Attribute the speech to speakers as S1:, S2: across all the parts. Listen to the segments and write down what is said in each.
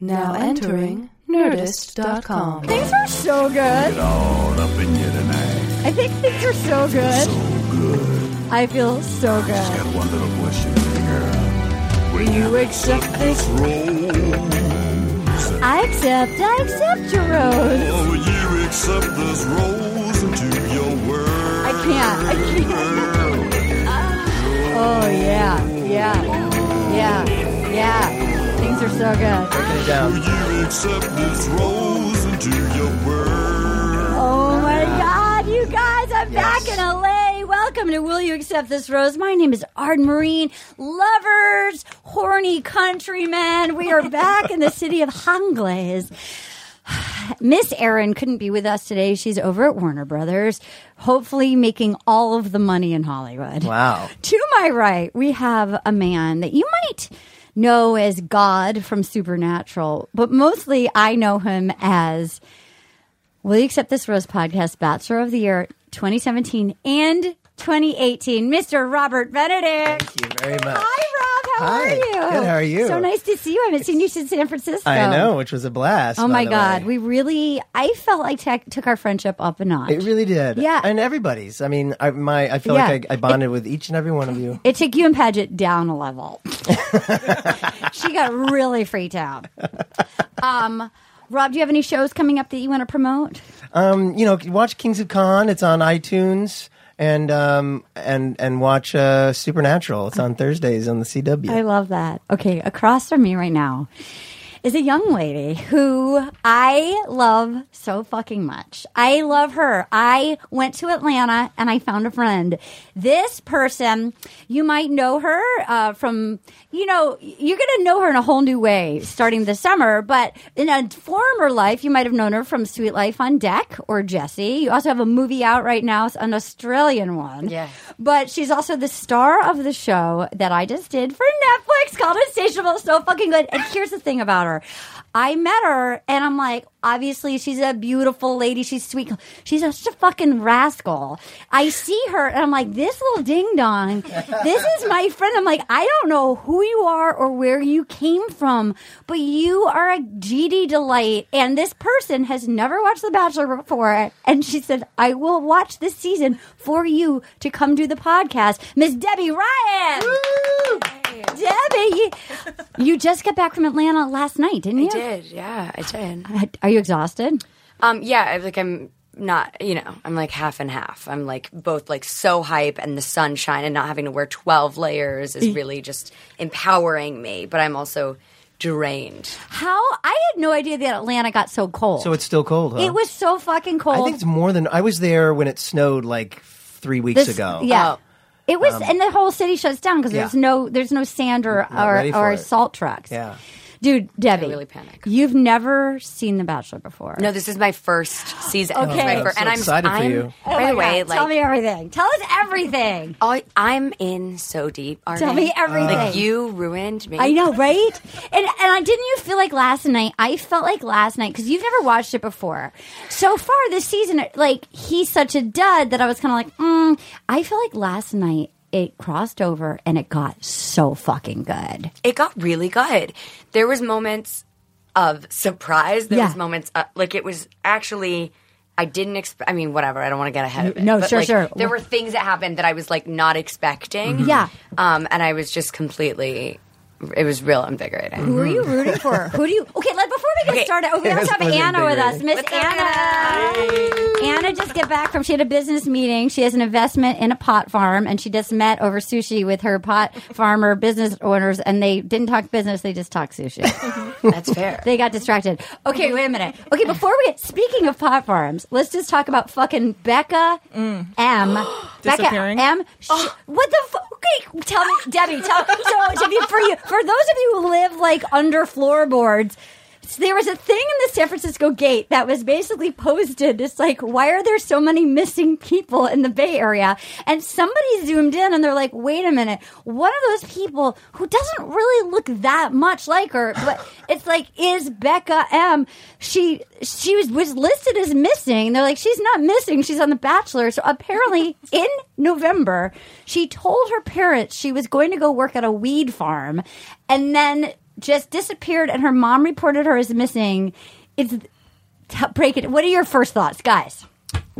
S1: Now entering Nerdist.com.
S2: Things are so good. I think things are so good. I feel so good.
S3: One little question, girl. Will you accept this rose?
S2: I accept, I accept your rose.
S3: Oh, will you accept this rose into your world?
S2: I can't, I can't. Oh, yeah, yeah, yeah, yeah. Things are so good.
S3: Will you accept this rose into your world?
S2: Oh, my God, you guys, I'm back in LA. Welcome to Will You Accept This Rose? My name is Arden Marine. Lovers, horny countrymen, we are back in the city of Hangles. Miss Erin couldn't be with us today. She's over at Warner Brothers, hopefully making all of the money in Hollywood.
S4: Wow.
S2: To my right, we have a man that you might know as God from Supernatural, but mostly I know him as Will You Accept This Rose Podcast Bachelor of the Year 2017 and 2018, Mr. Robert Benedict.
S4: Thank you very much.
S2: Hi, Rob. How
S4: Hi.
S2: are you?
S4: Good, how are you?
S2: So nice to see you. I haven't seen you since San Francisco.
S4: I know, which was a blast.
S2: Oh
S4: by
S2: my
S4: the
S2: God,
S4: way.
S2: we really, I felt like tech took our friendship up a notch.
S4: it really did.
S2: Yeah.
S4: and everybody's. I mean, I my I feel
S2: Yeah.
S4: like I, I bonded with each and every one of you.
S2: It took you and Paget down a level. she got really freaked out. Um, Rob, do you have any shows coming up that you want to promote?
S4: Um, you know, watch Kings of Con. It's on iTunes. And um and and watch uh, Supernatural. It's on Thursdays on the CW.
S2: I love that. Okay, across from me right now is a young lady who I love so fucking much. I love her. I went to Atlanta and I found a friend. This person, you might know her uh, from, you know, you're going to know her in a whole new way starting this summer, but in a former life, you might have known her from Sweet Life on Deck or Jesse. You also have a movie out right now, an Australian one.
S4: Yes.
S2: But she's also the star of the show that I just did for Netflix called Insatiable. So fucking good. And here's the thing about her. I met her and I'm like, obviously she's a beautiful lady. She's sweet. She's such a fucking rascal. I see her and I'm like, this little ding dong, this is my friend. I'm like, I don't know who you are or where you came from, but you are a GD delight. And this person has never watched The Bachelor before. And she said, I will watch this season for you to come do the podcast. Miss Debbie Ryan. Debbie, you just got back from Atlanta last night, didn't you?
S5: I did, yeah, I did.
S2: Are you exhausted?
S5: Um, yeah, I like I'm not, you know, I'm like half and half. I'm like both like so hype and the sunshine and not having to wear twelve layers is really just empowering me. But I'm also drained.
S2: How? I had no idea that Atlanta got so cold.
S4: so it's still cold. Huh?
S2: it was so fucking cold.
S4: I think it's more than I was there when it snowed like three weeks
S2: This-
S4: ago.
S2: Yeah.
S5: Oh.
S2: It was, and the whole city shuts down because
S4: Um, Yeah.
S2: there's no there's no sand or
S4: ready
S2: or,
S4: for
S2: or
S4: it.
S2: salt trucks.
S4: Yeah.
S2: dude, Debbie,
S5: really panicked.
S2: You've never seen The Bachelor before.
S5: No, this is my first season. It's
S2: Okay.
S5: my
S2: I'm
S5: first,
S4: so
S5: and I'm
S4: excited for
S5: I'm,
S4: you.
S2: Oh
S5: By
S2: my
S5: the way,
S2: God,
S5: like
S2: tell me everything. Tell us everything.
S5: all, I'm in so deep. Arne.
S2: Tell me everything.
S5: Like you ruined me.
S2: I know, right? And and I didn't you feel like last night? I felt like last night because you've never watched it before. So far this season, like he's such a dud that I was kind of like, mm. I feel like last night it crossed over and it got so fucking good.
S5: it got really good. There was moments of surprise. There
S2: Yeah.
S5: was moments uh, like it was actually I didn't expect. I mean, whatever. I don't want to get ahead of it.
S2: No,
S5: But,
S2: sure,
S5: like,
S2: sure. Mm-hmm.
S5: There were things that happened that I was like not expecting.
S2: Yeah.
S5: um, and I was just completely. It was real invigorating.
S2: Who are you rooting for? Who do you? Okay, let before we get
S5: Okay.
S2: started, oh, we also have
S4: Wasn't
S2: Anna
S4: big
S2: with us,
S4: rating.
S2: Miss
S5: What's up,
S2: Anna. Anna just get back from she had a business meeting. She has an investment in a pot farm, and she just met over sushi with her pot farmer business owners, and they didn't talk business; they just talked sushi.
S5: That's fair.
S2: they got distracted. Okay, wait a minute. Okay, before we get speaking of pot farms, let's just talk about fucking Becca M. Becca
S6: Disappearing?
S2: M. Sh- What the fuck? Okay, tell me, Debbie. Tell so Debbie for you for those of you who live like under floorboards. s- There was a thing in the San Francisco gate that was basically posted. It's like, why are there so many missing people in the Bay Area? And somebody zoomed in and they're like, wait a minute, one of those people who doesn't really look that much like her, but it's like, is Becca M. She she was was listed as missing. They're like, she's not missing. She's on The Bachelor. So apparently, in November, she told her parents she was going to go work at a weed farm, and then just disappeared. And her mom reported her as missing. It's t- break it. What are your first thoughts, guys?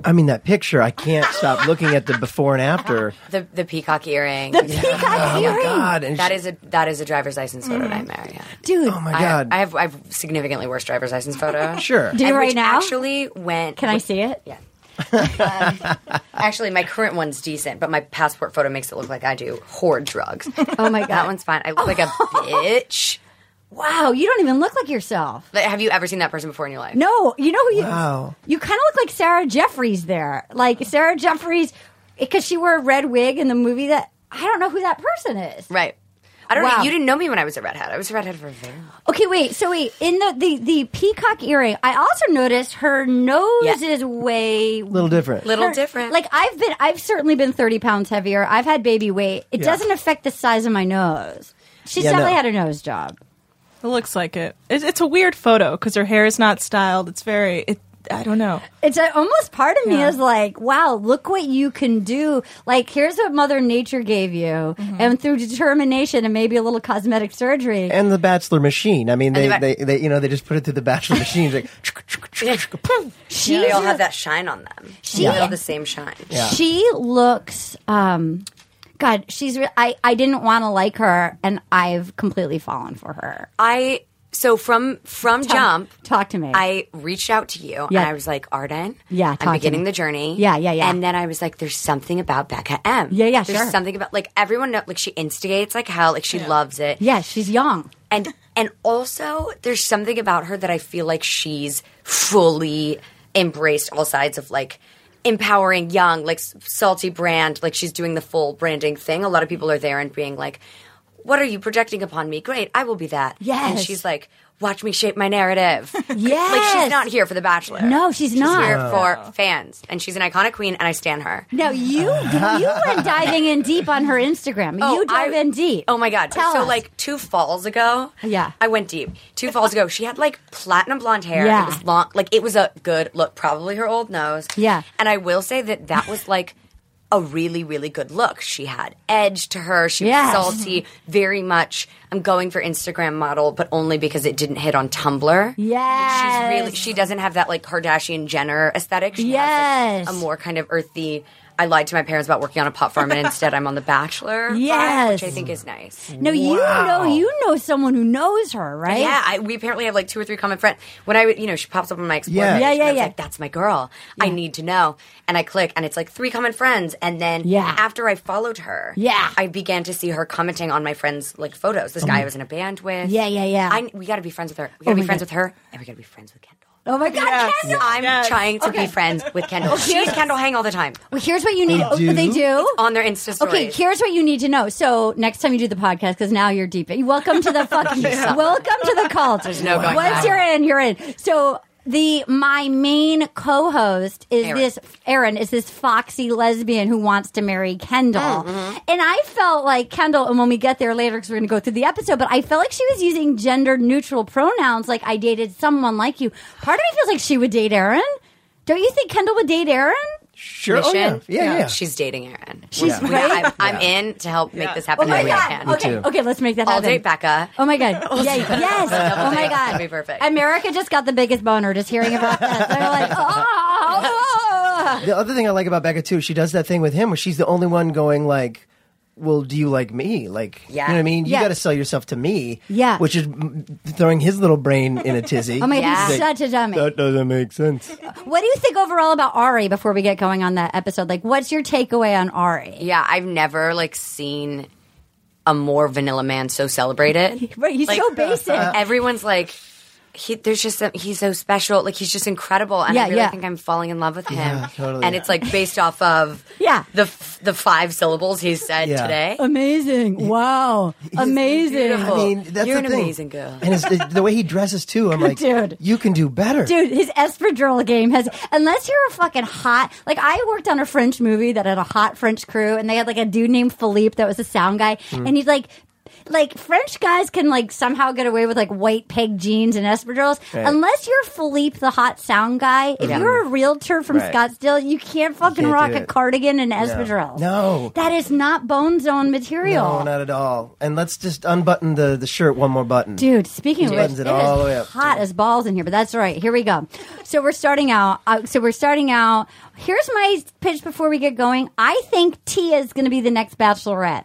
S4: I mean, that picture, I can't stop looking at the before and after.
S5: The the peacock earring.
S2: The peacock
S4: Oh, my
S2: earring, Mm-hmm.
S4: God. And
S5: that
S4: she-
S5: is a that is a driver's license photo nightmare. Yeah.
S2: dude.
S4: Oh, my
S5: I-
S4: God.
S5: I, have I have significantly worse driver's license photo.
S4: Sure.
S2: Do you
S5: And
S2: right
S5: which
S2: now?
S5: Actually, went.
S2: Can I see it?
S5: Yeah. Um, actually, my current one's decent, but my passport photo makes it look like I do hoard drugs.
S2: Oh my
S5: that
S2: God.
S5: one's fine. I look like a bitch.
S2: Wow, you don't even look like yourself.
S5: Like, have you ever seen that person before in your life?
S2: No, you know who you
S4: Wow.
S2: you kind of look like Sarah Jeffries there. Like Sarah Jeffries because she wore a red wig in the movie that I don't know who that person is.
S5: Right. I don't
S2: Wow.
S5: know. You didn't know me when I was a redhead. I was a redhead for a very long
S2: Okay, wait. So wait, in the the, the peacock earring, I also noticed her nose
S5: Yeah.
S2: is way
S4: a little different.
S5: Little
S2: her-
S5: different.
S2: Like I've been I've certainly been 30 pounds heavier. I've had baby weight. It
S4: Yeah.
S2: doesn't affect the size of my nose. She's
S4: Yeah,
S2: definitely
S4: no.
S2: had a nose job.
S6: It looks like it. It's, it's a weird photo because her hair is not styled. It's very. It, I don't know.
S2: It's uh, almost part of me
S6: Yeah.
S2: is like, wow, look what you can do. Like, here's what Mother Nature gave you, and through determination and maybe a little cosmetic surgery.
S4: and the bachelor machine. I mean, they,
S5: the ba-
S4: they, they, you know, they just put it through the bachelor machine. It's like,
S5: time.
S2: She's
S5: they all
S2: a-
S5: have that shine on them.
S2: She-
S5: they all the same shine.
S4: Yeah.
S2: She looks, um, God, she's. Re- I I didn't want to like her, and I've completely fallen for her.
S5: I so from from jump.
S2: Talk to me.
S5: I reached out to you
S2: Yeah.
S5: and I was like, Arden,
S2: Yeah, talk to
S5: I'm beginning
S2: me.
S5: the journey.
S2: Yeah, yeah, yeah.
S5: And then I was like, there's something about Becca M.
S2: Yeah, yeah,
S5: There's
S2: sure.
S5: something about like everyone know, like she instigates like hell, like she loves it.
S2: yeah, she's young.
S5: And and also there's something about her that I feel like she's fully embraced all sides of like empowering young, like s- salty brand, like she's doing the full branding thing. A lot of people are there and being like, What are you projecting upon me? Great, I will be that. And
S2: Yes.
S5: she's like, Watch me shape my narrative.
S2: Yes.
S5: Like she's not here for The Bachelor.
S2: No, she's
S5: She's
S2: not.
S5: here for fans. And she's an iconic queen and I stand her.
S2: Now you you went diving in deep on her Instagram. you dive
S5: I-
S2: in deep.
S5: Oh my god!
S2: Tell
S5: so
S2: us.
S5: like two falls ago,
S2: Yeah.
S5: I went deep. Two falls ago, she had like platinum blonde hair.
S2: Yeah.
S5: it was long. Like it was a good look. Probably her old nose.
S2: Yeah.
S5: and I will say that that was like. A really, really good look. She had edge to her. She
S2: Yes.
S5: was salty, very much. I'm going for Instagram model, but only because it didn't hit on Tumblr.
S2: Yes.
S5: she's really. She doesn't have that like Kardashian Jenner aesthetic. She has
S2: Yes.
S5: like, a more kind of earthy. I lied to my parents about working on a pot farm, and instead I'm on The Bachelor vibe,
S2: Yes.
S5: which I think is nice.
S2: no, you know you know someone who knows her, right?
S5: Yeah, I, we apparently have like two or three common friends. When I, would- you know, she pops up on my explore,
S4: Yeah.
S5: page,
S4: Yeah,
S5: and
S2: yeah,
S5: I was
S2: yeah.
S5: like, that's my girl. I need to know, and I click, and it's like three common friends, and then
S2: Yeah.
S5: after I followed her,
S2: Yeah. Oh
S5: I began to see her commenting on my friends' like photos. This guy I was in a band with,
S2: Yeah, Oh yeah, yeah.
S5: I, we got to be friends with her. We got to be friends with her, and we got to be friends with Kendall.
S2: Oh my God,
S6: Yes.
S2: Kendall!
S5: I'm
S6: Yes.
S5: trying to be friends with Kendall. She's Kendall Hang all the time
S2: Well, here's what you need. oh, they do?
S5: on their Insta stories.
S2: Okay, here's what you need to know. So next time you do the podcast, because now you're deep. in- Welcome to the fucking. Welcome to the cult. There's
S5: no going
S2: Once
S5: back.
S2: you're in, you're in. So the my main co-host is
S5: Erin.
S2: this Erin is this foxy lesbian who wants to marry Kendall,
S5: Mm-hmm.
S2: and I felt like Kendall. And when we get there later, because we're going to go through the episode, but I felt like she was using gender neutral pronouns, like I dated someone like you. Part of me feels like she would date Erin. Don't you think Kendall would date Erin?
S4: Sure. Oh, yeah.
S5: Mission.
S4: Yeah, yeah.
S5: She's dating Aaron.
S2: She's
S5: We-
S2: right?
S5: I'm, I'm in to help make this happen.
S2: Oh my
S5: however I
S2: god!
S5: can.
S2: Okay, okay, let's make that
S5: I'll
S2: happen.
S5: date Becca.
S2: Oh my god! Yeah, yes! Oh my
S5: date.
S2: god!
S5: That'd be perfect.
S2: America just got the biggest boner just hearing about this. They're like, oh, oh.
S4: The other thing I like about Becca too, she does that thing with him where she's the only one going like, "Well, do you like me?" Like,
S5: Yeah.
S4: you know what I mean? You
S2: Yeah.
S4: got to sell yourself to me.
S2: Yeah.
S4: which is mm, throwing his little brain in a tizzy.
S2: Oh my
S5: Yeah.
S2: god, he's such a dummy.
S4: that doesn't make sense.
S2: oh." What do you think overall about Ari before we get going on that episode? Like, what's your takeaway on Ari?
S5: Yeah, I've never like seen a more vanilla man so celebrated.
S2: Right, he's
S5: Like- uh,
S2: so basic.
S4: Uh,
S5: Everyone's like, he, there's just some, he's so special. Like he's just incredible, and
S2: Yeah,
S5: I really
S2: yeah.
S5: think I'm falling in love with him.
S4: totally.
S5: And it's like based off of
S2: Yeah.
S5: the f- the five syllables he said
S4: Yeah.
S5: today.
S2: Amazing. Wow. Amazing.
S4: I mean, that's
S5: You're
S4: the
S5: an
S4: thing.
S5: amazing girl.
S4: And it's, the, the way he dresses too, I'm like,
S2: Dude.
S4: you can do better.
S2: Dude, his espadrille game has, unless you're a fucking hot, like I worked on a French movie that had a hot French crew and they had like a dude named Philippe that was a sound guy
S4: Mm.
S2: and he's like, like French guys can like somehow get away with like white peg jeans and espadrilles.
S4: Right.
S2: Unless you're Philippe, the hot sound guy. If
S5: Yeah.
S2: you're a realtor from
S4: Right.
S2: Scottsdale, you can't fucking
S4: can't
S2: rock
S4: do
S2: a
S4: it.
S2: cardigan and espadrille.
S4: No.
S2: that is not bone zone material.
S4: No, not at all. And let's just unbutton the, the shirt one more button.
S2: Dude, speaking of which,
S4: buttons
S2: it
S4: it
S2: is
S4: all the way up.
S2: hot as balls in here, but that's all right. Here we go. So we're starting out. Uh, so we're starting out. Here's my pitch before we get going. I think Tia is going to be the next Bachelorette.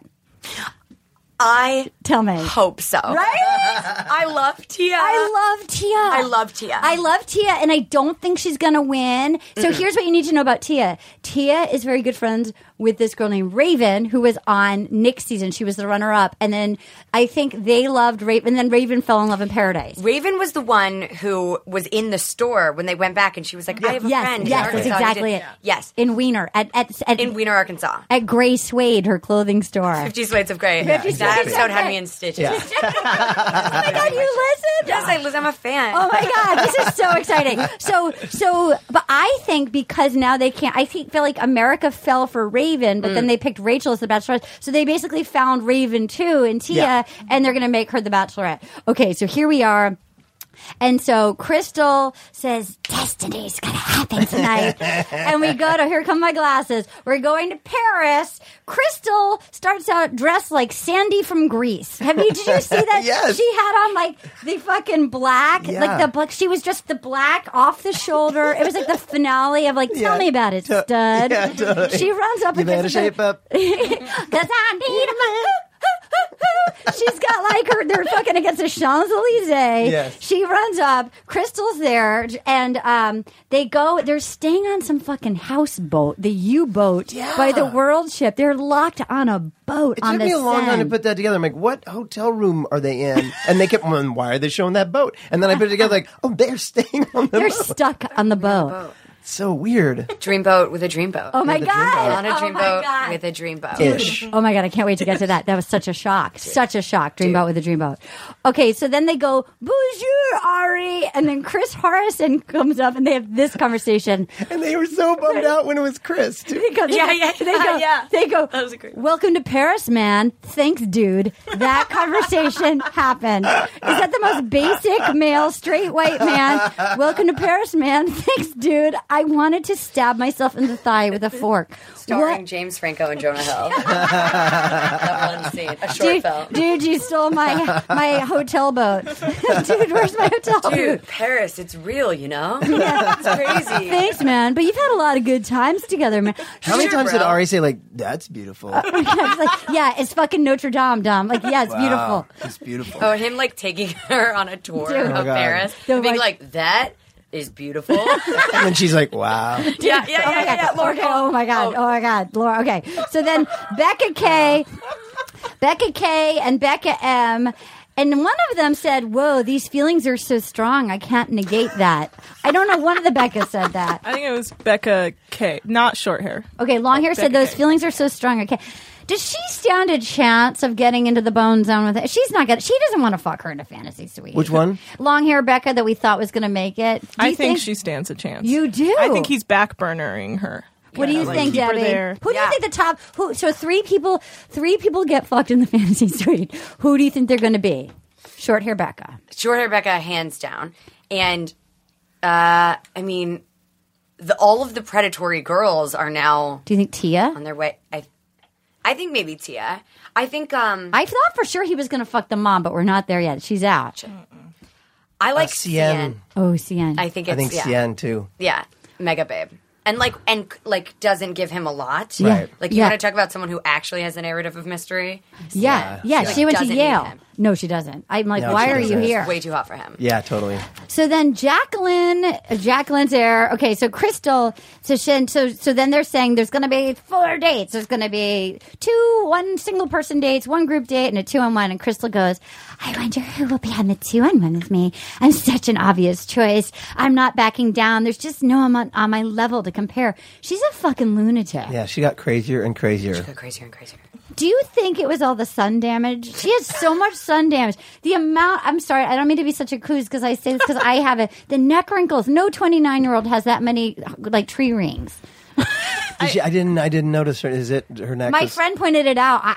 S5: I
S2: Tell me.
S5: hope so.
S2: Right?
S5: I love Tia.
S2: I love Tia.
S5: I love Tia.
S2: I love Tia, and I don't think she's going to win. So here's what you need to know about Tia. Tia is very good friends with this girl named Raven, who was on Nick's season. She was the runner up. And then I think they loved Raven. And then Raven fell in love in paradise.
S5: Raven was the one who was in the store when they went back, and she was like, "I have a
S2: Yes,
S5: friend." in
S2: yes, that's
S5: Arkansas who
S2: exactly
S5: did-
S2: it.
S5: Yes,
S2: in Wiener at at at,
S5: in Wiener, Arkansas.
S2: at Gray Suede, her clothing store.
S5: Fifty Shades of Grey. that
S2: Shades of
S5: episode had
S2: Grey.
S5: me in stitches.
S2: Oh my god, you listen?
S5: Yes, I Liz, I'm a fan.
S2: Oh my god, this is so exciting. So so but I think because now they can't I think feel like America fell for Raven,
S4: Mm.
S2: but then they picked Rachel as the Bachelorette. So they basically found Raven too and Tia
S4: Yeah.
S2: and they're gonna make her the Bachelorette. Okay, so here we are. And so Crystal says, Destiny's gonna happen tonight. and we go to here come my glasses. We're going to Paris. Crystal starts out dressed like Sandy from Greece. Have you did you see that?
S4: Yes.
S2: She had on like the fucking black,
S4: Yeah.
S2: like the black she was just the black off the shoulder. It was like the finale of like, tell
S4: Yeah.
S2: me about it,
S4: To-
S2: stud.
S4: Yeah, totally.
S2: She runs up
S4: You
S2: and
S4: better
S2: gives it
S4: shape up.
S2: Cause I need a man. She's got like her, they're fucking against the Champs Elysees.
S4: Yes.
S2: She runs up, Crystal's there, and um, they go, they're staying on some fucking houseboat, the U boat by the world ship. They're locked on a boat
S4: It
S2: on
S4: took
S2: the
S4: me a long time to
S2: Seine.
S4: put that together. I'm like, what hotel room are they in? And they kept wondering, why are they showing that boat? And then I put it together, like, oh, they're staying on the
S2: They're
S4: boat.
S2: stuck on the boat.
S4: so weird.
S5: Dreamboat with a dreamboat.
S2: Oh my
S4: the
S2: god!
S5: On a
S2: Oh my
S5: dreamboat
S2: God.
S5: with a dreamboat.
S4: Ish.
S2: Oh my god, I can't wait to get to that. That was such a shock. Such a shock. Dreamboat with a dreamboat. Okay, so then they go, Bonjour, Ari. And then Chris Harrison comes up and they have this conversation.
S4: And they were so bummed out when it was Chris, too.
S2: They go, they
S5: Yeah,
S2: go-
S5: yeah,
S2: they go,
S5: yeah.
S2: They go,
S5: That was a great one.
S2: Welcome to Paris, man. Thanks, dude. That conversation happened. Is that the most basic male, straight white man? Welcome to Paris, man. Thanks, dude. I wanted to stab myself in the thigh with a fork.
S5: Starring
S2: What-
S5: James Franco and Jonah Hill. that one scene, a short
S2: dude,
S5: film.
S2: dude, you stole my my hotel boat. dude, where's my hotel boat?
S5: Dude, Paris, it's real, you know? It's crazy.
S2: Thanks, man. But you've had a lot of good times together, man.
S4: How many
S5: Sure,
S4: times did
S5: bro.
S4: Ari say, like, that's beautiful?
S2: Uh, It's like, yeah, it's fucking Notre Dame, Dom. Like, yeah, it's beautiful.
S4: It's beautiful.
S5: Oh, and him like taking her on a tour
S2: Dude. Oh
S5: of
S2: my
S4: God.
S5: Paris,
S2: The
S5: and being
S2: like-
S5: like, "That is beautiful."
S4: And then she's like, wow.
S5: yeah, yeah, yeah,
S2: Oh my
S5: yeah,
S2: god.
S5: yeah. Laura
S2: Okay,
S5: Hill.
S2: oh my god. Oh. my god. Laura. Okay. So then Becca K Becca K and Becca M And one of them said, Whoa, these feelings are so strong. I can't negate that. I don't know. One of the Becca said that.
S6: I think it was Becca K, not short hair.
S2: Okay, long hair said
S6: Becca
S2: those
S6: K.
S2: feelings are so strong. Okay. Does she stand a chance of getting into the bone zone with it? She's not gonna. She doesn't want to fuck her into fantasy suite.
S4: Which one?
S2: Long hair Becca that we thought was gonna make it. Do
S6: I
S2: you
S6: think, she stands a chance.
S2: You do?
S6: I think he's backburnering her.
S2: What do
S6: Yeah,
S2: you
S6: like,
S2: think,
S6: keep her
S2: Debbie?
S6: there.
S2: Who do you think the top? Who? So three people. Three people get fucked in the fantasy suite. Who do you think they're going to be? Short hair Becca.
S5: Short hair Becca, uh, hands down. And uh, I mean, the, all of the predatory girls are now
S2: Do you think Tia?
S5: on their way. I, I think maybe Tia. I think um,
S2: I thought for sure he was going to fuck the mom, but we're not there yet. She's out.
S5: I like
S4: CN.
S5: CN.
S2: Oh, CN.
S5: I think
S4: Uh, I
S5: it's
S4: think
S5: yeah,
S4: Cien too.
S5: yeah, mega babe, and like and like doesn't give him a lot.
S4: Right.
S5: Like you
S2: Yeah.
S5: want to talk about someone who actually has a narrative of mystery?
S2: yeah, yeah.
S5: uh, Like,
S2: she went to
S5: doesn't need
S2: Yale.
S5: him.
S2: No, she doesn't. I'm like,
S4: No,
S2: why
S4: she
S2: are you
S4: doesn't.
S2: here?
S5: It's way too hot for him.
S4: Yeah, totally.
S2: So then Jacqueline, uh, Jacqueline's there. Okay, so Crystal, so Shin, so so then they're saying there's going to be four dates. There's going to be two, one single person dates, one group date, and a two on one. And Crystal goes, I wonder who will be on the two on one with me. I'm such an obvious choice. I'm not backing down. There's just no one on my level to compare. She's a fucking lunatic.
S4: Yeah, she got crazier and crazier.
S5: Go crazier and crazier.
S2: Do you think it was all the sun damage? She has so much sun damage. The amount, I'm sorry, I don't mean to be such a coos because I say this because I have it. The neck wrinkles. No 29 year old has that many like tree rings.
S4: Did she- I, didn't. I didn't notice her. Is it her neck?
S2: My
S4: was-
S2: friend pointed it out. I,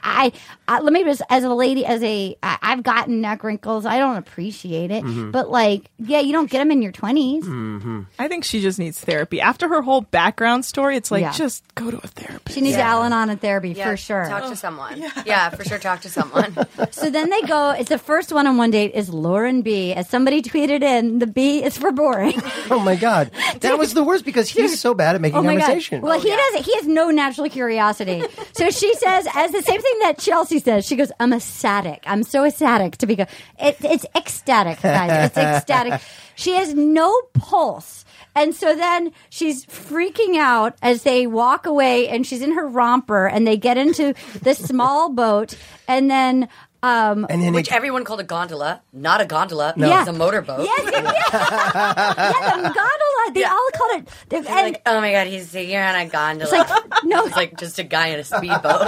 S2: I, I let me just, as a lady, as a, I, I've gotten neck wrinkles. I don't appreciate it. But like, yeah, you don't get them in your 20s.
S6: I think she just needs therapy. After her whole background story, it's like
S2: Yeah.
S6: just go to a therapist.
S2: She needs Al Anon and therapy
S5: Yeah,
S2: for sure.
S5: Talk to someone. Oh, Yeah. for sure. Talk to someone.
S2: So then they go. It's the first one-on-one date is Lauren B. As somebody tweeted in, the B is for boring.
S4: Oh my god, that was the worst because he's so bad at making conversation.
S2: Oh, Well, he doesn't. He has no natural curiosity. so she says, as the same thing that Chelsea says. She goes, "I'm ecstatic. I'm so ecstatic to be." Go- it, it's ecstatic, guys. It's ecstatic. She has no pulse. And so then she's freaking out as they walk away, and she's in her romper, and they get into this small boat, and then um,
S4: and then
S5: Which
S4: it-
S5: everyone called a gondola, not a gondola. No, it's a motorboat.
S2: Yes, yes, yes. yeah, the gondola. They all called it. They, and
S5: like, oh my god, he's you're on a gondola.
S2: it's like no,
S5: It's like just a guy in a speedboat.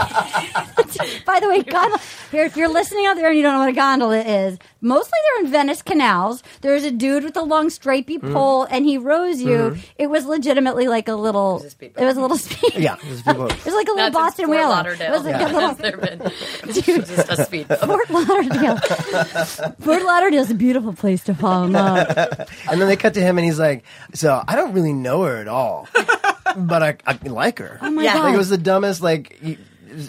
S2: By the way, gondola. Here, if you're listening out there and you don't know what a gondola is, mostly they're in Venice canals. There's a dude with a long stripy
S5: Mm.
S2: pole, and he rows you.
S5: Mm-hmm.
S2: It was legitimately like a little. It was a,
S5: speedboat.
S2: little speed.
S4: yeah, it was people-
S2: It was like a little
S5: That's in
S2: Boston
S5: Fort
S2: whaler.
S5: Lauderdale.
S2: It was like a
S5: Has
S2: little
S5: there been- just a speedboat.
S2: Fort Lauderdale. Fort Lauderdale is a beautiful place to fall in love.
S4: and then they cut to him, and he's like, "So I don't really know her at all, but I, I like her." Oh
S2: my
S5: Yeah. God.
S4: Like it was the dumbest. Like, you-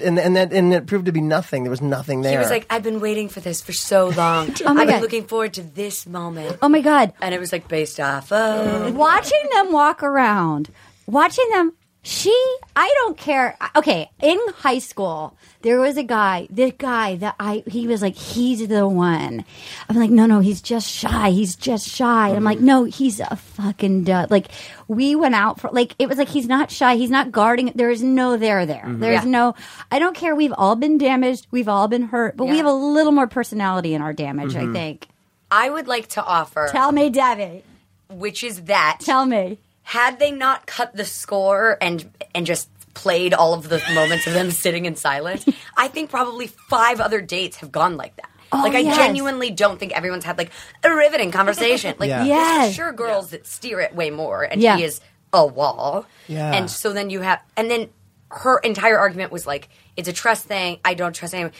S4: and and that and it proved to be nothing. There was nothing there.
S5: He was like, I've been waiting for this for so long.
S2: Oh my
S5: I've
S2: God.
S5: been looking forward to this moment.
S2: Oh my god!
S5: And it was like based off of.
S2: watching them walk around, watching them. She, I don't care. Okay, in high school, there was a guy. The guy that I, he was like, he's the one. I'm like, no, no, he's just shy. He's just shy. I'm like, no, he's a fucking dud. Like, we went out for like, it was like he's not shy. He's not guarding. There is no there there. There is
S5: Mm-hmm. Yeah.
S2: no. I don't care. We've all been damaged. We've all been hurt, but we
S5: Yeah. Mm-hmm.
S2: have a little more personality in our damage. I think.
S5: I would like to offer,
S2: Tell me, Debbie.
S5: which is that
S2: Tell me.
S5: had they not cut the score and and just played all of the moments of them sitting in silence, I think probably five other dates have gone like that. like I
S2: Oh, yes.
S5: genuinely don't think everyone's had like a riveting conversation. Like
S4: Yeah.
S2: Yes.
S5: there's sure girls that steer it way more, and
S2: Yeah.
S5: he is a wall.
S4: Yeah.
S5: And so then you have, and then her entire argument was like, it's a trust thing. I don't trust anyone.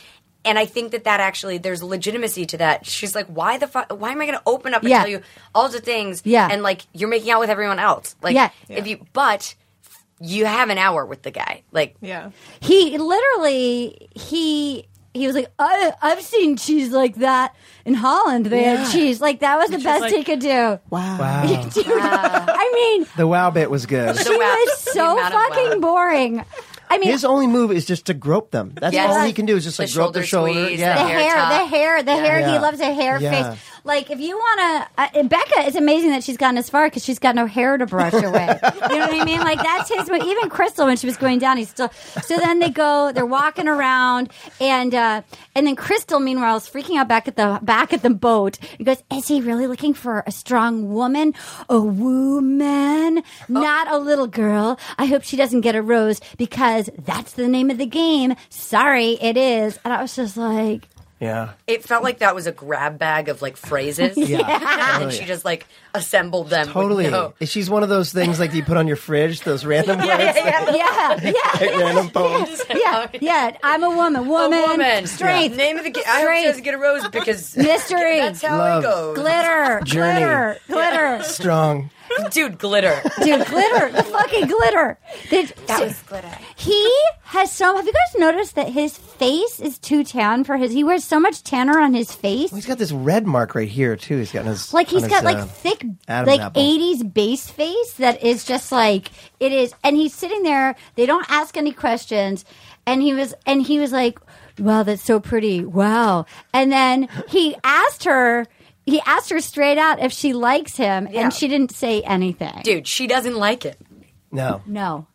S5: And I think that that actually there's legitimacy to that. She's like, why the fuck? Why am I going to open up and
S2: Yeah.
S5: tell you all the things?
S2: Yeah.
S5: And like you're making out with everyone else. Like
S2: Yeah.
S5: if you, but you have an hour with the guy. Like
S6: yeah.
S2: he literally he he was like I, i've seen cheese like that in holland they had cheese like that was the best
S6: like,
S2: he could do
S6: Wow.
S4: wow.
S2: Dude, i mean
S4: the wow bit was good.
S2: he
S5: wow.
S2: was
S5: The
S2: so
S5: amount of uh, wow.
S2: fucking boring i mean
S4: His only move is just to grope them. That's
S5: Yes.
S4: all he can do is just
S5: The
S4: like grope their
S5: shoulder
S4: shoulder.
S5: squeeze,
S4: yeah.
S2: the
S5: hair
S2: hair,
S5: top.
S2: the hair, the hair. He
S4: Yeah.
S2: loves a hair
S4: Yeah.
S2: face. Like, if you want to, uh, Becca is amazing that she's gotten as far because she's got no hair to brush away. you know what I mean? Like that's his way. Even Crystal, when she was going down, he's still. So then they go, they're walking around, and uh, and then Crystal, meanwhile, is freaking out back at the back at the boat. He goes, "Is he really looking for a strong woman, a woman, not a little girl? I hope she doesn't get a rose because that's the name of the game. Sorry, it is." And I was just like.
S4: Yeah.
S5: It felt like that was a grab bag of like phrases. yeah. And then she just like assembled them. with
S4: Totally.
S5: no-
S4: She's one of those things like you put on your fridge, those random words.
S5: yeah, yeah, yeah.
S2: Yeah, yeah,
S4: like, random poems.
S2: yeah, yeah. I'm a woman.
S5: Oh, A
S2: Woman.
S5: woman.
S2: Strength.
S5: Name of the game. I hope she
S2: Strength.
S5: doesn't get a rose because
S2: Mystery.
S5: that's how
S4: Love.
S5: it goes.
S2: glitter.
S4: Journey.
S2: Glitter. Glitter.
S4: Strong.
S5: Dude, glitter.
S2: Dude, glitter. The fucking glitter. Did,
S5: That was glitter.
S2: He has so. Have you guys noticed that his face is too tan for his? He wears so much tanner on his face.
S4: He's got this red mark right here too. He's got on his
S2: Like he's
S4: on
S2: got
S4: his,
S2: like
S4: uh,
S2: thick,
S4: Adam's
S2: like
S4: apple.
S2: eighties bass face that is just like it is, and he's sitting there. They don't ask any questions, and he was, and he was like, "Wow, that's so pretty. Wow." And then he asked her, he asked her straight out if she likes him,
S5: Yeah.
S2: and she didn't say anything.
S5: Dude, she doesn't like it.
S4: no.
S2: No,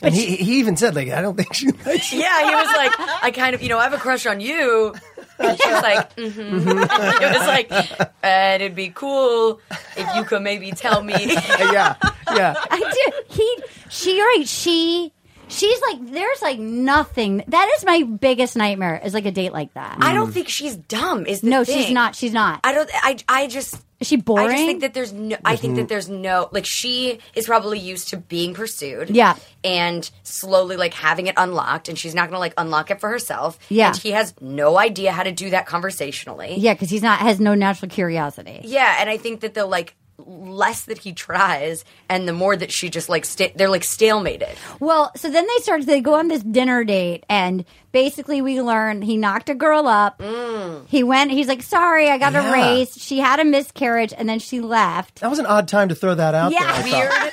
S4: And he, he even said like I don't think she likes you.
S5: Yeah, he was like, I kind of, you know, I have a crush on you. And she was like, mm-hmm. it was like, and it'd be cool if you could maybe tell me.
S4: yeah. Yeah.
S2: I do. He, she, you're right. She, she's like, there's like nothing. That is my biggest nightmare. Is like a date like that.
S5: I don't think she's dumb. Is the
S2: no,
S5: thing.
S2: she's not. She's not.
S5: I don't. I. I just.
S2: is she boring?
S5: I just think that there's no. I think that there's no. Like she is probably used to being pursued.
S2: Yeah.
S5: And slowly like having it unlocked, and she's not gonna like unlock it for herself.
S2: Yeah.
S5: And he has no idea how to do that conversationally.
S2: Yeah, because he's not has no natural curiosity.
S5: Yeah, and I think that the like less that he tries, and the more that she just like sta- they're like stalemated.
S2: Well, so then they start. They go on this dinner date, and basically we learn he knocked a girl up.
S5: Mm.
S2: He went. He's like, "Sorry, I got
S4: Yeah.
S2: a race." She had a miscarriage, and then she left.
S4: That was an odd time to throw that out
S2: Yeah.
S4: there. I
S5: Weird
S4: thought.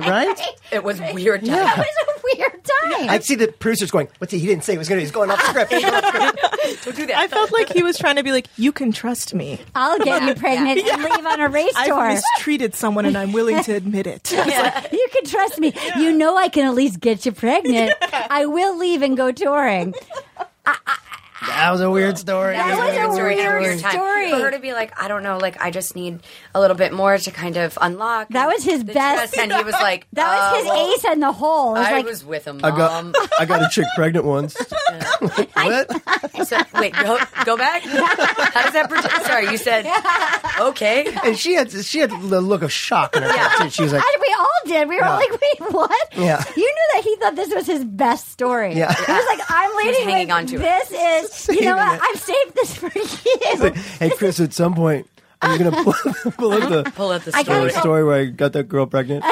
S4: Right?
S5: It was weird time.
S2: That was a weird time.
S4: I see the producers going, what's he? He didn't say he was going to. He's going off script. He's going off script.
S5: Don't do that.
S6: I felt like he was trying to be like, you can trust me.
S2: I'll get you pregnant and leave on a race
S6: I've
S2: tour.
S6: mistreated someone and I'm willing to admit it.
S2: you can trust me. You know I can at least get you pregnant. I will leave and go touring.
S4: That was a weird story.
S2: That was a
S5: Story and
S2: weird
S5: time.
S2: story.
S5: For her to be like, I don't know, like I just need a little bit more to kind of unlock.
S2: That was his
S5: The
S2: best-
S5: chest, And he was like,
S2: That was
S5: uh,
S2: his
S5: well,
S2: ace in the hole. It was
S5: I
S2: like,
S5: was with him,
S4: I got,
S2: Um.
S5: mom.
S4: I got a chick pregnant once. what?
S5: so, wait, go, go back. How does that? Pretend? Sorry, you said okay.
S4: And she had she had the look of shock in her face. too. She was like,
S2: I- we all did. We were all like, wait, what?
S4: Yeah.
S2: You knew that he thought this was his best story.
S4: Yeah.
S2: He was like, I'm leading
S5: hanging
S2: with-
S5: on to it.
S2: This is, you know
S4: Saving
S2: what?
S4: it.
S2: I've saved this for you.
S4: hey, Chris, at some point, are you going to pull, pull up the
S5: Pull out the
S2: I
S5: story.
S2: gotta
S4: the story where I got that girl pregnant?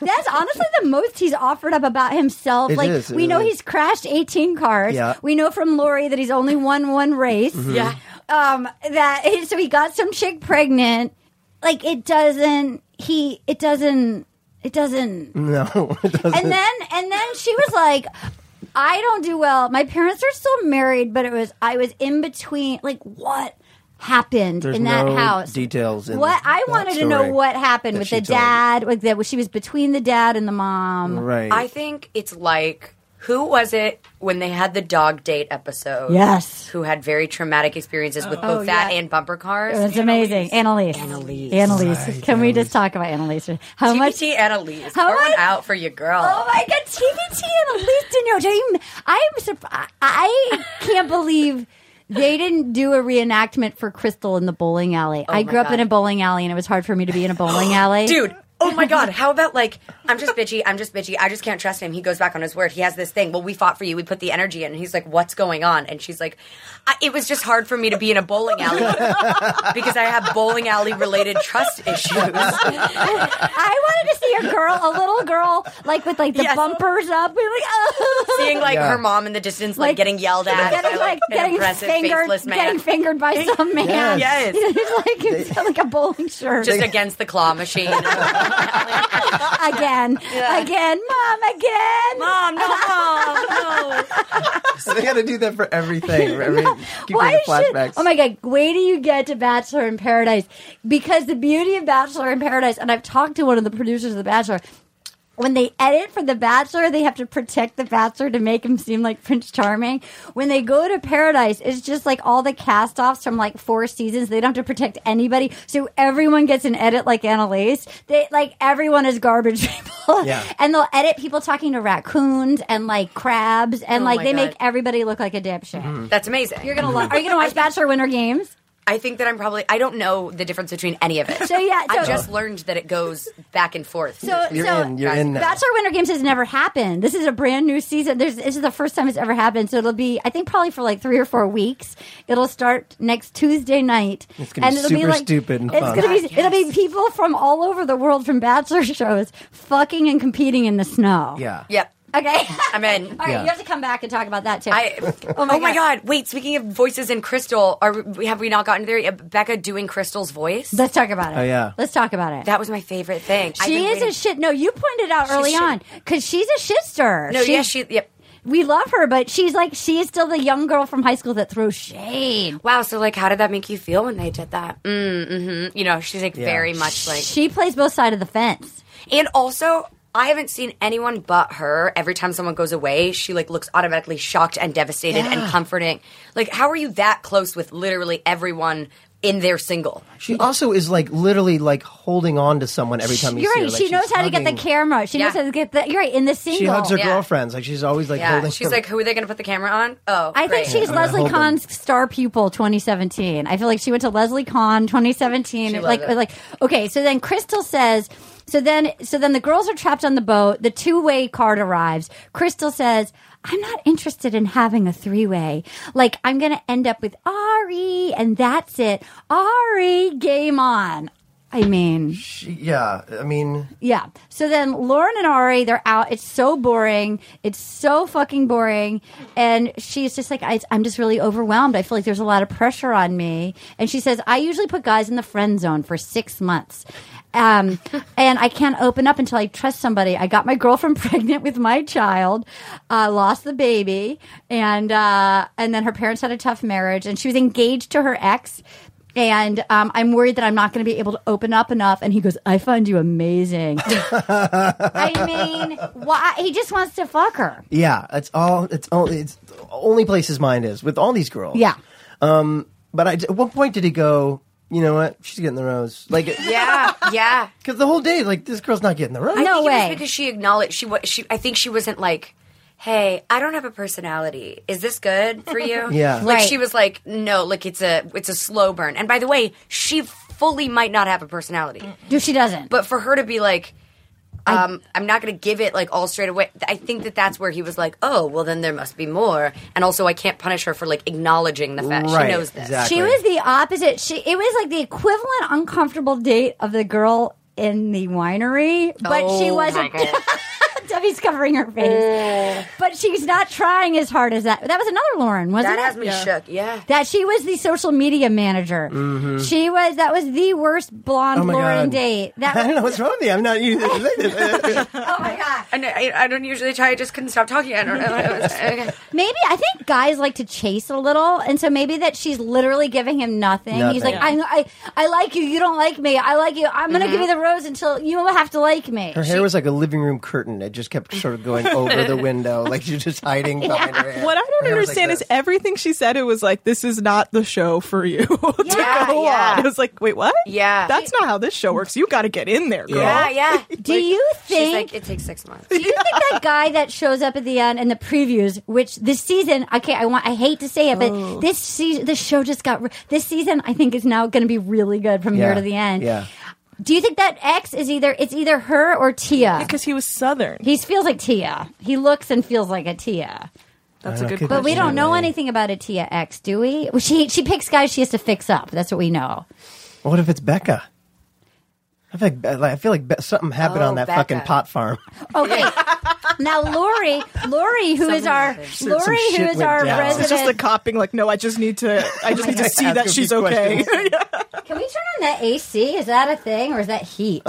S2: That's honestly the most he's offered up about himself.
S4: It
S2: like
S4: is, it
S2: we know
S4: really
S2: he's crashed 18 cars.
S4: Yeah. Mm-hmm.
S2: We know from Lori that he's only won one race.
S5: Yeah.
S2: Um that so he got some chick pregnant. Like it doesn't he it doesn't it doesn't
S4: No, it doesn't.
S2: and then and then she was like i don't do well my parents are still married but it was i was in between like what happened
S4: There's
S2: in that
S4: no
S2: house
S4: details in
S2: what i
S4: that
S2: wanted to know
S4: story
S2: what happened
S4: that
S2: with
S4: she
S2: the
S4: told.
S2: dad like that she was between the dad and the mom
S4: right.
S5: I think it's like who was it when they had the dog date episode?
S2: yes
S5: Who had very traumatic experiences with both
S2: Oh,
S5: that
S2: yeah.
S5: and bumper cars?
S2: it was amazing annalise annalise annalise can we just talk about annalise how much
S5: TBT Annalise.
S2: How
S5: How Pour one
S2: much-
S5: out for your girl.
S2: Oh my god, TBT and Elise Dino. Don't you, I'm surprised. I can't believe they didn't do a reenactment for Crystal in the bowling alley. I
S5: Oh my
S2: grew up
S5: God.
S2: in a bowling alley, and it was hard for me to be in a bowling alley.
S5: Dude. Oh my god, how about like I'm just bitchy, I'm just bitchy, I just can't trust him. He goes back on his word. He has this thing. Well, we fought for you. We put the energy in. And he's like, "What's going on?" And she's like, I, "It was just hard for me to be in a bowling alley because I have bowling alley related trust issues."
S2: I wanted to see a girl, a little girl, like with like the
S5: Yes.
S2: bumpers up. We were like, oh.
S5: Seeing like
S4: Yeah.
S5: her mom in the distance like,
S2: Like,
S5: getting yelled at by
S2: Getting,
S5: like,
S2: like,
S5: an
S2: getting
S5: impressive
S2: fingered,
S5: faceless man.
S2: getting fingered by some man.
S5: Yes.
S2: He's like, like a bowling shirt.
S5: just against the claw machine.
S2: again, again, mom, again.
S5: mom, no, mom, no.
S4: they got to do that for everything. for every- keep
S2: Why
S4: getting
S2: should?
S4: flashbacks.
S2: Oh my god! Wait till you get to Bachelor in Paradise, because the beauty of Bachelor in Paradise, and I've talked to one of the producers of The Bachelor. When they edit for The Bachelor, they have to protect The Bachelor to make him seem like Prince Charming. When they go to Paradise, it's just like all the cast offs from like four seasons. They don't have to protect anybody. So everyone gets an edit like Annalise. They like everyone is garbage people.
S4: Yeah.
S2: And they'll edit people talking to raccoons and like crabs and
S5: Oh
S2: like
S5: my
S2: they
S5: God.
S2: make everybody look like a dipshit.
S4: Mm-hmm.
S5: That's amazing.
S2: You're gonna love. Are you gonna watch Bachelor Winter Games?
S5: I think that I'm probably. I don't know the difference between any of it.
S2: So, yeah,
S5: I
S2: so-
S5: just learned that it goes back and forth.
S2: So,
S4: You're
S2: so
S4: in. You're in now.
S2: Bachelor Winter Games has never happened. This is a brand new season. There's this is the first time it's ever happened. So it'll be, I think, probably for like three or four weeks. It'll start next Tuesday night,
S4: It's gonna be
S2: and it'll be
S4: super
S2: like
S4: stupid and
S2: it's
S4: fun.
S2: gonna be it'll be people from all over the world from Bachelor shows fucking and competing in the snow.
S4: yeah.
S5: yep,
S2: Okay.
S5: I'm in.
S2: All right,
S4: Yeah.
S2: you have to come back and talk about that too.
S5: I, oh my, god. Wait, speaking of voices in Crystal, are we, have we not gotten there? yet? Becca doing Crystal's voice.
S2: Let's talk about it.
S4: Oh, yeah.
S2: Let's talk about it.
S5: that was my favorite thing. I've
S2: she
S5: been
S2: is
S5: waiting-
S2: a shit. No, you pointed out early
S5: shit.
S2: on because she's a shitster.
S5: No,
S2: She's-
S5: yeah, she. Yep.
S2: we love her, but she's like she is still the young girl from high school that throws shade.
S5: Wow. So, like, how did that make you feel when they did that? Mm, hmm You know, she's like very much like.
S2: She plays both sides of the fence.
S5: And also, I haven't seen anyone but her. Every time someone goes away, she like looks automatically shocked and devastated and comforting. Like, how are you that close with literally everyone in their single?
S4: She also is like literally like holding on to someone every time you
S2: You're
S4: see
S2: right.
S4: her. Like,
S2: she knows
S4: she's
S2: how to get the
S4: hugging-
S2: camera. She knows
S5: Yeah.
S2: how to get the. You're right in the single.
S4: She hugs her
S5: Yeah.
S4: girlfriends. Like she's always like
S5: Yeah,
S4: holding.
S5: she's
S4: her-
S5: like, who are they going to put the camera on? Oh,
S2: I think
S5: great.
S2: she's
S4: gonna
S2: Leslie
S4: hold them.
S2: Kahn's star pupil 2017. I feel like she went to Leslie Kahn 2017.
S5: She
S2: like
S5: loved it.
S2: like okay, so then Crystal says so then so then the girls are trapped on the boat. The two-way card arrives. Crystal says I'm not interested in having a three way. Like, I'm going to end up with Ari, and that's it. Ari, game on. I mean,
S4: she, yeah. I mean,
S2: yeah. So then Lauren and Ari, they're out. It's so boring. It's so fucking boring. And she's just like, I, I'm just really overwhelmed. I feel like there's a lot of pressure on me. And she says, I usually put guys in the friend zone for six months. Um, and I can't open up until I trust somebody. I got my girlfriend pregnant with my child, uh, lost the baby, and uh, and then her parents had a tough marriage, and she was engaged to her ex and um, I'm worried that I'm not going to be able to open up enough. And he goes, I find you amazing. I mean, why? He just wants to fuck her.
S4: yeah. That's all. It's only. It's the only place his mind is with all these girls. Um,
S2: Yeah.
S4: But I, at what point did he go? You know what? She's getting the rose. Like, because
S5: yeah, yeah.
S4: the whole day, like this girl's not getting the rose.
S5: I
S2: No
S5: think it
S2: way.
S5: was because she acknowledged she was. She, I think she wasn't like, "Hey, I don't have a personality. Is this good for you?"
S4: Yeah.
S5: like
S2: Right.
S5: she was like, "No, like it's a it's a slow burn." And by the way, she fully might not have a personality,
S2: No, she doesn't.
S5: but for her to be like. Um, I'm not going to give it like all straight away. I think that that's where he was like, "Oh, well, then there must be more." And also, I can't punish her for like acknowledging the fact
S4: Right,
S5: she knows this.
S4: exactly.
S2: she was the opposite. She it was like the equivalent uncomfortable date of the girl in the winery,
S5: Oh
S2: but she wasn't. Debbie's covering her
S5: Oh.
S2: face, but she's not trying as hard as that. That was another Lauren, wasn't
S5: That
S2: it?
S5: has me shook. Yeah,
S2: That she was the social media manager. She was. That was the worst blonde
S4: Mm-hmm. Oh my
S2: Lauren
S4: God.
S2: date. That
S4: I
S2: was,
S4: don't know what's wrong with you. I'm not usually like this.
S2: oh my god.
S5: and I, I don't usually try. I just couldn't stop talking. I don't know. It was- okay.
S2: Maybe I think guys like to chase a little, and so maybe that she's literally giving him nothing. He's like,
S4: Nothing. Mm-hmm.
S2: I, I, I like you. You don't like me. I like you. I'm gonna give you the rose until you have to like me.
S4: Her hair was like a living room curtain. It just kept sort of going over the window, like she's just hiding behind her. hair.
S6: What I
S4: Her
S6: don't
S4: hair was
S6: understand
S4: like
S6: is
S4: this.
S6: everything she said. It was like this is not the show for you to
S2: Yeah,
S6: go
S5: yeah.
S6: on. It was like, wait, what?
S5: Yeah.
S6: that's not how this show works. You got to get in there, girl.
S5: yeah, yeah.
S2: Do you
S5: She's
S2: think?
S5: like, it takes six months.
S2: do you think that guy that shows up at the end in the previews, which this season, okay, I want, I hate to say it, but this season, this show just got re- this season. I think is now going to be really good from here
S4: Yeah,
S2: to the end.
S4: Yeah.
S2: Do you think that X is either it's either her or Tia?
S6: because he was Southern.
S2: He feels like Tia. He looks and feels like a Tia.
S6: That's a good
S4: Uh, could-
S6: question.
S2: But we don't know
S4: Absolutely.
S2: anything about a Tia X, do we? Well, She she picks guys she has to fix up. That's what we know.
S4: What if it's Becca? I feel like, Be- like- I feel like Be- something happened
S5: Oh,
S4: on that
S5: Becca.
S4: fucking pot farm.
S2: Okay. now Lori, Lori, who is our Lori,
S4: some
S2: who
S4: shit
S2: is
S4: went
S2: our
S4: down. It's
S6: It's
S2: resident.
S6: just the cop being like, no, I just need to, I just need to see
S4: Ask
S6: that
S4: a
S6: she's
S4: few
S6: okay.
S4: questions.
S2: Can we turn on that AC? Is that a thing or is that heat?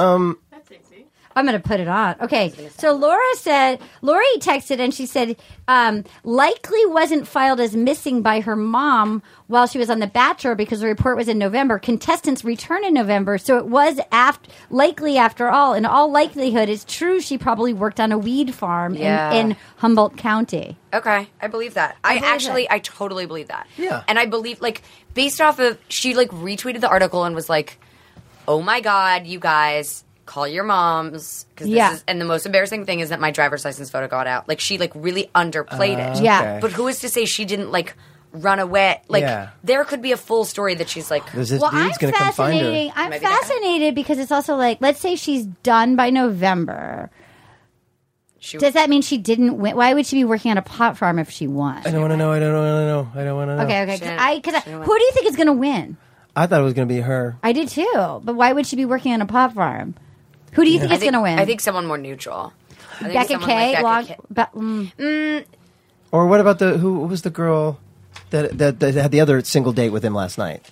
S2: I'm going to put it on. Okay. So Laura said, Lori texted and she said, um, likely wasn't filed as missing by her mom while she was on The Bachelor because the report was in November. Contestants return in November. So it was aft- likely, after all, in all likelihood, it's true she probably worked on a weed farm
S5: Yeah.
S2: in, in Humboldt County.
S5: Okay, I believe that. I,
S2: believe
S5: actually,
S2: that.
S5: I totally believe that.
S4: Yeah.
S5: and I believe like based off of she like retweeted the article and was like, "Oh my god, you guys." Call your moms because
S2: Yeah.
S5: is and the most embarrassing thing is that my driver's license photo got out. Like she like really underplayed it.
S2: Uh, Yeah. okay.
S5: but who is to say she didn't like run away? Like
S4: Yeah.
S5: there could be a full story that she's like.
S4: There's this
S2: well,
S4: dude's
S2: I'm
S4: going to come find
S2: fascinating.
S4: her.
S2: I'm
S5: Maybe the guy.
S2: fascinated because it's also like, let's say she's done by November.
S5: She-
S2: Does that mean she didn't win? Why would she be working on a pot farm if she won?
S4: I don't want to know. I don't want to know. I don't want to know.
S2: Okay, okay. 'Cause
S5: didn't-
S2: I, cause I,
S5: she didn't
S2: who do you think is going to win?
S4: I thought it was going to be her.
S2: I did too. But why would she be working on a pot farm? Who do you think
S5: I
S2: is
S5: think-
S2: going to win?
S5: I think someone more neutral. I think
S2: Becca
S5: someone
S2: K.
S5: like Becca
S2: Long-
S5: K.
S2: Be- mm.
S4: Or what about the who, who was the girl that, that that had the other single date with him last night?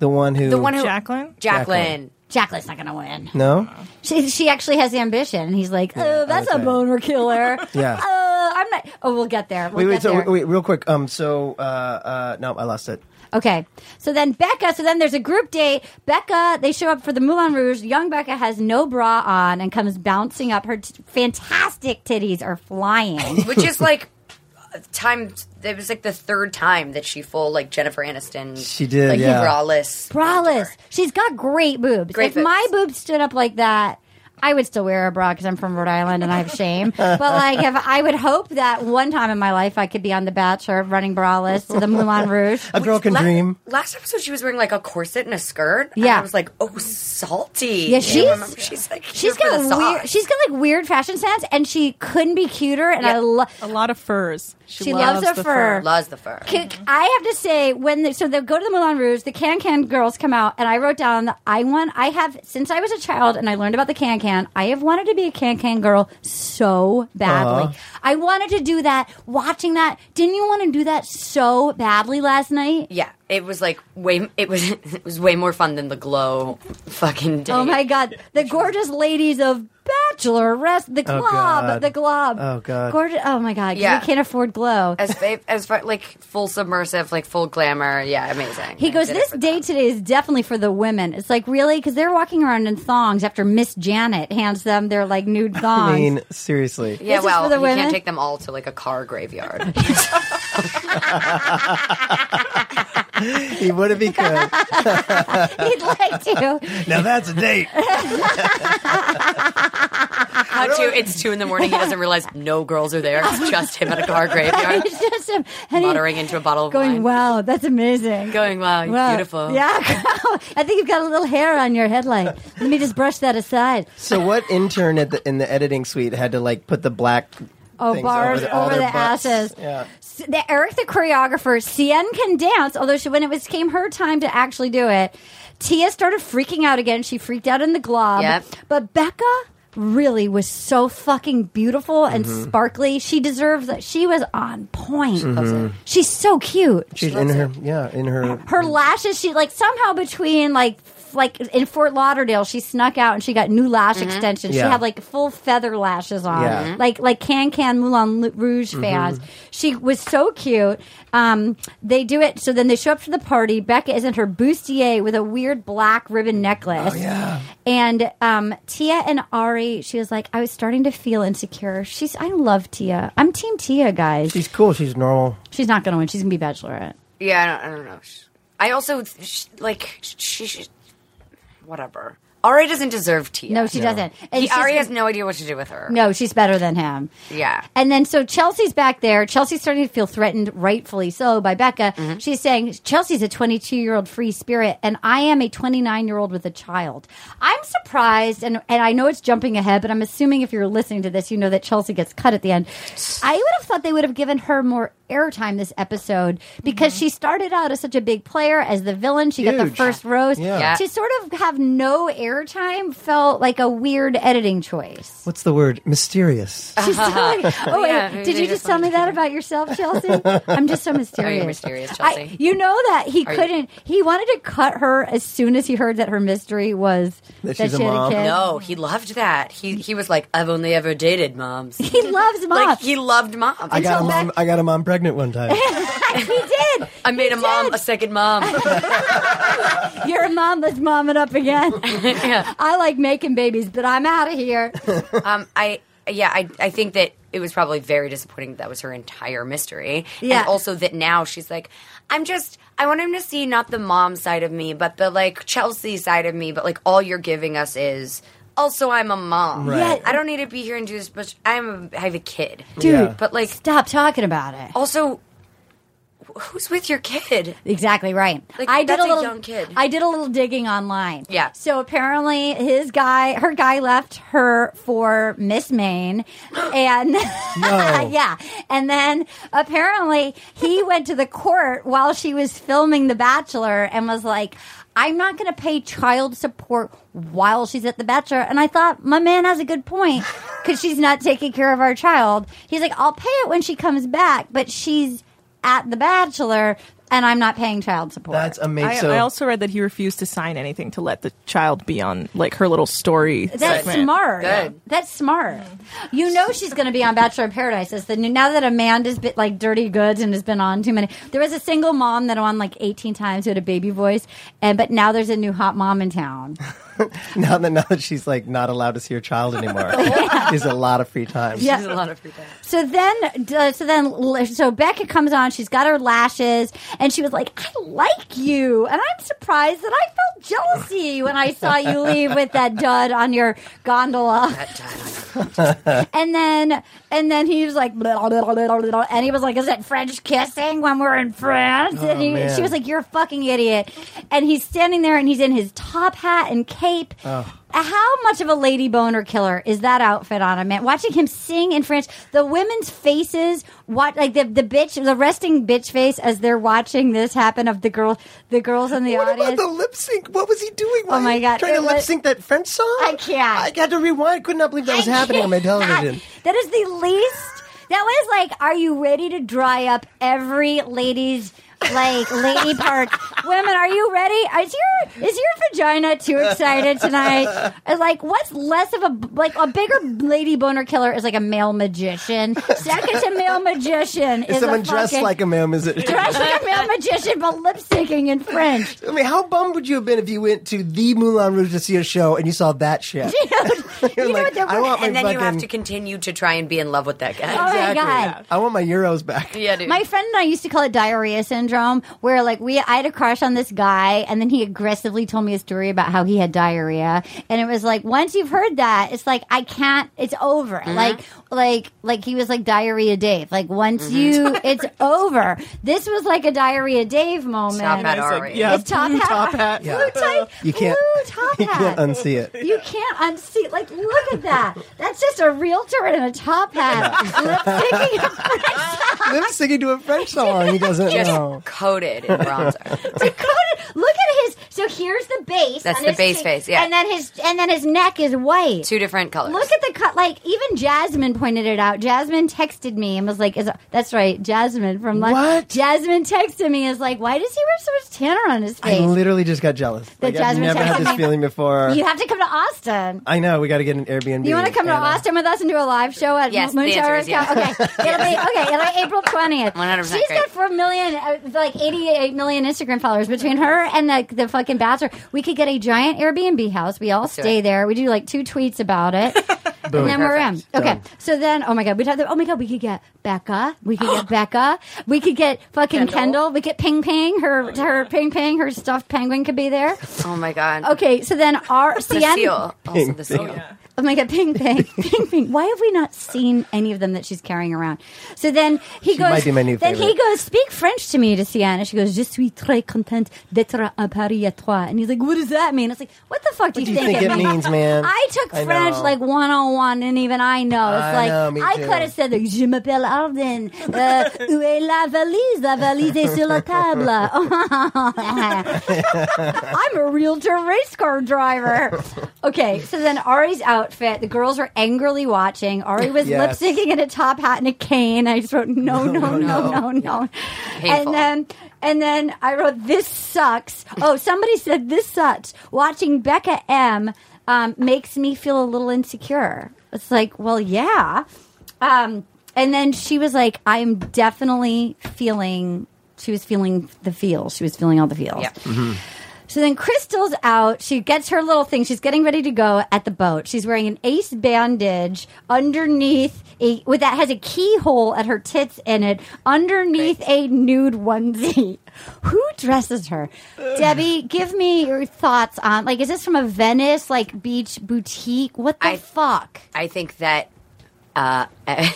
S4: The one who
S5: The one who
S6: Jacqueline?
S5: Jacqueline.
S2: Jacqueline's not going to win.
S4: no
S2: She, she actually has ambition. And he's like, oh, that's a
S4: okay.
S2: boner killer.
S4: Yeah.
S2: Oh, I'm not. Oh, we'll get there. We'll
S4: wait wait
S2: get
S4: so
S2: there.
S4: wait, wait real quick um so uh uh no I lost it
S2: Okay. So then Becca, so then there's a group date. Becca, they show up for the Moulin Rouge. Young Becca has no bra on and comes bouncing up. Her t- fantastic titties are flying.
S5: which is like time it was like the third time that she full like Jennifer Aniston
S4: She did,
S5: like
S4: yeah.
S5: braless
S2: Braless. She's got great boobs. if
S5: Great
S2: my
S5: boobs.
S2: boobs stood up like that, I would still wear a bra because I'm from Rhode Island and I have shame. but like, if I would hope that one time in my life I could be on The Bachelor, running braless to the Moulin Rouge.
S4: a girl can
S5: La-
S4: dream
S5: last episode she was wearing like a corset and a skirt and
S2: Yeah.
S5: I was like oh salty
S2: Yeah, she's-
S5: I remember she's like
S2: She's
S5: here for
S2: got
S5: the sauce.
S2: weird. She's got like weird fashion sense, and she couldn't be cuter. And I
S5: Yeah.
S2: love.
S6: A lot of furs. She,
S2: She loves
S6: loves
S2: her
S6: the
S2: fur.
S5: loves the fur
S2: Can-
S4: Mm-hmm.
S2: I have to say when the, so they go to the Moulin Rouge, the Can Can girls come out, and I wrote down the I want. I have since I was a child, and I learned about the Can Can. I have wanted to be a Can Can girl so badly.
S4: Uh-huh.
S2: I wanted to do that. Watching that, didn't you want to do that so badly last night?
S5: yeah it was like way it was it was way more fun than the glow fucking day
S2: Oh my god, the gorgeous ladies of Bachelor Rest, the
S4: Oh,
S2: glob,
S4: God.
S2: the glob.
S4: Oh, God.
S2: gorgeous. Oh my god,
S5: Yeah.
S2: we can't afford glow.
S5: as fa- as far, like full submersive like full glamour yeah amazing
S2: He
S5: I
S2: goes,
S5: did it
S2: This
S5: for
S2: day
S5: them.
S2: today is definitely for the women. It's like, really? Because they're walking around in thongs after Miss Janet hands them their like nude thongs.
S4: I mean seriously
S5: yeah
S2: This is
S5: well
S2: for the
S5: you
S2: women?
S5: can't take them all to like a car graveyard
S4: he would if he could
S2: He'd
S4: uh,
S2: like to.
S4: now that's a date
S5: How two? It's two in the morning. He doesn't realize no girls are there. It's just him at a car graveyard,
S2: It's just him. and he-
S5: muttering into a bottle of
S2: Going,
S5: wine.
S2: wow, that's amazing.
S5: Going, wow, you're
S2: Wow.
S5: beautiful.
S2: Yeah, I think you've got a little hair on your headlight. Let me just brush that aside.
S4: so what intern at the in the editing suite had to like put the black
S2: Oh,
S4: things
S2: bars over,
S4: the, all
S2: the
S4: their butts?
S2: asses.
S4: yeah
S2: S- The, Eric, the choreographer, Cien can dance, although she, when it was came her time to actually do it, Tia started freaking out again. She freaked out in the glob.
S5: Yep.
S2: But Becca really was so fucking beautiful and sparkly. She deserves that. She was on point. She's so cute.
S4: she's in her yeah in her
S2: her lashes, she like somehow between like f- like in Fort Lauderdale, she snuck out and she got new lash
S5: Mm-hmm.
S2: extensions. She
S4: Yeah.
S2: had like full feather lashes on,
S4: Yeah. Mm-hmm. Mhm.
S2: like like Can Can Moulin Lu- Rouge fans. She was so cute. Um, they do it so then they show up to the party. Becca is in her bustier with a weird black ribbon necklace.
S4: Oh,
S2: And um, Tia and Ari, she was like, I was starting to feel insecure. She's I love Tia. I'm Team Tia, guys.
S4: she's cool she's normal
S2: She's not gonna win. She's gonna be Bachelorette.
S5: Yeah, I don't, I don't know. Sh- I also th- sh- like sh- she. Sh- whatever. Ari doesn't deserve Tia.
S2: No, she doesn't. And
S5: He,
S2: she's
S5: Ari
S2: gonna-
S5: has no idea what to do with her.
S2: No, she's better than him.
S5: Yeah.
S2: And then so Chelsea's back there. Chelsea's starting to feel threatened, rightfully so, by Becca.
S4: Mm-hmm.
S2: She's saying, Chelsea's a 22 year old free spirit, and I am a 29 year old with a child. I'm surprised, and, and I know it's jumping ahead, but I'm assuming if you're listening to this, you know that Chelsea gets cut at the end. I would have thought they would have given her more airtime this episode because she started out as such a big player as the villain. She got the
S4: Mm-hmm. Huge.
S2: first rose.
S4: Yeah. Yeah.
S2: To sort of have no airtime felt like a weird editing choice.
S4: What's the word? Mysterious.
S2: She's so like, oh, wait,
S5: Yeah,
S2: did you
S5: they
S2: just
S5: just
S2: tell me that about yourself, Chelsea? I'm just so mysterious.
S5: mysterious,
S2: I-
S5: Chelsea?
S2: you know that he
S5: you-
S2: couldn't. He wanted to cut her as soon as he heard that her mystery was that,
S4: That
S2: she
S4: she's
S2: had
S4: a
S2: a
S4: mom?
S2: kid.
S5: No, he loved that. He he was like, I've only ever dated moms.
S2: He loves mom.
S5: Like he loved moms.
S4: I got a
S2: Until
S4: mom.
S2: back-
S4: I got a mom pregnant one time.
S2: he did.
S5: I made a mom a second mom.
S2: Your mom that's momming up again. I like making babies, but I'm out of here.
S5: um, I yeah, I I think that it was probably very disappointing that, that was her entire mystery.
S2: Yeah.
S5: And also that now she's like, I'm just I want him to see not the mom side of me, but the like Chelsea side of me, but like all you're giving us is also I'm a mom.
S4: Right.
S5: I don't need to be here and do this but I'm a, I have a kid.
S2: Dude,
S4: Yeah.
S5: But like
S2: stop talking about it.
S5: also who's with your kid?
S2: Exactly right.
S5: Like,
S2: I did
S5: that's
S2: a
S5: a
S2: little.
S5: young kid.
S2: I did a little digging online.
S5: Yeah.
S2: So apparently, his guy, her guy, left her for Miss Maine, and yeah, and then apparently he went to the court while she was filming The Bachelor and was like. I'm not going to pay child support while she's at the bachelor. And I thought, my man has a good point because she's not taking care of our child. He's like, I'll pay it when she comes back, but she's at the bachelor and I'm not paying child support.
S4: That's amazing.
S6: I,
S4: so
S6: I also read that he refused to sign anything to let the child be on like her little story.
S2: That's
S6: segment.
S2: smart.
S5: Good.
S2: That's smart. You know she's going to be on Bachelor in Paradise. As the now that Amanda's bit like dirty goods and has been on too many. There was a single mom that on like eighteen times who had a baby voice, and but now there's a new hot mom in town.
S4: now that now that she's like not allowed to see her child anymore, is a lot of free time.
S2: Yeah.
S5: There's a lot of free time.
S2: So then, uh, so then, so Becca comes on. She's got her lashes, and she was like, "I like you," and I'm surprised that I felt jealousy when I saw you leave with that dud on your gondola. and then, and then he was like, blah, blah, blah, blah, blah, and he was like, "Is it French kissing when we're in France?" and he,
S4: Oh, man.
S2: she was like, "You're a fucking idiot," and he's standing there, and he's in his top hat and cape. How much of a lady boner killer is that outfit on a man? Watching him sing in French, the women's faces, what like the the bitch, the resting bitch face as they're watching this happen of the girl, the girls in the
S4: What
S2: audience. Oh
S4: about the lip sync? What was he doing? Why
S2: my
S4: he
S2: God.
S4: Trying
S2: It
S4: to
S2: was-
S4: lip sync that French song?
S2: I can't.
S4: I had to rewind. Could not believe that was happening on my television.
S2: That is the least. That was like, are you ready to dry up every lady's like lady part? Women, are you ready? Is your is your vagina too excited tonight? And like, what's less of a like a bigger lady boner killer is like a male magician. Second to male magician is,
S4: Is someone
S2: a
S4: dressed
S2: fucking-
S4: like a ma'am? Is it?
S2: dressed like a male magician, but lip syncing in French.
S4: I mean, how bummed would you have been if you went to the Moulin Rouge to see a show and you saw that shit? You're
S2: you know
S4: like,
S2: what? There
S4: I
S2: were-
S4: want my
S5: And then you have
S4: fucking-
S5: to continue to try and be in love with that
S2: Oh
S5: guy.
S2: my
S4: Exactly.
S2: god.
S4: I want my euros back.
S5: Yeah, dude.
S2: My friend and I used to call it diarrhea syndrome, where like we, I had a crush on this guy, and then he aggressively told me a story about how he had diarrhea, and it was like once you've heard that, it's like I can't, it's over.
S5: Mm-hmm.
S2: Like, like, like he was like diarrhea Dave. Like once
S5: Mm-hmm.
S2: you, it's over. This was like a diarrhea Dave moment.
S5: Stop
S6: And I
S5: that
S6: was
S5: already.
S6: like, yeah,
S2: It's top
S6: blue
S2: hat.
S6: top hat.
S4: Yeah.
S2: Blue tight,
S4: You can't.
S2: blue top
S4: You can't
S2: hat.
S4: unsee it.
S2: You can't unsee. Like, look at that. That's just a realtor in a top hat. Lip syncing a
S4: Lip syncing to a French song. He doesn't
S5: just
S4: know.
S5: coated in bronzer.
S2: Dakota, look at his. So here's the base.
S5: That's
S2: on
S5: the
S2: his
S5: base
S2: cheek,
S5: face, yeah.
S2: and then his and then his neck is white.
S5: Two different colors.
S2: Look at the cut. Like even Jasmine pointed it out. Jasmine texted me and was like, "Is that's right, Jasmine from like
S4: What?
S2: Jasmine texted me is like, why does he wear so much tanner on his
S4: I
S2: face?
S4: literally just got jealous. Like, I've
S2: Jasmine
S4: never had
S2: Jackson-
S4: this feeling before.
S2: you have to come to Austin."
S4: I know. We got to get an Airbnb.
S2: You want to come to
S4: Anna.
S2: Austin with us and do a live show at
S5: Yes,
S2: Moon
S5: the answer
S2: Tower?
S5: is yes.
S2: Okay, it'll be okay. It'll be April twentieth.
S5: 100%
S2: She's got
S5: great.
S2: four million, uh, like eighty-eight million Instagram followers between her and the the fucking Bachelor. We could get a giant Airbnb house. We all
S5: do
S2: stay
S5: it.
S2: there. We do like two tweets about it. And then we're in.
S5: Perfect.
S2: Okay.
S4: Done.
S2: So then, oh my god, we talked. Oh my god, we could get Becca. We could get Becca. We could get fucking Kendall. We get Ping Ping. Her her Ping Ping. Her stuffed penguin could be there.
S5: oh my god.
S2: Okay. So then our
S5: The
S2: Cien-
S5: seal. Also the seal.
S2: Oh my god, ping ping, ping ping. Why have we not seen any of them that she's carrying around? So then he
S4: She
S2: goes.
S4: might be my new
S2: then he
S4: favorite.
S2: goes, speak French to me to Sienna. She goes, je suis très contente d'être à Paris à trois. And he's like, what does that mean? It's like, what the fuck do you,
S4: do you think it means, man?
S2: I took
S4: I
S2: French
S4: know.
S2: like 101, and even I know. It's
S4: I
S2: like
S4: know, me
S2: I
S4: too.
S2: could have said, like, "Je m'appelle Arden. Uh, où est la valise? La valise est sur la table." I'm a realtor race car driver. Okay, so then Ari's outfit. The girls are angrily watching. Ari was
S4: Yes.
S2: lip syncing in a top hat and a cane. I just wrote, "No, no, no, no, no."
S5: Painful.
S2: And then and then I wrote, "This sucks." Oh, somebody said this sucks. Watching Becca M um, makes me feel a little insecure. It's like, well, yeah. Um, and then she was like, "I am definitely feeling." She was feeling the feels. She was feeling all the feels.
S5: Oh, Yeah.
S2: So then Crystal's out. She gets her little thing. She's getting ready to go at the boat. She's wearing an ace bandage underneath a with that has a keyhole at her tits in it underneath a nude onesie. Who dresses her? Debbie, give me your thoughts on like is this from a Venice like beach boutique? What the
S5: I-
S2: fuck?
S5: I think that uh,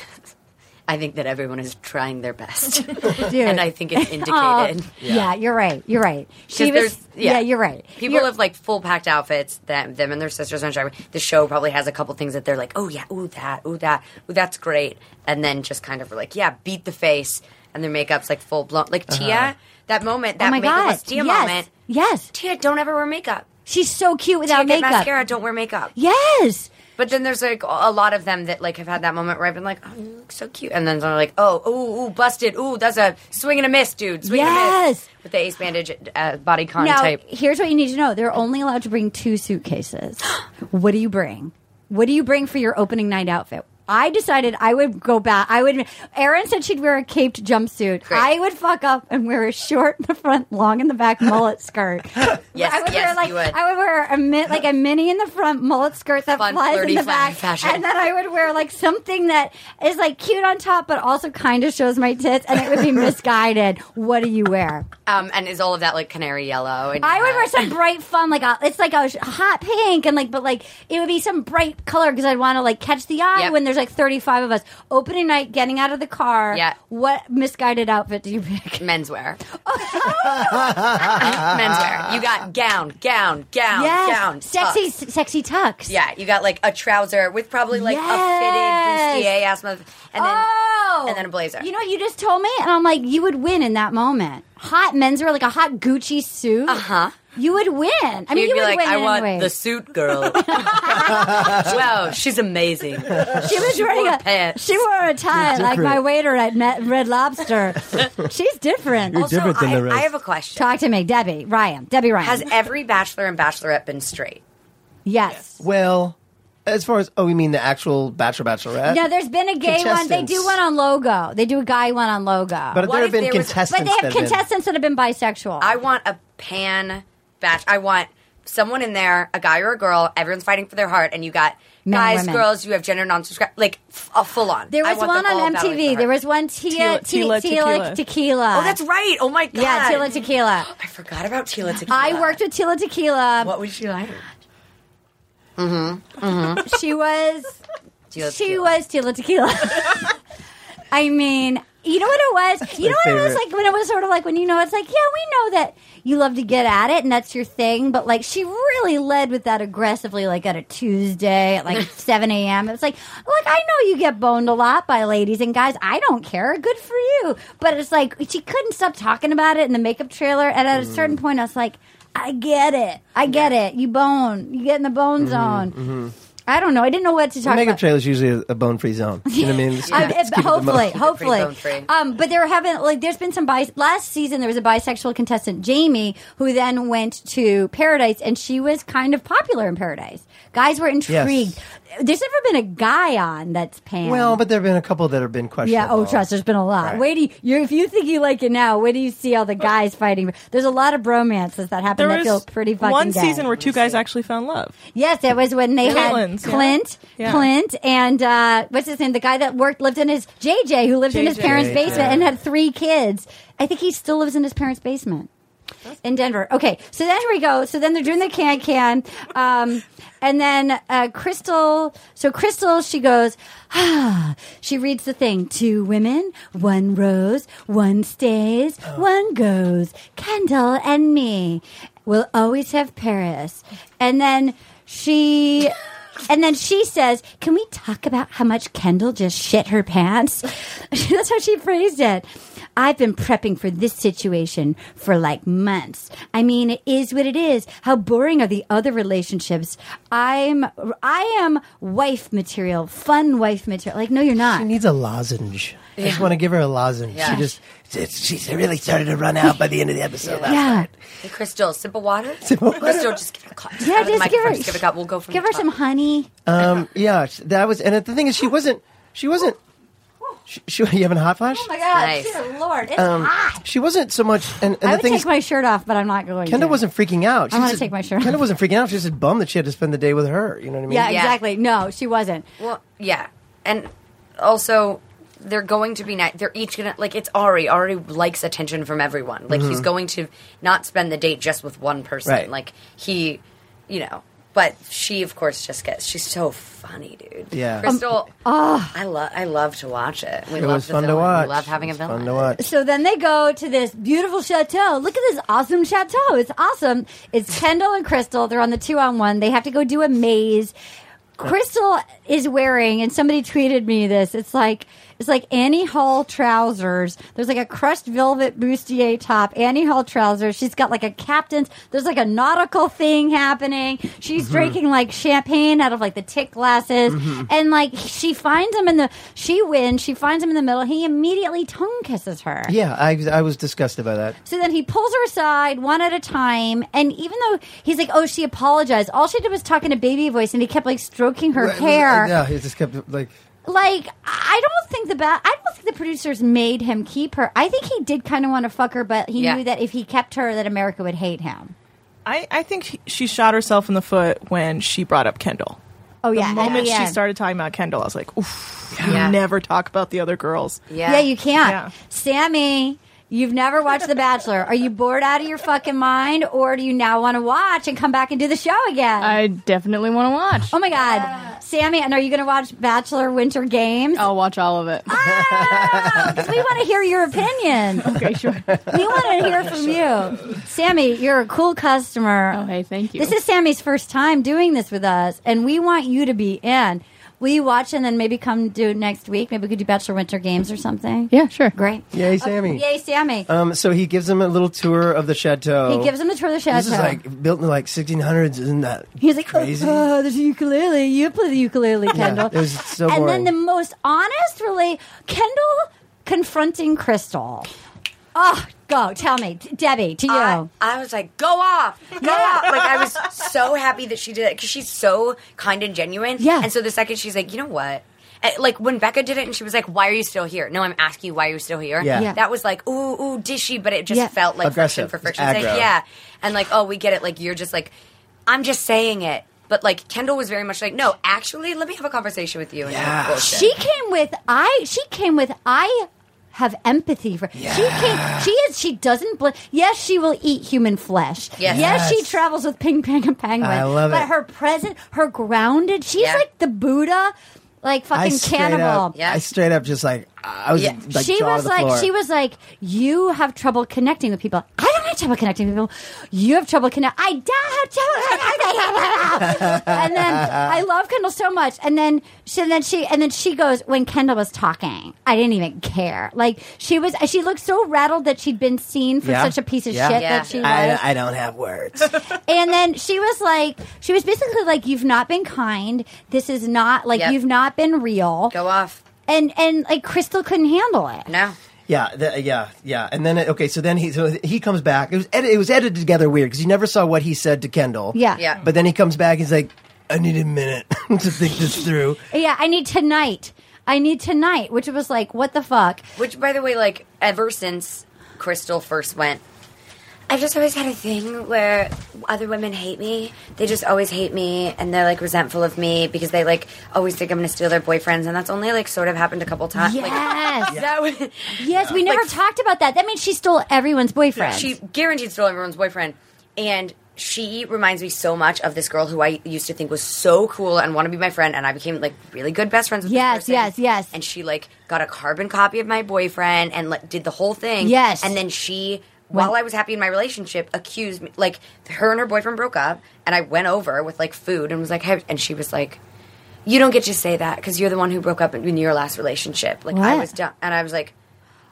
S5: I think that everyone is trying their best, and I think it's indicated.
S2: Uh, Oh, Yeah. you're right. You're right. She was,
S5: 'Cause there's-
S2: yeah.
S5: yeah.
S2: you're right.
S5: People
S2: You're-
S5: have like full packed outfits. That them and their sisters on show. The show probably has a couple things that they're like, oh yeah, ooh that, ooh that, ooh that's great, and then just kind of are like, yeah, beat the face, and their makeup's like full blown. Like Tia, that moment, that
S2: Uh-huh. oh my god.
S5: makeupless Tia
S2: yes.
S5: moment.
S2: Yes.
S5: Tia, don't ever wear makeup.
S2: She's so cute
S5: Tia,
S2: without
S5: get
S2: makeup.
S5: mascara. Don't wear makeup.
S2: Yes.
S5: But then there's like a lot of them that like have had that moment where I've been like, oh, you look so cute, and then they're like, oh, ooh, ooh, busted, ooh, that's a swing and a miss, dude, swing and a
S2: Yes.
S5: miss with the ace bandage uh, body con
S2: Now,
S5: type.
S2: here's what you need to know. They're only allowed to bring two suitcases. what do you bring? What do you bring for your opening night outfit? I decided I would go back. I would. Erin said she'd wear a caped jumpsuit.
S5: Great.
S2: I would fuck up and wear a short in the front, long in the back mullet skirt.
S5: Yes,
S2: I would
S5: yes,
S2: wear like
S5: you would.
S2: I would wear a mi- like a mini in the front mullet skirt that
S5: Fun,
S2: flies
S5: flirty,
S2: in the
S5: fun
S2: back,
S5: fashion.
S2: and then I would wear like something that is like cute on top, but also kind of shows my tits, and it would be misguided. What do you wear?
S5: Um, and is all of that like canary yellow? And
S2: I would wear some bright fun, like a, it's like a sh- hot pink, and like, but like it would be some bright color because I'd want to like catch the eye
S5: Yep.
S2: when there's like 35 of us. Opening night, getting out of the car.
S5: Yeah.
S2: What misguided outfit do you pick?
S5: menswear.
S2: Oh.
S5: menswear. You got gown, gown, gown,
S2: yes.
S5: gown.
S2: sexy,
S5: tux.
S2: s- sexy tux.
S5: Yeah, you got like a trouser with probably like
S2: Yes.
S5: a fitted bustier ass mother, and then
S2: oh.
S5: and then a blazer.
S2: You know what you just told me, and I'm like, you would win in that moment. Hot menswear, like a hot Gucci suit. Uh huh. You would win. I mean,
S5: Uh-huh. You'd
S2: you
S5: be
S2: would
S5: like,
S2: win
S5: I want
S2: anyway.
S5: the suit girl. wow, she's amazing.
S2: She was wearing
S5: wore
S2: a
S5: pants.
S2: she wore a tie like my waiter at Met- Red Lobster. She's different.
S4: You're different than
S5: I,
S4: the rest.
S5: I have a question.
S2: Talk to me, Debbie Ryan. Debbie Ryan.
S5: Has every bachelor and bachelorette been straight?
S2: yes.
S4: well, as far as oh, you mean the actual Bachelor Bachelorette?
S2: No, there's been a gay one. They do
S4: Contestants.
S2: one on Logo. They do a guy one on Logo.
S4: but
S5: what
S4: there have
S5: if
S4: been
S5: there was- but they
S4: contestants.
S2: But they have
S4: that been-
S2: contestants that have been bisexual.
S5: I want a pan batch. I want someone in there, a guy or a girl. Everyone's fighting for their heart, and you got
S2: Men,
S5: guys,
S2: women.
S5: girls. You have gender non-subscribe, like f- a full on.
S2: there was one on MTV. There was one Tia
S6: Tila-
S2: Tila
S6: Tila
S2: Tequila.
S6: Tequila.
S5: Oh, that's right. Oh my god.
S2: yeah, Tila Tequila.
S5: I forgot about Tila Tequila.
S2: I worked with Tila Tequila.
S5: What was she like?
S2: She was.
S5: Tila
S2: she
S5: Tequila.
S2: was Tila Tequila. I mean, you know what it was? You know
S4: my
S2: what it was
S4: favorite.
S2: like when it was sort of like when you know it's like, yeah, we know that you love to get at it and that's your thing, but like she really led with that aggressively, like at a Tuesday at like 7 a.m. It's like, look, I know you get boned a lot by ladies and guys. I don't care. Good for you. But it's like she couldn't stop talking about it in the makeup trailer. And at a certain
S4: Mm.
S2: point, I was like, I get it. I get it. You bone. You get in the bone
S4: Mm-hmm,
S2: zone. I don't know. I didn't know what to
S4: The
S2: talk
S4: makeup
S2: about.
S4: trailer is usually a, a bone-free zone. You know what I mean? Let's keep-
S2: I-
S4: let's keep it the mo-
S2: hopefully, hopefully.
S5: bone-free.
S2: Um, but there haven't like there's been some bi- last season. There was a bisexual contestant, Jamie, who then went to Paradise, and she was kind of popular in Paradise. Guys were intrigued. There's never been a guy on that's pan.
S4: Well, but there have been a couple that have been questionable.
S2: yeah, oh trust, there's been a lot.
S4: Right.
S2: Wait, do you, you're, if you think you like it now, wait do you see all the guys fighting? There's a lot of bromances that happen
S6: There
S2: that feel
S6: was
S2: pretty fucking
S6: one
S2: gay.
S6: season where two guys actually found love.
S2: Yes, it was when they had
S6: Clint's, yeah.
S2: Clint,
S6: Yeah.
S2: Clint, and uh, what's his name? The guy that worked lived in his JJ, who lived in his
S6: JJ.
S2: parents' basement and had three kids. I think he still lives in his parents' basement. in Denver. Okay, so then we go. So then they're doing the can can, um, and then uh, Crystal. So Crystal, she goes. Ah, she reads the thing. Two women, one rose, one stays, one goes. Kendall and me will always have Paris. And then she. And then she says, Can we talk about how much Kendall just shit her pants? That's how she phrased it. I've been prepping for this situation for like months. I mean, it is what it is. How boring are the other relationships? I'm, I am wife material, fun wife material. Like, no, you're
S4: She
S2: not.
S4: needs a lozenge. I just want to give her a lozenge.
S5: Yeah.
S4: She just, it's- she's really started to run out by the end of the episode. last
S2: Yeah.
S4: night.
S5: Hey, Crystal, sip of water. Crystal, just give her a cup. Just out
S2: Yeah,
S5: of the
S2: just give her,
S5: microphone, just give her a cup. We'll go from
S2: give
S5: the
S2: her
S5: top.
S2: some honey.
S4: Um, yeah, sh- that was, and the thing is, she wasn't, she wasn't, she, she, you having a hot flash?
S2: Oh my God,
S5: Nice.
S2: dear Lord, it's
S4: Um, she wasn't so much, and, and
S2: I
S4: the
S2: would
S4: thing
S2: take
S4: is,
S2: my shirt off, but I'm not going
S4: Kendall
S2: to.
S4: wasn't freaking out. She
S2: I'm gonna
S4: just-
S2: take my shirt off.
S4: Kendall wasn't freaking out. She was just bummed that she had to spend the day with her. You know what I mean?
S2: Yeah,
S5: Yeah.
S2: exactly. No, she wasn't.
S5: Well, yeah, and also they're going to be nice. They're each gonna like it's Ari. Ari likes attention from everyone. Like he's going to not spend the date just with one person.
S4: Right.
S5: Like he, you know. But she, of course, just gets. She's so funny, dude.
S4: Yeah.
S5: Crystal. I love. I love to watch it. We
S4: It
S5: love
S4: was
S5: the
S4: fun to
S5: villain.
S4: watch.
S5: We love having a
S4: It was
S5: villain.
S4: Fun to watch.
S2: So then they go to this beautiful chateau. Look at this awesome chateau. It's awesome. It's Kendall and Crystal. They're on the two on one. They have to go do a maze. Crystal is wearing, and somebody tweeted me this. It's like it's like Annie Hall trousers. There's like a crushed velvet bustier top, Annie Hall trousers. She's got like a captain's. There's like a nautical thing happening. She's
S4: Mm-hmm.
S2: drinking like champagne out of like the tick glasses, and like she finds him in the. She wins. She finds him in the middle. He immediately tongue kisses her.
S4: Yeah, I, I was disgusted by that.
S2: So then he pulls her aside one at a time, and even though he's like, "Oh, she apologized," all she did was talk in a baby voice, and he kept like stroking her
S4: It was- uh,
S2: hair.
S4: Yeah, he just kept like.
S2: Like, I don't think the ba- I don't think the producers made him keep her. I think he did kind of want to fuck her, but he
S5: Yeah.
S2: knew that if he kept her, that America would hate him.
S6: I, I think she- she shot herself in the foot when she brought up Kendall.
S2: Oh
S6: The
S2: yeah,
S6: moment
S2: yeah.
S6: she started talking about Kendall, I was like, oof, you
S5: Yeah.
S6: never talk about the other girls.
S5: Yeah.
S2: Yeah, you can't,
S6: Yeah.
S2: Sammy. You've never watched The Bachelor. Are you bored out of your fucking mind, or do you now want to watch and come back and do the show again?
S7: I definitely want to watch.
S2: oh my god, Sammy! And are you going to watch Bachelor Winter Games?
S6: Oh.
S7: I'll watch all of it.
S2: because we want to hear your opinion.
S7: okay, sure.
S2: We want to hear from you, Sammy. You're a cool customer.
S7: Oh, hey, thank you.
S2: This is Sammy's first time doing this with us, and we want you to be in. Will you watch and then maybe come do it next week? Maybe we could do Bachelor Winter Games or something.
S7: yeah, sure.
S2: great.
S4: Yay, Sammy.
S2: Yay, Sammy!
S4: Um, so he gives him a little tour of the chateau.
S2: he gives him a tour of the chateau.
S4: This is like built in like 1600s, isn't that?
S2: He's like,
S4: crazy.
S2: oh, there's a ukulele. You play the ukulele, Kendall.
S4: it was so
S2: and
S4: boring.
S2: then the most honest, really, Kendall confronting Crystal. Oh, go tell me, Debbie,
S7: Uh,
S2: to you.
S5: I, I was like, go off, go off. Like, I was so happy that she did it because she's so kind and genuine.
S2: Yeah.
S5: And so the second she's like, you know what? Uh, Like when Becca did it, and she was like, "Why are you still here?" No, I'm asking you, why are you still here?
S4: Yeah. Yeah.
S5: That was like, ooh, ooh, dishy, but it just
S2: Yeah.
S5: felt like friction
S4: Aggressive.
S5: for
S4: It's
S5: friction's sake.
S4: aggro.
S5: Yeah. And like, oh, we get it. Like you're just like, I'm just saying it. But like Kendall was very much like, no, actually, let me have a conversation with you. And
S4: Yeah.
S5: bullshit.
S2: She came with I. She came with I have empathy for. She came. She is. She doesn't. Bl- yes, she will eat human flesh.
S5: Yes.
S2: she
S4: Yes.
S2: travels with Ping Pang and Penguin.
S4: I love
S2: but
S4: it.
S2: her present, her grounded. She's
S5: Yeah.
S2: like the Buddha, like
S4: I
S2: fucking
S4: straight
S2: cannibal.
S4: Up,
S5: Yeah.
S4: I straight up just like I was
S5: Yeah.
S4: like
S2: she
S4: jaw to
S2: was
S4: the
S2: like,
S4: floor.
S2: she was like, you have trouble connecting with people. I don't have trouble connecting with people. You have trouble connect. I don't have trouble. and then I love Kendall so much. And then she, and then she, and then she goes when Kendall was talking. I didn't even care. Like she was, she looked so rattled that she'd been seen for
S4: Yeah.
S2: such a piece of
S4: Yeah.
S2: shit
S5: Yeah.
S2: that she was.
S4: I, I don't have words.
S2: And then she was like, she was basically like, you've not been kind. This is not like
S5: Yep.
S2: you've not been real.
S5: go off.
S2: And and like Crystal couldn't handle it.
S5: No.
S4: yeah, th- yeah, yeah. And then it- okay, so then he so he comes back. It was edi- it was edited together weird because you never saw what he said to Kendall.
S2: Yeah.
S5: Yeah.
S4: But then he comes back. He's like, I need a minute to think this through.
S2: Yeah, I need tonight. I need tonight, which was like, what the fuck?
S5: Which, by the way, like ever since Crystal first went, I've just always had a thing where other women hate me. They just always hate me and they're like resentful of me because they like always think I'm going to steal their boyfriends. And that's only like sort of happened a couple times.
S2: Yes.
S5: Like, that
S2: yes, we never talked about that. That means she stole everyone's boyfriend.
S5: She guaranteed stole everyone's boyfriend. And she reminds me so much of this girl who I used to think was so cool and want to be my friend. And I became like really good best friends with
S2: Yes,
S5: this person.
S2: yes, yes.
S5: And she like got a carbon copy of my boyfriend and like, did the whole thing.
S2: Yes.
S5: And then she.
S2: When-
S5: While I was happy in my relationship, accused me like her and her boyfriend broke up, and I went over with like food and was like, hey, and she was like, "You don't get to say that because you're the one who broke up in your last relationship." Like I
S2: What?
S5: was done, and I was like,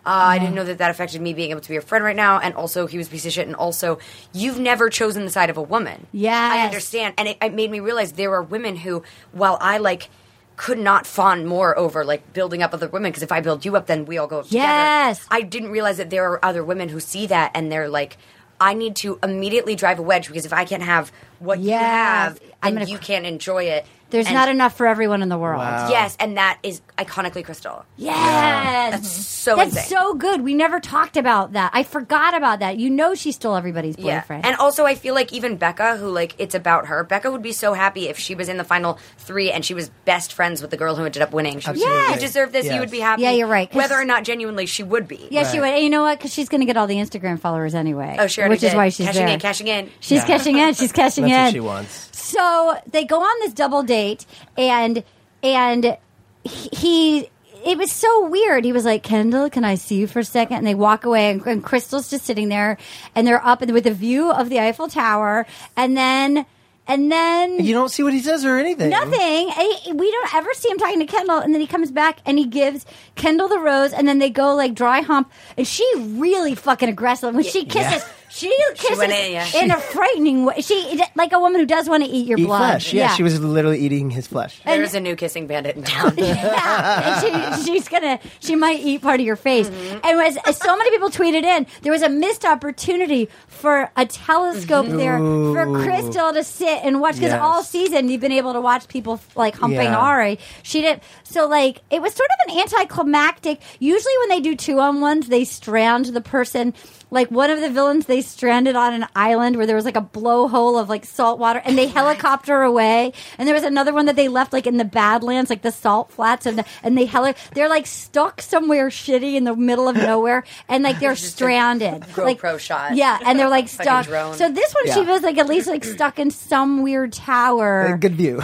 S5: uh, I
S2: Mm.
S5: didn't know that that affected me being able to be your friend right now. And also, he was a piece of shit. And also, you've never chosen the side of a woman.
S2: Yes.
S5: I understand. And it, it made me realize there are women who, while I like, could not fawn more over like building up other women because if I build you up, then we all go up
S2: Yes.
S5: together. I didn't realize that there are other women who see that and they're like, I need to immediately drive a wedge because if I can't have what you
S2: Yes.
S5: have,
S2: I'm
S5: then
S2: gonna
S5: you can't enjoy it.
S2: There's
S5: And-
S2: not enough for everyone in the world.
S5: Yes, and that is iconically Crystal.
S2: Yes.
S5: That's so
S2: That's
S5: insane.
S2: so good. We never talked about that. I forgot about that. You know she stole everybody's boyfriend.
S5: And also, I feel like even Becca, who like it's about her, Becca would be so happy if she was in the final three and she was best friends with the girl who ended up winning. She was like,
S2: Absolutely.
S5: you deserve this. You would be happy.
S2: Yeah, you're right, 'cause-
S5: Whether or not genuinely she would be.
S2: yeah, she would. And you know what? Because she's going to get all the Instagram followers anyway.
S5: Oh, she already
S2: Which is
S5: did.
S2: why she's
S5: cashing
S2: there.
S5: in, cashing in.
S2: She's cashing in. She's cashing
S4: That's
S2: in.
S4: what she wants.
S2: So they go on this double date, and and he. It was so weird. He was like, "Kendall, can I see you for a second? And they walk away, and, and Crystal's just sitting there, and they're up and with a view of the Eiffel Tower, and then and then
S4: You don't see what he does or anything.
S2: Nothing. And he- we don't ever see him talking to Kendall, and then he comes back and he gives Kendall the rose, and then they go like dry hump, and she really fucking aggressive when she kisses. She kisses
S5: went in, yeah.
S2: in a frightening way. She like a woman who does want to eat your
S4: Eat
S2: blood.
S4: flesh. Yeah, she was literally eating his flesh.
S5: There's a new kissing bandit in town.
S2: Yeah, and she, she's gonna she might eat part of your face.
S5: Mm-hmm.
S2: And was as so many people tweeted in, there was a missed opportunity for a telescope there for
S4: Ooh.
S2: Crystal to sit and watch because
S4: Yes.
S2: all season you've been able to watch people like humping
S4: Yeah.
S2: Ari. She didn't. So like it was sort of an anticlimactic. Usually when they do two on ones, they strand the person. Like one of the villains, they stranded on an island where there was like a blowhole of like salt water, and they helicopter away. And there was another one that they left like in the Badlands, like the salt flats, and the, and they heli- they're like stuck somewhere shitty in the middle of nowhere, and like they're stranded. Like
S5: GoPro shot.
S2: yeah, and they're like
S5: Fucking
S2: stuck.
S5: drone.
S2: So this one, she
S4: Yeah.
S2: was like at least like stuck in some weird tower
S4: A good view.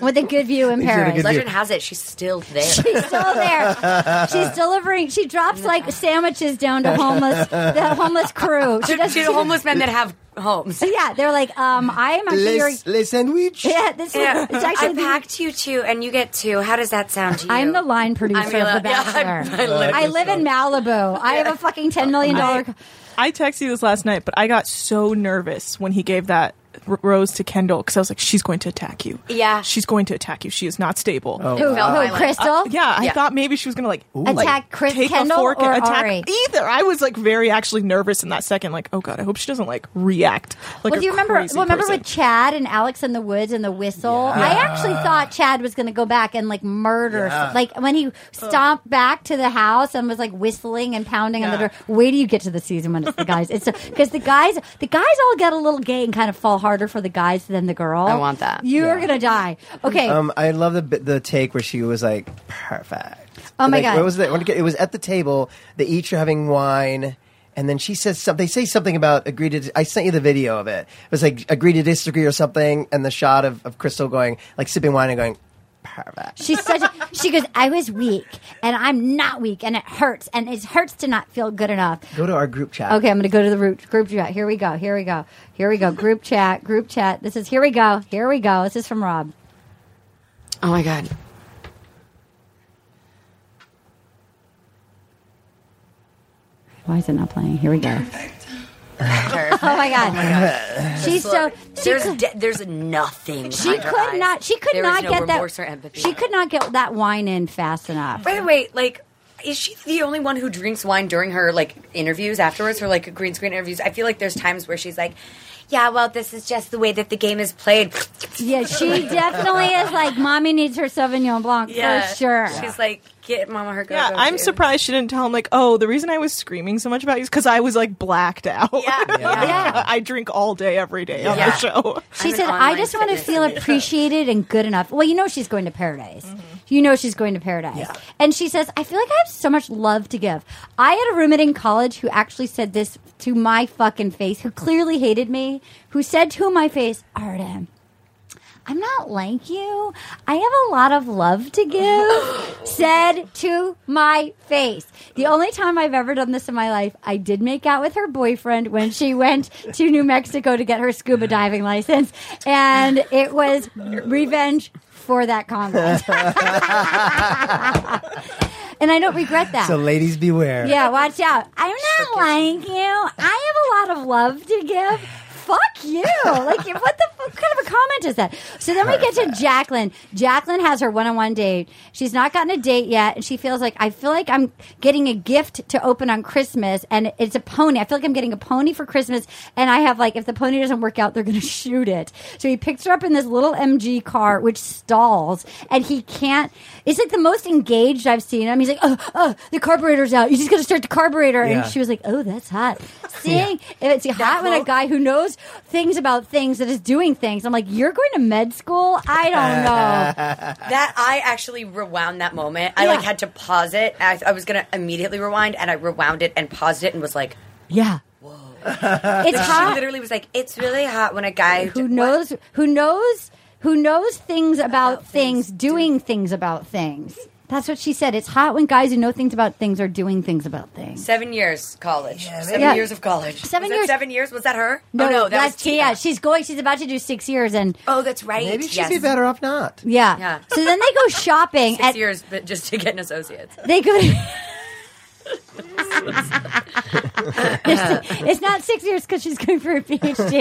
S2: with a good view in
S4: Is it a
S2: Paris.
S4: good view?
S5: Legend has it she's still there.
S2: She's still there. She's delivering. She drops like sandwiches down to homeless the homeless crew. She
S5: to,
S2: does.
S5: to homeless men that have homes.
S2: Yeah, they're like, um, I am actually your.
S4: Les, les sandwich.
S2: Yeah, this
S5: Yeah.
S2: it's actually.
S5: I
S2: the-
S5: packed you two, and you get two. How does that sound to you?
S2: I'm the line producer
S5: your-
S2: of The
S5: yeah,
S2: Bachelor.
S5: I-
S4: Uh,
S5: I live-
S2: I live in Malibu. I have a fucking ten million dollar.
S6: I texted you this last night, but I got so nervous when he gave that r- rose to Kendall because I was like, she's going to attack you.
S5: Yeah.
S6: She's going to attack you. She is not stable.
S2: Who, who,
S5: Fell Island.
S2: Crystal?
S6: Yeah, I
S5: Yeah.
S6: thought maybe she was going to like
S2: Attack
S6: like,
S2: Chris
S6: take
S2: Kendall
S6: a fork
S2: or
S6: and attack
S2: Ari?
S6: either. I was like very actually nervous in that second, like, oh god, I hope she doesn't like react. Like,
S2: well, do
S6: a
S2: you remember?
S6: crazy
S2: Well, remember
S6: person.
S2: with Chad and Alex in the woods and the whistle? I actually thought Chad was going to go back and like murder, like when he stomped back to the house and was like whistling and pounding on the
S6: Yeah.
S2: door. Wait till you get to the season when it's the guys. It's because the guys, the guys all get a little gay and kind of fall harder for the guys than the girl.
S5: I want that.
S2: You're gonna die. Okay.
S4: Um, I love the bit- the take where she was like, "Perfect."
S2: Oh my
S4: Like,
S2: God.
S4: What was that? What- It was at the table. They each are having wine, and then she says something. They say something about agree to. I sent you the video of it. It was like agree to disagree or something, and the shot of, of Crystal going like sipping wine and going, "Perfect."
S2: She's such. A, she goes. I was weak, and I'm not weak, and it hurts, and it hurts to not feel good enough.
S4: Go to our group chat.
S2: Okay, I'm going to go to the root, group chat. Here we go. Here we go. Here we go. Group chat. Group chat. This is here we go. Here we go. This is from Rob.
S5: Oh my god.
S2: Why is it not playing? Here we go. Oh my god. She's so she
S5: There's
S2: could,
S5: de- there's nothing.
S2: she
S5: behind her
S2: could
S5: eyes.
S2: not she could
S5: There is
S2: not
S5: no
S2: get that
S5: remorse or empathy.
S2: she could not get that wine in fast enough.
S5: By the way, like is she the only one who drinks wine during her like interviews afterwards, her like green screen interviews? I feel like there's times where she's like, "Yeah, well, this is just the way that the game is played."
S2: Yeah, she definitely is like, mommy needs her Sauvignon Blanc for sure.
S5: She's like, "Get mama her go."
S6: Yeah,
S5: go
S6: I'm
S5: to."
S6: surprised she didn't tell him like, oh, the reason I was screaming so much about you is because I was like blacked out. Yeah, I drink all day every day on
S2: Yeah.
S6: the show.
S2: She said, I just want to feel appreciated and good enough. Well, you know she's going to paradise. You know she's going to paradise. And she says, I feel like I have so much love to give. I had a roommate in college who actually said this to my fucking face, who clearly hated me, who said to my face, Artem, I'm not like you. I have a lot of love to give, said to my face. The only time I've ever done this in my life, I did make out with her boyfriend when she went to New Mexico to get her scuba diving license. And it was revenge for that comment. and I don't regret that.
S4: So, ladies, beware.
S2: Yeah, watch out. I'm not like you. I have a lot of love to give. Fuck you. Like, what the fuck kind of a comment is that? So then we get to Jacqueline. Jacqueline has her one on one date. She's not gotten a date yet, and she feels like, I feel like I'm getting a gift to open on Christmas, and it's a pony. I feel like I'm getting a pony for Christmas, and I have, like, if the pony doesn't work out, they're going to shoot it. So he picks her up in this little MG car, which stalls, and he can't. It's like the most engaged I've seen him. He's like, oh, oh, the carburetor's out. You just got to start the carburetor.
S8: Yeah.
S2: And she was like, oh, that's hot. Seeing it's hot when a guy who knows things about things that is doing things. I'm like, you're going to med school? I don't know.
S5: that I actually rewound that moment. I
S2: Yeah.
S5: like had to pause it. I, I was gonna immediately rewind, and I rewound it and paused it and was like,
S2: yeah. It's
S5: Like,
S2: hot.
S5: She literally was like, "It's really hot when a guy
S2: who knows who knows who knows things about, things, doing things about things. That's what she said. It's hot when guys who know things about things are doing things about things.
S5: seven years college, seven
S2: Yeah.
S5: years of college,
S2: Seven
S5: Was that
S2: years-
S5: seven years was that her?
S2: No,
S5: oh,
S2: no,
S5: no, that was
S2: that's
S5: Tia.
S2: Tia. She's going. She's about to do six years, and
S5: Oh, that's right.
S4: Maybe she'd be better off not.
S2: Yeah.
S5: Yeah.
S2: So then they go shopping
S5: Six
S2: at.
S5: years, but just to get an associate's.
S2: They go. it's, it's not six years because she's going for a PhD.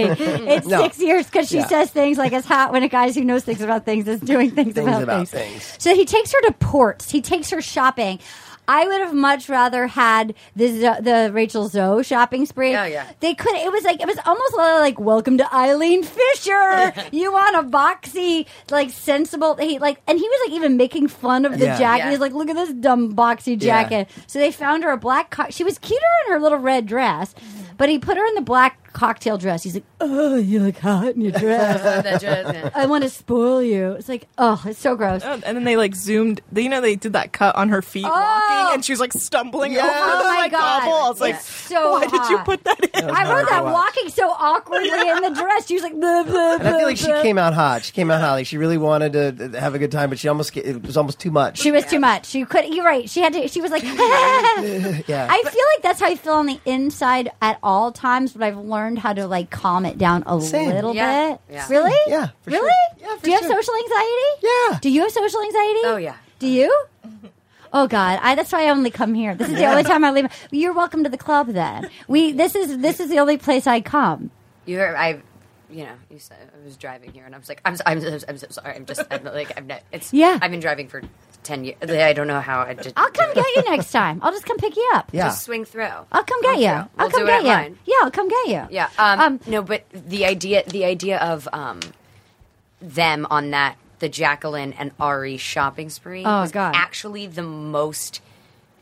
S2: It's
S8: No.
S2: six years because she
S8: Yeah.
S2: says things like it's hot when a guy who knows things about things is doing things,
S8: Things
S2: about,
S8: about
S2: things.
S8: things.
S2: So he takes her to ports. He takes her shopping. I would have much rather had the Zo- the Rachel Zoe shopping spree.
S8: Oh, yeah.
S2: they could. It was like it was almost a little like welcome to Eileen Fisher. you want a boxy, like sensible. He like and he was like even making fun of the
S8: Yeah.
S2: jacket.
S8: Yeah.
S2: He's like, look at this dumb boxy
S8: Yeah.
S2: jacket. So they found her a black. Co- she was cuter in her little red dress, but he put her in the black cocktail dress. He's like, oh, you look hot in your dress.
S6: That dress, yeah.
S2: I want to spoil you. It's like, oh, it's so gross.
S6: Oh, and then they like zoomed. they- You know, they did that cut on her feet walking, and she was like stumbling
S2: Oh! Yeah.
S6: over
S2: Oh
S6: the
S2: my
S6: like,
S2: God.
S6: gobble. I was like,
S2: It's so
S6: why did you
S2: hot.
S6: put that in?
S2: I wrote that walking so awkwardly in the dress. She was like, blah, blah,
S4: And I feel like
S2: blah,
S4: she
S2: blah.
S4: came out hot. She came out hot. Like she really wanted to uh, have a good time, but she almost it was almost too much.
S2: She was too much. She could. You're right. She had to. She was like.
S4: Yeah.
S2: I feel like that's how I feel on the inside at all times, but I've learned how to like calm it down a
S8: Same.
S2: little
S8: Yeah.
S2: bit.
S8: Yeah.
S2: Really?
S8: Yeah, for
S2: really?
S8: sure. Yeah, for
S2: Do you have
S8: sure.
S2: social anxiety?
S4: Yeah.
S2: Do you have social anxiety?
S5: Oh, yeah.
S2: Do you? Oh God! I, that's why I only come here. This is the
S5: Yeah.
S2: only time I leave. You're welcome to the club. Then we. This is this is the only place I come.
S5: You heard I, you know, you said I was driving here, and I was like, I'm, so- I'm, so- I'm so sorry. I'm just, I'm like, I'm not. It's
S2: Yeah.
S5: I've been driving for ten years. I don't know how I did.
S2: I'll come get you next time. I'll just come pick you up.
S5: Just swing through.
S2: I'll come get you. I'll
S5: We'll
S2: come
S5: do it
S2: get
S5: at
S2: you.
S5: mine.
S2: Yeah, I'll come get you.
S5: Yeah. Um, no, but the idea, the idea of um, them on that the Jacqueline and Ari shopping spree
S2: Oh,
S5: was
S2: God.
S5: actually the most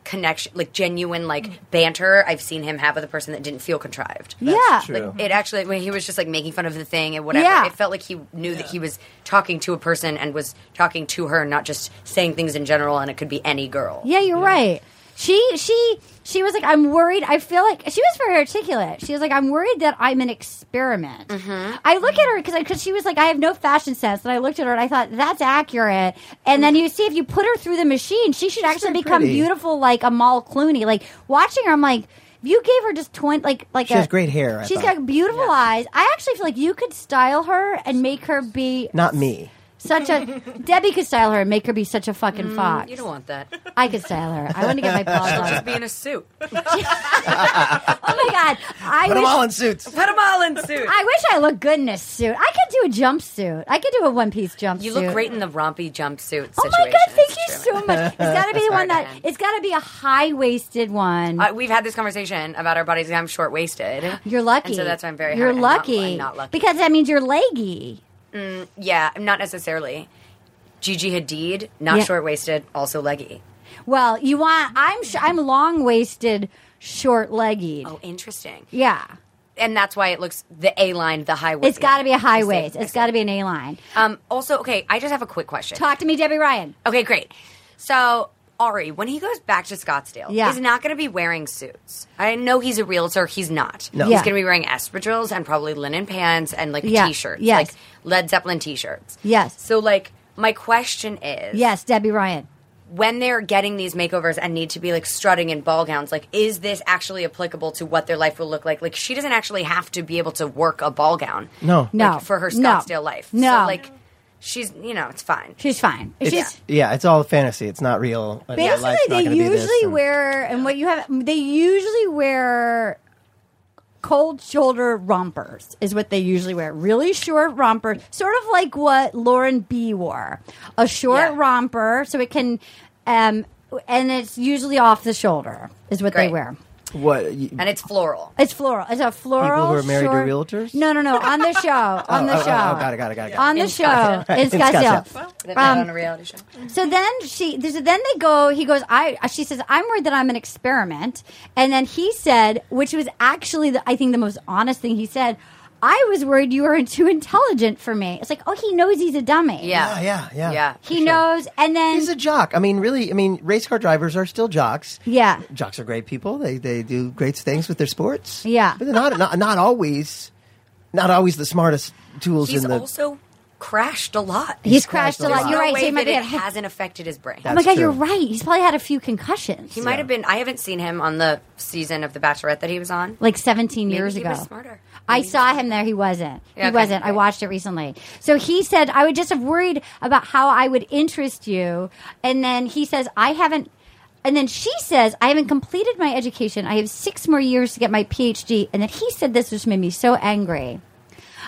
S5: connection, like genuine, like banter I've seen him have with a person that didn't feel contrived.
S2: That's Yeah. true.
S5: Like, it actually when he was just like making fun of the thing and whatever.
S2: Yeah.
S5: It felt like he knew that he was talking to a person and was talking to her, not just saying things in general. And it could be any girl.
S2: Yeah, you're right. She she she was like, I'm worried. I feel like she was very articulate. She was like, I'm worried that I'm an experiment.
S4: Mm-hmm.
S2: I look at her because because she was like, I have no fashion sense, and I looked at her and I thought that's accurate. And then you see if you put her through the machine, she should actually
S4: very
S2: become
S4: pretty.
S2: beautiful like Amal Clooney. Like watching her, I'm like. If you gave her just twenty, like like
S4: She
S2: a,
S4: has great hair, I
S2: she's
S4: thought.
S2: got beautiful eyes. I actually feel like you could style her and make her be
S4: Not me.
S2: Such a Debbie could style her and make her be such a fucking
S5: Mm,
S2: fox.
S5: You don't want that.
S2: I could style her. I want to get my paws
S5: She'll
S2: on.
S5: just be in a suit.
S2: Oh my god! I
S5: Put 'em
S2: wish-
S5: all in suits. Put 'em all in suits.
S2: I wish I looked good in a suit. I could do a jumpsuit. I could do a one-piece jumpsuit.
S5: You look great in the rompy jumpsuit situation.
S2: Oh my god! Thank you so much. It's got to be the one that. It's got to be a high-waisted one.
S5: Uh, we've had this conversation about our bodies. and I'm short waisted.
S2: You're lucky.
S5: And so that's why I'm very.
S2: You're
S5: happy. I'm not-
S2: lucky.
S5: I'm not lucky.
S2: because that means you're leggy.
S5: Mm, yeah, not necessarily. Gigi Hadid, not
S2: Yeah.
S5: short waisted, also leggy.
S2: Well, you want. I'm. Sh- I'm long-waisted, short-legged.
S5: Oh, interesting.
S2: Yeah.
S5: And that's why it looks the A line, the high waist.
S2: It's got to be a high waist. It's got to be an A line.
S5: Um, also, okay, I just have a quick question.
S2: Talk to me, Debbie Ryan.
S5: Okay, great. So Ari, when he goes back to Scottsdale,
S2: Yeah.
S5: he's not going to be wearing suits. I know he's a realtor. He's not.
S2: No.
S5: He's
S2: Yeah.
S5: going to be wearing espadrilles and probably linen pants and like
S2: Yeah,
S5: t-shirts,
S2: yes.
S5: like Led Zeppelin t-shirts.
S2: Yes.
S5: So like, my question is,
S2: Yes, Debbie Ryan.
S5: when they're getting these makeovers and need to be like strutting in ball gowns, like is this actually applicable to what their life will look like? Like she doesn't actually have to be able to work a ball gown.
S4: No.
S2: No.
S5: Like, for her
S2: No.
S5: Scottsdale life.
S2: No.
S5: So like she's you know, it's fine.
S2: She's fine.
S4: It's,
S2: She's
S4: yeah, it's all fantasy. It's not real. Uh, yeah,
S2: Basically,
S4: life's not
S2: they
S4: gonna be this
S2: usually
S4: and-
S2: wear, and what you have, they usually wear cold shoulder rompers, is what they usually wear. Really short rompers, sort of like what Lauren B wore a short romper, so it can, um, and it's usually off the shoulder, is what they
S5: Great.
S2: wear.
S4: What? y- oh,
S5: And it's floral.
S2: It's floral. It's a floral.
S4: People who are married
S2: short-
S4: to realtors?
S2: No, no, no. On the show. on the
S4: oh,
S2: show.
S4: oh, oh, got it, got it, got it, got it.
S2: On the
S4: In
S2: show.
S4: Scottsdale. Right,
S2: It's
S4: in
S2: Scottsdale.
S4: Scottsdale.
S5: That man
S2: Um,
S5: on a reality show.
S2: so then she, so then they go. He goes. I. She says, "I'm worried that I'm an experiment." And then he said, which was actually, the, I think, the most honest thing he said. I was worried you were too intelligent for me. It's like, oh, he knows he's a dummy.
S4: Yeah, Oh, yeah, yeah.
S2: He knows, and then
S4: He's a jock. I mean, really. I mean, race car drivers are still jocks.
S2: yeah,
S4: Jocks are great people. They they do great things with their sports.
S2: Yeah.
S4: but they're not not not always not always the smartest tools
S5: He's
S4: in the.
S5: also crashed a lot.
S2: He's He's crashed crashed a a lot. lot. You're right,
S5: There's No
S2: so
S5: way
S2: he might
S5: that it
S2: be at-
S5: hasn't affected his brain.
S2: oh my god, you're right. He's probably had a few concussions.
S5: He might have been. I haven't seen him on the season of The Bachelorette that he was on.
S2: like 17
S5: Maybe
S2: years
S5: he
S2: ago.
S5: was smarter.
S2: I saw him there. He wasn't.
S5: Yeah,
S2: he
S5: okay.
S2: wasn't. I watched it recently. So he said, I would just have worried about how I would interest you. And then he says, I haven't. And then she says, I haven't completed my education. I have six more years to get my PhD. And then he said this, which made me so angry.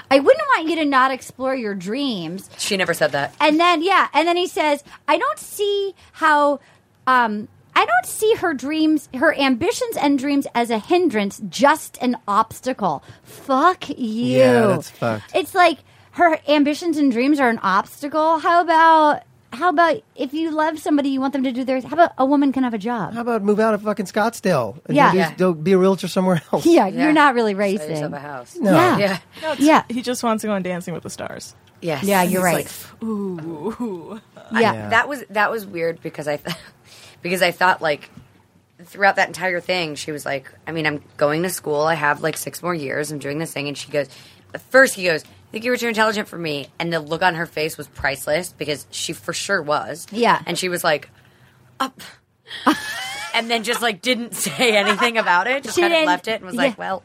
S2: I wouldn't want you to not explore your dreams.
S5: She never said that.
S2: And then yeah, and then he says, "I don't see how um I don't see her dreams, her ambitions and dreams as a hindrance, just an obstacle." Fuck you.
S4: Yeah, that's fucked.
S2: It's like her ambitions and dreams are an obstacle. How about how about if you love somebody, you want them to do their how about a woman can have a job?
S4: How about move out of fucking Scottsdale? And
S2: Yeah.
S4: go do-
S2: Yeah.
S4: go be a realtor somewhere else.
S2: Yeah, you're not really
S5: Sell
S2: racing.
S5: yourself a house.
S4: No.
S2: Yeah.
S4: Yeah.
S6: No, it's-
S2: Yeah.
S6: He just wants to go on Dancing with the Stars.
S5: Yes.
S2: Yeah, you're
S5: He's
S2: right.
S5: like, Ooh. I-
S2: Yeah.
S5: that was that was weird because I, th- because I thought like, throughout that entire thing, she was like, I mean, I'm going to school. I have like six more years. I'm doing this thing, and she goes. At first, he goes. I think you were too intelligent for me, and the look on her face was priceless because she for sure was.
S2: Yeah.
S5: and she was like, up. And then just like didn't say anything about it, just
S2: She
S5: kind of
S2: didn't-
S5: left it and was
S2: yeah.
S5: like, "Well,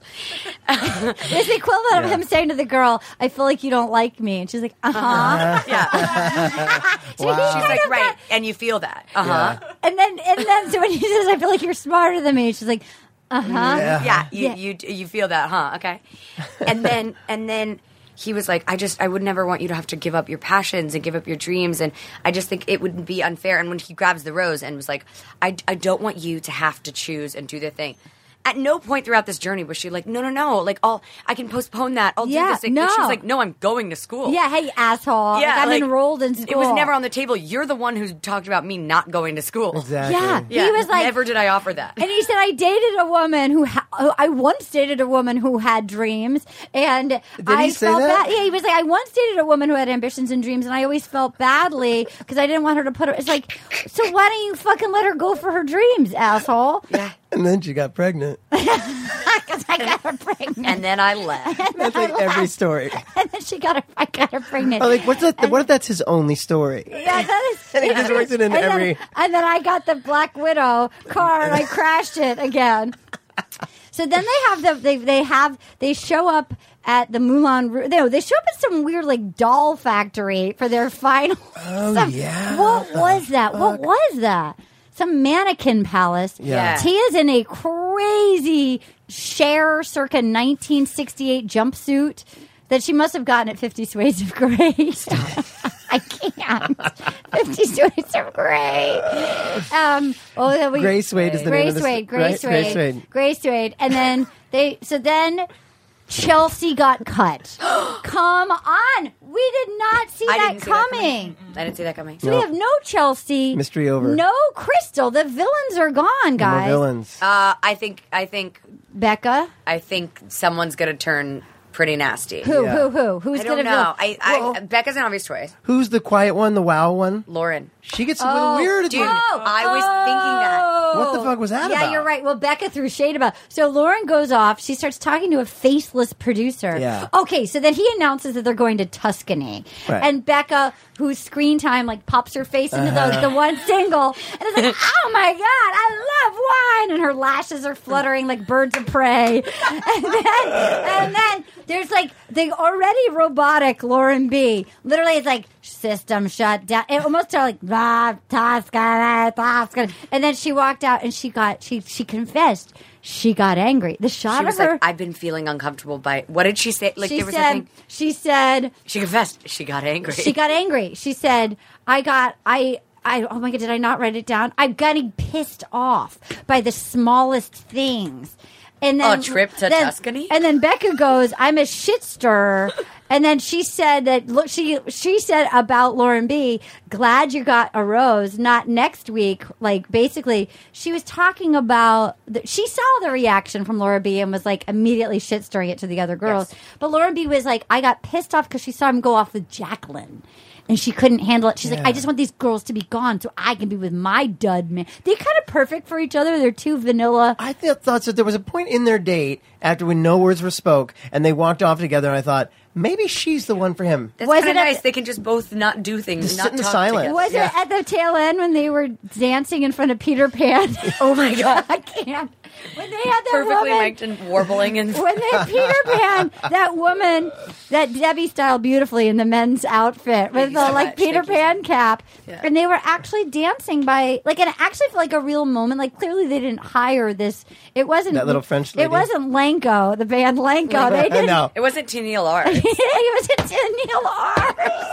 S2: It's the equivalent of
S5: Yeah.
S2: him saying to the girl, "I feel like you don't like me," and she's like, "Uh huh."
S4: Wow.
S5: She's like, right, and you feel that. Uh
S2: Uh-huh.
S5: huh.
S2: And then and then so when he says, "I feel like you're smarter than me," she's like, "Uh huh."
S5: Yeah, you, you you feel that, huh? Okay. And then and then he was like, I just I would never want you to have to give up your passions and give up your dreams, and I just think it would be unfair. And when he grabs the rose and was like, I I don't want you to have to choose and do the thing. At no point throughout this journey was she like, no, no, no, like I'll I can postpone that. I'll
S2: Yeah,
S5: do this thing. But she
S2: no.
S5: was like, no, I'm going to school.
S2: Yeah, hey, asshole. like, I'm
S5: Oh. like,
S2: enrolled in school.
S5: It was never on the table. You're the one who talked about me not going to school.
S4: Exactly.
S2: Yeah, he was like,
S5: never did I offer that.
S2: and he said, I dated a woman who, ha- who- I once dated a woman who had dreams, and I
S4: he say
S2: felt
S4: that?
S2: bad. Yeah, he was like, I once dated a woman who had ambitions and dreams, and I always felt badly because I didn't want her to put her. It's like, so why don't you fucking let her go for her dreams, asshole? Yeah,
S4: And then she got pregnant.
S2: because I got her pregnant,
S5: and then I left.
S4: That's like every story.
S2: and then she got her, I got her pregnant.
S4: Oh, like what's that? what if that's his only story?
S2: Yeah, that is.
S4: And he just works it in
S2: and
S4: every-
S2: Then, and then I got the Black Widow car and I crashed it again. So then they have the they they have they show up at the Moulin Rouge. No, they show up at some weird like doll factory for their final.
S4: Oh yeah.
S2: What was that? What was that? Some mannequin palace.
S4: Yeah. Yeah.
S2: Tia's in a crazy Cher circa 1968 jumpsuit that she must have gotten at 50 Shades of Grey. I can't. 50 Shades of Grey. Um, oh, that we,
S4: Grace Wade is the name
S2: Grace
S4: of
S2: Wade,
S4: this- right?
S2: Grace
S4: Grace
S2: Wade.
S4: Wade.
S2: Grace Wade. And then they, so then Chelsea got cut. Come on. We did not see
S5: I
S2: that
S5: didn't see that
S2: coming.
S5: I didn't see that coming.
S2: So we have no Chelsea.
S4: Mystery over.
S2: No Crystal. The villains are gone,
S4: No more
S2: guys.
S4: villains.
S5: Uh, I think I think
S2: Becca.
S5: I think someone's gonna turn pretty nasty.
S2: Who,
S4: Yeah.
S2: who, who? Who's
S5: I don't
S2: going to
S5: know.
S2: villain?
S5: I, I Becca's an obvious choice.
S4: Who's the quiet one? The wow one?
S5: Lauren.
S4: She gets a little
S2: Oh,
S4: weird at the
S5: Dude,
S4: end.
S5: I was thinking that.
S4: What the fuck was that
S2: yeah,
S4: about?
S2: you're right. Well, Becca threw shade about. So Lauren goes off. She starts talking to a faceless producer.
S4: Yeah.
S2: Okay, so then he announces that they're going to Tuscany,
S4: Right.
S2: and Becca, whose screen time like pops her face into the, the one single, and it's like, oh my god, I love wine, and her lashes are fluttering like birds of prey, and then and then there's like the already robotic Lauren B. Literally, it's like system shut down. It almost sounded like "Ah, Tosca, Tosca. And then she walked out and she got she she confessed. She got angry. The shot
S5: She
S2: of
S5: was
S2: her.
S5: like, I've been feeling uncomfortable by what did she say? Like
S2: she
S5: there was
S2: said.
S5: something
S2: She said.
S5: she confessed. She got angry.
S2: She got angry. She said, "I got I." I, oh my god! Did I not write it down? I'm getting pissed off by the smallest things, and then
S5: A trip to
S2: then-
S5: Tuscany?
S2: And then Becca goes, "I'm a shit stirrer," and then she said that look she she said about Lauren B. Glad you got a rose, not next week. Like basically, she was talking about the, she saw the reaction from Laura B. and was like immediately shit stirring it to the other girls. But Lauren B. was like, "I got pissed off because she saw him go off with Jacqueline." And she couldn't handle it. She's like,
S4: Yeah.
S2: I just want these girls to be gone so I can be with my dud man. They're kind of perfect for each other. They're too vanilla.
S4: I th- thought so. There was a point in their date after when no words were spoke, and they walked off together. And I thought maybe she's the one for him.
S5: That's
S2: Was
S5: kind of
S2: it at
S5: nice.
S2: the-
S5: they can just both not do things,
S4: Just
S5: not
S4: sit in the
S5: talk
S4: silence.
S5: together.
S2: Was
S4: Yeah.
S2: it at the tail end when they were dancing in front of Peter Pan?
S5: Oh my god!
S2: I can't. When they had that
S5: Perfectly
S2: woman,
S5: mic'd and warbling and
S2: when they had Peter Pan, that woman, that Debbie style beautifully in the men's outfit with
S5: you
S2: the
S5: so
S2: like
S5: much.
S2: Peter
S5: Thank you so
S2: Pan cap,
S5: Yeah.
S2: and they were actually dancing by like and it actually felt like a real moment. Like clearly they didn't hire this. It wasn't
S4: That little French lady?
S2: It wasn't Lanco, the band Lanco. They didn't.
S4: no,
S5: it wasn't Tennille Art.
S2: he was into Neil Arms.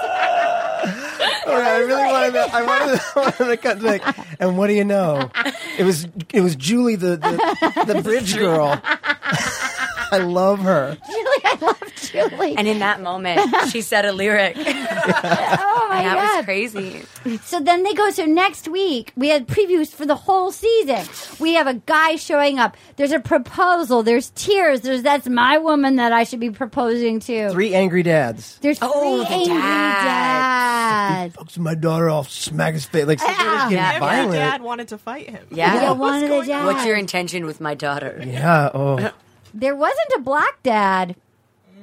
S4: All right, I really wanted to, I wanted to, wanted to cut back. And what do you know? It was it was Julie the the, the bridge girl. I love her.
S2: Julie, I love Julie.
S5: And in that moment, she said a lyric.
S2: oh my
S5: that
S2: god.
S5: was crazy.
S2: So then they go. So next week we had previews for the whole season. We have a guy showing up. There's a proposal. There's tears. There's that's my woman that I should be proposing to.
S4: Three angry dads.
S2: There's three
S5: Oh, the
S2: angry dads.
S5: dads.
S4: Fucks my daughter off, smack his face like something
S2: Ah.
S4: was getting
S5: Yeah.
S6: Every dad
S4: violent.
S6: wanted to fight him.
S5: Yeah.
S2: Yeah, one of the
S6: going
S2: dads.
S5: What's your intention with my daughter?
S4: Yeah, oh.
S2: There wasn't a black dad.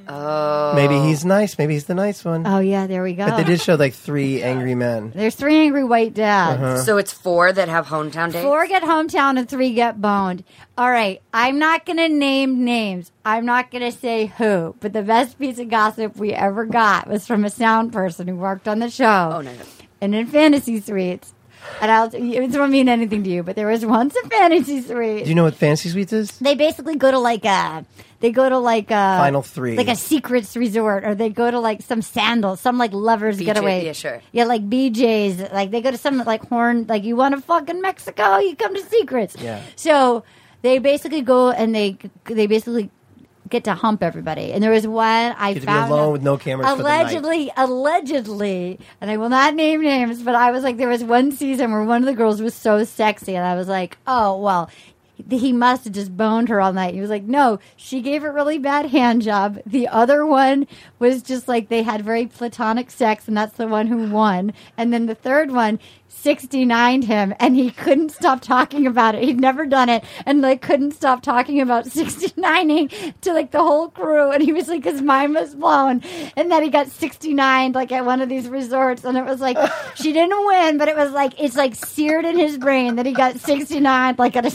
S2: Uh,
S4: Maybe he's nice. Maybe he's the nice one.
S2: Oh yeah, there we
S4: But they
S2: go.
S4: did show like three angry men.
S2: There's three angry white dads.
S4: Uh-huh.
S5: So it's four that have hometown dates.
S2: Four get hometown and three get boned. All right, I'm not gonna name names. I'm not gonna say who, but the best piece of gossip we ever got was from a sound person who worked on the show.
S5: Oh, no.
S2: And in fantasy suites, and I'll it won't mean anything to you, but there was once a fantasy suite.
S4: Do you know what Fancy Suites is?
S2: they basically go to like a they go to like a
S4: Final three.
S2: Uh, like a secrets resort or they go to like some sandals some like lovers
S5: BJ
S2: getaway
S5: yeah, sure.
S2: yeah like bjs like they go to some like horn like you want to fucking mexico you come to secrets
S4: Yeah.
S2: so they basically go and they they basically get to hump everybody and there was one i
S4: Get to be
S2: found
S4: alone with no cameras for the night.
S2: allegedly allegedly and i will not name names but i was like there was one season where one of the girls was so sexy and i was like oh well he must have just boned her all night. He was like, "No, she gave a really bad hand job. The other one was just like they had very platonic sex, and that's the one who won. And then the third one, 69'd him, and he couldn't stop talking about it. He'd never done it, and like couldn't stop talking about 69ing to like the whole crew. And he was like, his mind was blown, and then he got 69'd like at one of these resorts, and it was like she didn't win, but it was like it's like seared in his brain that he got 69'd like at a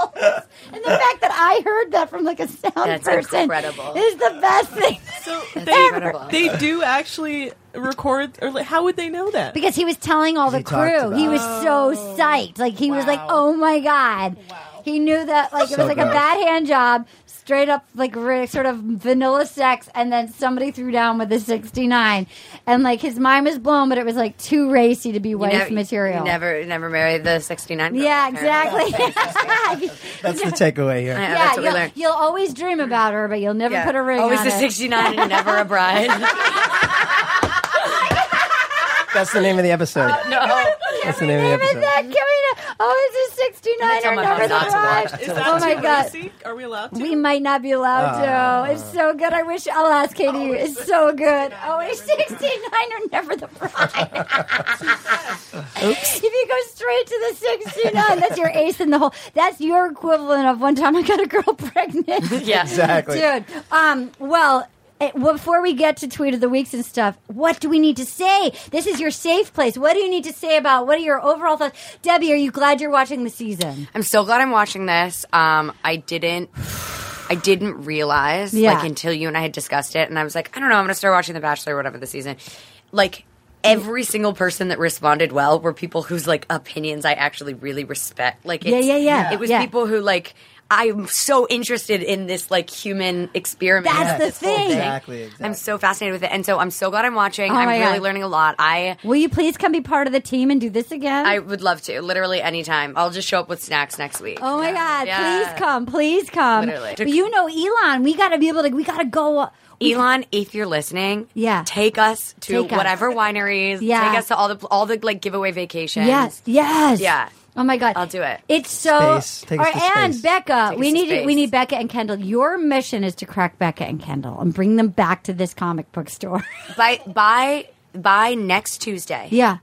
S2: and the fact that I heard that from like a sound
S5: That's
S2: person
S5: incredible.
S2: is the best thing.
S6: They do actually record, or like, how would they know that?
S2: because he was telling all the
S6: He talked
S2: crew. He was
S6: about
S2: so psyched. Like he was like, "Oh my god!" He knew that like it
S6: So
S2: was like a
S6: gross.
S2: bad hand job, straight up like re- sort of vanilla sex, and then somebody threw down with a sixty nine, and like his mind was blown, but it was like too racy to be
S5: You
S2: wife
S5: never-
S2: material.
S5: You never, never marry the 69.
S2: yeah, exactly.
S4: That's the takeaway here.
S5: Yeah,
S2: yeah,
S5: that's what we
S2: you'll,
S5: learned.
S2: you'll always dream about her, but you'll never
S5: Yeah.
S2: put a ring.
S5: Always
S2: on
S5: the
S2: it.
S5: 69 and never a bride.
S4: That's the name of the episode.
S2: Uh,
S5: no.
S4: That's the name of the
S2: Even
S4: episode.
S2: that coming up. Oh, it's a 69 or
S5: my
S2: never
S5: mom
S2: the
S5: not to watch.
S2: drive.
S5: Is
S6: that
S2: Oh, my
S6: too
S2: God.
S6: racy? Are we allowed to?
S2: We might not be allowed to. It's so good. I wish I'll ask Katie. it's so good. Always 69 or never the bride. if you go straight to the 69, that's your ace in the hole. That's your equivalent of one time I got a girl pregnant.
S5: Yeah.
S4: Exactly.
S2: Dude, um, well, eh, well, before we get to tweet of the weeks and stuff, what do we need to say? This is your safe place. What do you need to say about what are your overall thoughts? Debbie, are you glad you're watching the season?
S5: I'm so glad I'm watching this. Um, I didn't. I didn't realize
S2: Yeah.
S5: like until you and I had discussed it, and I was like, I don't know, I'm gonna start watching The Bachelor, or whatever the season. Like every single person that responded well were people whose like opinions I actually really respect. Like,
S2: Yeah,
S5: it's,
S2: yeah, yeah.
S5: It was
S2: Yeah.
S5: people who like I'm so interested in this like human experiment.
S2: That's the
S5: this whole
S2: thing.
S4: Exactly, exactly.
S5: I'm so fascinated with it, and so I'm so glad I'm watching.
S2: Oh
S5: I'm
S2: my
S5: really
S2: God.
S5: learning a lot. I
S2: Will you please come be part of the team and do this again?
S5: I would love to, literally anytime. I'll just show up with snacks next week.
S2: Oh my God!
S5: Yeah.
S2: Please come, please come.
S5: Literally.
S2: But you know, Elon, we gotta be able to. We gotta go.
S5: Elon, if you're listening,
S2: Yeah.
S5: take us to
S2: Take us.
S5: whatever wineries.
S2: Yeah.
S5: take us to all the all the like giveaway vacations.
S2: Yes, yes.
S5: Yeah.
S2: Oh my God!
S5: I'll do it.
S2: It's so.
S4: Space. Take
S2: All
S4: us to
S2: right, and
S4: space.
S2: Becca,
S5: Take
S2: we
S5: us to
S2: need
S5: space.
S2: we need Becca and Kendall. Your mission is to crack Becca and Kendall and bring them back to this comic book store.
S5: by by by next Tuesday.
S2: yeah.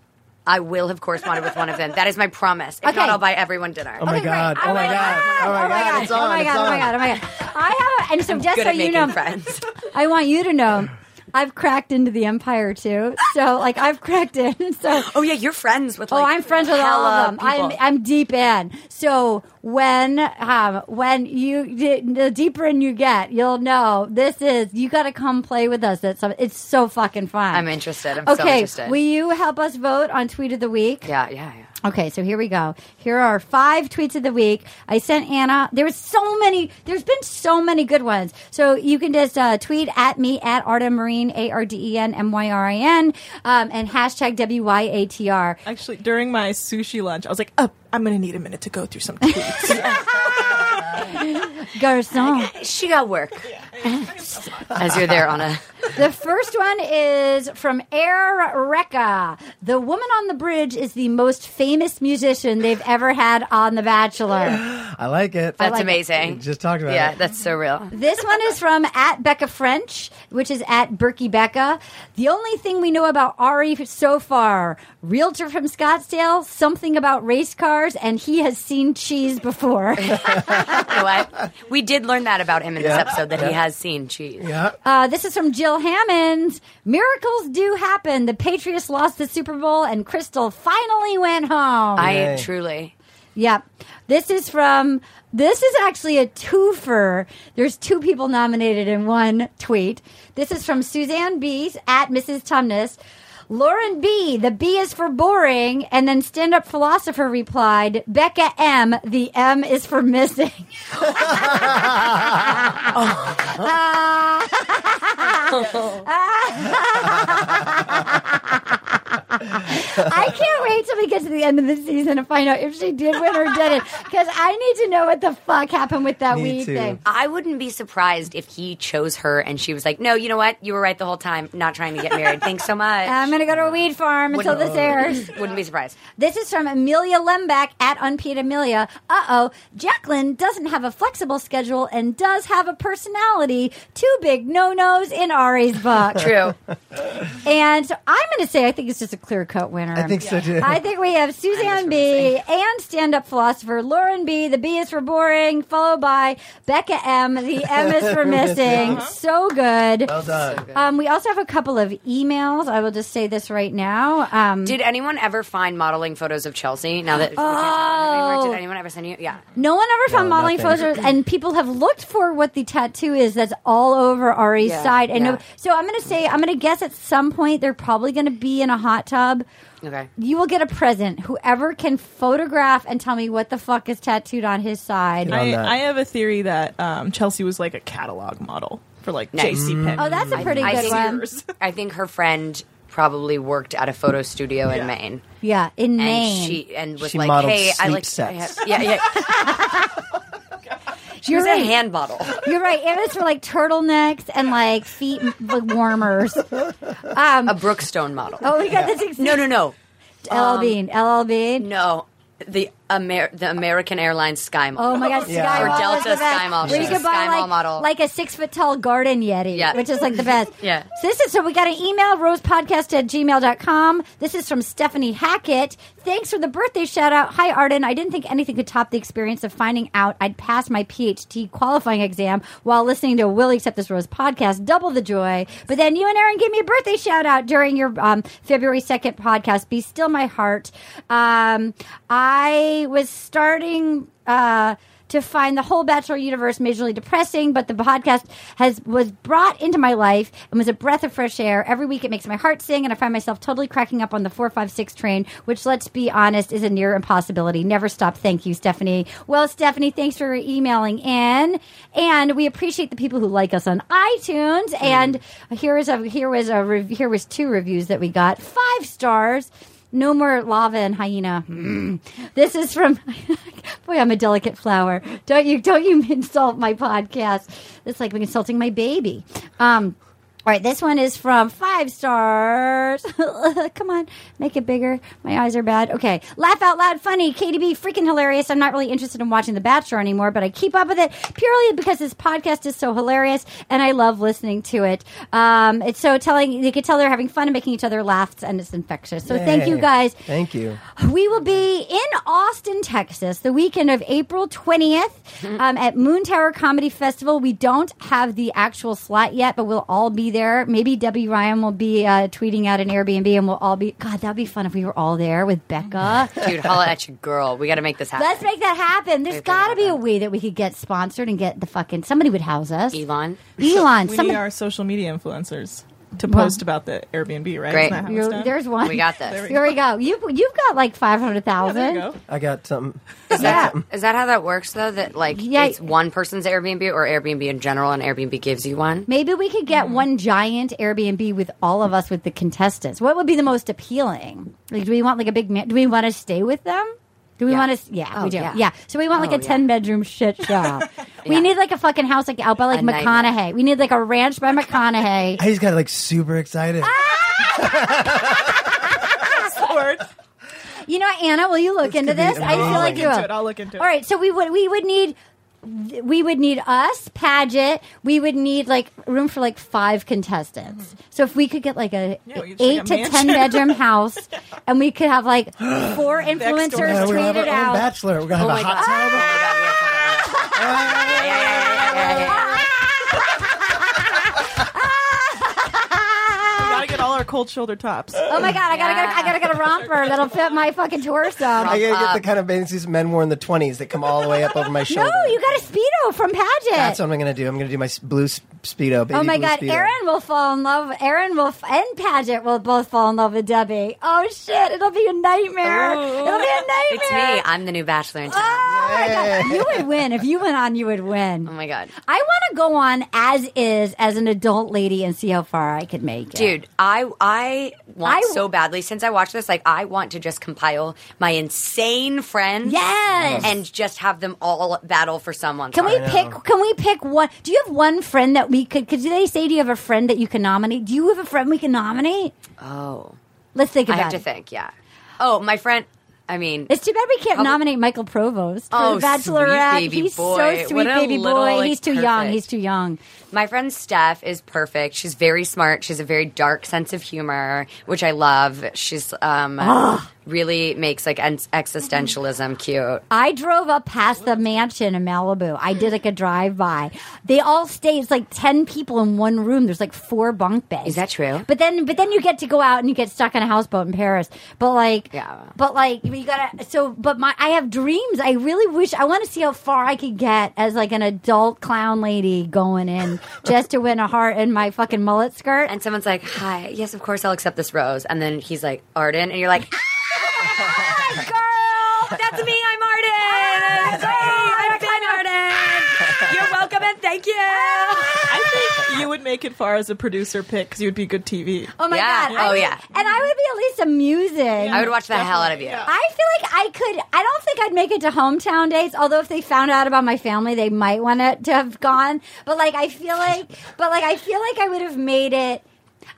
S5: I will have corresponded with one of them. That is my promise. If
S2: Okay.
S5: not, I'll buy everyone dinner.
S4: Oh my
S2: Okay,
S4: god.
S2: great.
S4: Oh my god. Oh my god. It's
S2: Oh
S4: on.
S2: my
S4: It's
S2: god! Oh my god!
S4: on.
S2: Oh my god! I have, and so just
S5: Good
S2: so
S5: at
S2: you
S5: making
S2: know,
S5: friends.
S2: I want you to know. I've cracked into the empire too, so like I've cracked in. So
S5: oh yeah, you're friends with.
S2: Oh,
S5: Like,
S2: I'm friends with all
S5: hella
S2: of them. I'm,
S5: people.
S2: I'm deep in. So when um, when you the deeper in you get, you'll know this is you got to come play with us. That's it's so fucking fun.
S5: I'm interested. I'm so
S2: okay,
S5: interested.
S2: will you help us vote on tweet of the week?
S5: yeah, yeah, yeah.
S2: Okay, so here we go. Here are five tweets of the week. I sent Anna. There was so many. There's been so many good ones. So you can just uh, tweet at me at Arda Marine A R D E N M Y R I N um, and hashtag W Y A T R.
S6: Actually, during my sushi lunch, I was like, oh, I'm going to need a minute to go through some tweets.
S2: Garcon.
S5: She got work. As you're there on a.
S2: The first one is from Air Recca. The woman on the bridge is the most famous musician they've ever had on The Bachelor.
S4: I like it.
S5: That's
S2: like it.
S5: amazing.
S4: We just talked about
S5: yeah,
S4: it.
S5: that's so real.
S2: This one is from at Becca French, which is at Berkey Becca. The only thing we know about Ari so far, realtor from Scottsdale, something about race cars, and he has seen cheese before.
S5: You know what? We did learn that about him in
S4: Yeah.
S5: this episode that he has seen cheese.
S4: Yeah.
S2: Uh, this is from Jill Hammond. Miracles do happen. The Patriots lost the Super Bowl, and Crystal finally went home.
S5: I
S4: Yay.
S5: truly.
S2: Yeah. This is from, this is actually a twofer. There's two people nominated in one tweet. This is from Suzanne B's at Mrs. Tumnus. Lauren B, the B is for boring. And then stand up philosopher replied, Becca M, the M is for missing. I can't wait till we get to the end of the season to find out if she did win or didn't. Because I need to know what the fuck happened with that
S4: Me
S2: weed
S4: too.
S2: thing.
S5: I wouldn't be surprised if he chose her and she was like, no, you know what? You were right the whole time. Not trying to get married. Thanks so much.
S2: I'm going to go to a weed farm until
S5: Wouldn't-
S2: Um, this airs.
S5: Wouldn't be surprised.
S2: This is from Amelia Lemback at Unpaid Amelia. Uh oh, Jacqueline doesn't have a flexible schedule and does have a personality. Two big no nos in Ari's book.
S5: True.
S2: and so I'm going to say I think it's just a clear cut winner.
S4: I think so, too.
S2: I think we have Suzanne B. and stand-up philosopher Lauren B. The B is for boring, followed by Becca M. The M is for missing.
S4: Uh-huh.
S2: So good.
S4: Well done. So good.
S2: Um, we also have a couple of emails. I will just say this right now. Um,
S5: Did anyone ever find modeling photos of Chelsea? Now that we can't
S2: Oh.
S5: find them anymore, did anyone ever send you? Yeah,
S2: No one ever found
S5: No,
S2: modeling
S5: nothing.
S2: photos, and people have looked for what the tattoo is that's all over Ari's
S5: Yeah,
S2: side. And
S5: yeah.
S2: no, so I'm going to say, I'm going to guess at some point they're probably going to be in a hot tub.
S5: Okay.
S2: You will get a present. Whoever can photograph and tell me what the fuck is tattooed on his side.
S6: I, I have a theory that um, Chelsea was like a catalog model for like
S4: Mm.
S6: JC Penney.
S2: Oh, that's a pretty
S5: I
S2: good
S5: think-
S2: one.
S5: I think her friend probably worked at a photo studio in Maine.
S2: Yeah, in
S5: and
S2: Maine.
S5: she and was
S4: She
S5: like,
S4: modeled
S5: "Hey, I
S4: sleep
S5: like
S4: sets.
S5: yeah, yeah." she
S2: You're
S5: was
S2: right.
S5: a hand model.
S2: You're right. It was for like turtlenecks and like feet m- warmers. Um,
S5: a Brookstone model.
S2: oh, we got this. Ex-
S5: No, um, no, no.
S2: LL Bean. LL Bean.
S5: No, the Amer- the American Airlines Sky Model.
S2: Oh my gosh,
S4: Yeah.
S2: Sky
S4: Or
S2: Mall is
S5: Delta
S2: the best.
S5: Sky Mall.
S2: Where you
S5: She's
S2: could
S5: a
S2: buy
S5: Sky Mall
S2: like,
S5: model.
S2: like a six foot tall garden yeti,
S5: Yeah.
S2: which is like the best.
S5: Yeah.
S2: So this is so we got an email, rosepodcast at gmail.com. This is from Stephanie Hackett. Thanks for the birthday shout out. Hi Arden. I didn't think anything could top the experience of finding out I'd passed my PhD qualifying exam while listening to Will Accept This Rose podcast. Double the joy. But then you and Aaron gave me a birthday shout out during your um, February 2nd podcast. Be still my heart. Um, I was starting uh, to find the whole Bachelor universe majorly depressing, but the podcast has was brought into my life and was a breath of fresh air. Every week, it makes my heart sing, and I find myself totally cracking up on the four five six train, which, let's be honest, is a near impossibility. Never stop. Thank you, Stephanie. Well, Stephanie, thanks for emailing in, and we appreciate the people who like us on iTunes. And here is a here was a rev- here was two reviews that we got five stars. No more lava and hyena. Mm. This is from boy, I'm a delicate flower. Don't you don't you insult my podcast? It's like insulting my baby. Um, all right, this one is from five stars. Come on, make it bigger. My eyes are bad. Okay, laugh out loud, funny. KDB, freaking hilarious. I'm not really interested in watching The Bachelor anymore, but I keep up with it purely because this podcast is so hilarious and I love listening to it. Um, it's so telling. You can tell they're having fun and making each other laugh, and it's infectious. So thank you
S4: Yay.
S2: guys.
S4: Thank you.
S2: We will be in Austin, Texas, the weekend of April 20th um, at Moon Tower Comedy Festival. We don't have the actual slot yet, but we'll all be there. Maybe Debbie Ryan will be uh, tweeting out an Airbnb and we'll all be. God, that'd be fun if we were all there with Becca.
S5: Dude, holla at your girl. We got to make this happen.
S2: Let's make that happen. There's got to be a way that we could get sponsored and get the fucking. Somebody would house us.
S5: Elon.
S2: Elon,
S6: We
S2: somebody.
S6: need our social media influencers to
S2: Well-
S6: post about the Airbnb, right?
S5: Great.
S6: Isn't that how it's
S2: You're-
S6: done?
S2: there's one.
S5: We got this.
S2: There we go. You you've got like five hundred thousand.
S6: Oh, There you go.
S4: I got something.
S5: Is that is that how that works though? That like
S2: Yeah.
S5: it's one person's Airbnb or Airbnb in general, and Airbnb gives you one.
S2: Maybe we could
S5: Mm-hmm.
S2: get one giant Airbnb with all of us with the contestants. What would be the most appealing? Like, do we want like a big? Man- do we want to stay with them? Do we
S5: Yeah.
S2: want to? Yeah,
S5: Oh,
S2: we do. Yeah.
S5: yeah.
S2: So we want like
S5: Oh,
S2: a
S5: yeah.
S2: ten bedroom shit show. We
S5: Yeah.
S2: need like a fucking house like out by like
S5: A
S2: McConaughey.
S5: nightmare.
S2: We need like a ranch by McConaughey.
S4: I just got like super excited.
S2: Ah, You know, Anna, will you look into
S4: could be
S2: this? I feel
S4: amazing.
S2: like you will.
S6: I'll look into it. I'll look into it.
S2: All right, so we would we would need we would need us, Paget. We would need like room for like five contestants. So if we could get like a
S6: Mm-hmm. Yeah, we could just
S2: eight
S6: get a
S2: to ten
S6: mansion.
S2: bedroom house, and we could have like four influencers
S4: Yeah, we're gonna have
S2: tweeted
S4: our own
S2: out. Oh
S4: bachelor. We're gonna have a hot tub.
S2: Ah!
S6: We gotta get all our cold shoulder tops.
S2: Oh my god! I gotta get a, I gotta get a romper that'll fit my fucking torso.
S4: I gotta get the kind of bandages men wore in the twenties that come all the way up over my shoulder.
S2: um, No, you got a speedo from Paget.
S4: That's what I'm gonna do. I'm gonna do my s- blue s- speedo. Baby
S2: Oh my
S4: blue
S2: God,
S4: speedo.
S2: Aaron will fall in love. Aaron will f- and Paget will both fall in love with Debbie. Oh shit, it'll be a nightmare. It'll be a nightmare.
S5: It's me. I'm the new bachelor in town.
S2: Oh my God,
S4: Yay.
S2: you would win if you went on. You would win.
S5: Oh my god,
S2: I want to go on as is as an adult lady and see how far I could make it.
S5: dude! I I want
S2: I-
S5: so badly since I watched this. Like I want to just compile my insane friends.
S2: Yes.
S5: and just have them all battle for someone.
S2: Can we pick? Can we pick one? Do you have one friend that we could? Because they say, do you have a friend that you can nominate? Do you have a friend we can nominate?
S5: Oh,
S2: Let's think
S5: I
S2: about
S5: have
S2: it.
S5: to think. Yeah. Oh, my friend. I mean,
S2: It's too bad we can't
S5: Probably-
S2: nominate Michael Provost for
S5: Oh,
S2: the Bachelorette.
S5: sweet baby
S2: he's
S5: boy.
S2: so sweet,
S5: What a
S2: baby
S5: little,
S2: boy.
S5: like,
S2: he's too young.
S5: perfect.
S2: He's too young.
S5: my friend Steph is perfect. She's very smart. She has a very dark sense of humor, which I love. She's um,
S2: Ugh.
S5: really makes like ex- existentialism cute.
S2: I drove up past the mansion in Malibu. I did like a drive by. They all stay. It's like ten people in one room. There's like four bunk beds. Is that
S5: true?
S2: But then, but then you get to go out and you get stuck on a houseboat in Paris. But like, yeah. But like, you gotta. So, but my, I have dreams. I really wish. I want to see how far I could get as like an adult clown lady going in just to win a heart in my fucking mullet skirt.
S5: And someone's like, "Hi, yes, of course I'll accept this rose." And then he's like, "Arden," and you're like, "Ah, That's me. I'm Arden.
S2: Ah,
S5: Hey, I'm Ben Arden. You're welcome and thank you.
S2: Ah.
S6: I think you would make it far as a producer pick because you would be good TV.
S2: Oh my
S5: Yeah.
S2: god!
S5: Oh,
S2: I would-
S5: yeah.
S2: And I would be at least amusing.
S5: I would watch the hell out of you.
S2: I feel like I could. I don't think I'd make it to hometown dates. Although if they found out about my family, they might want it to have gone. But like, I feel like, but like, I feel like I would have made it.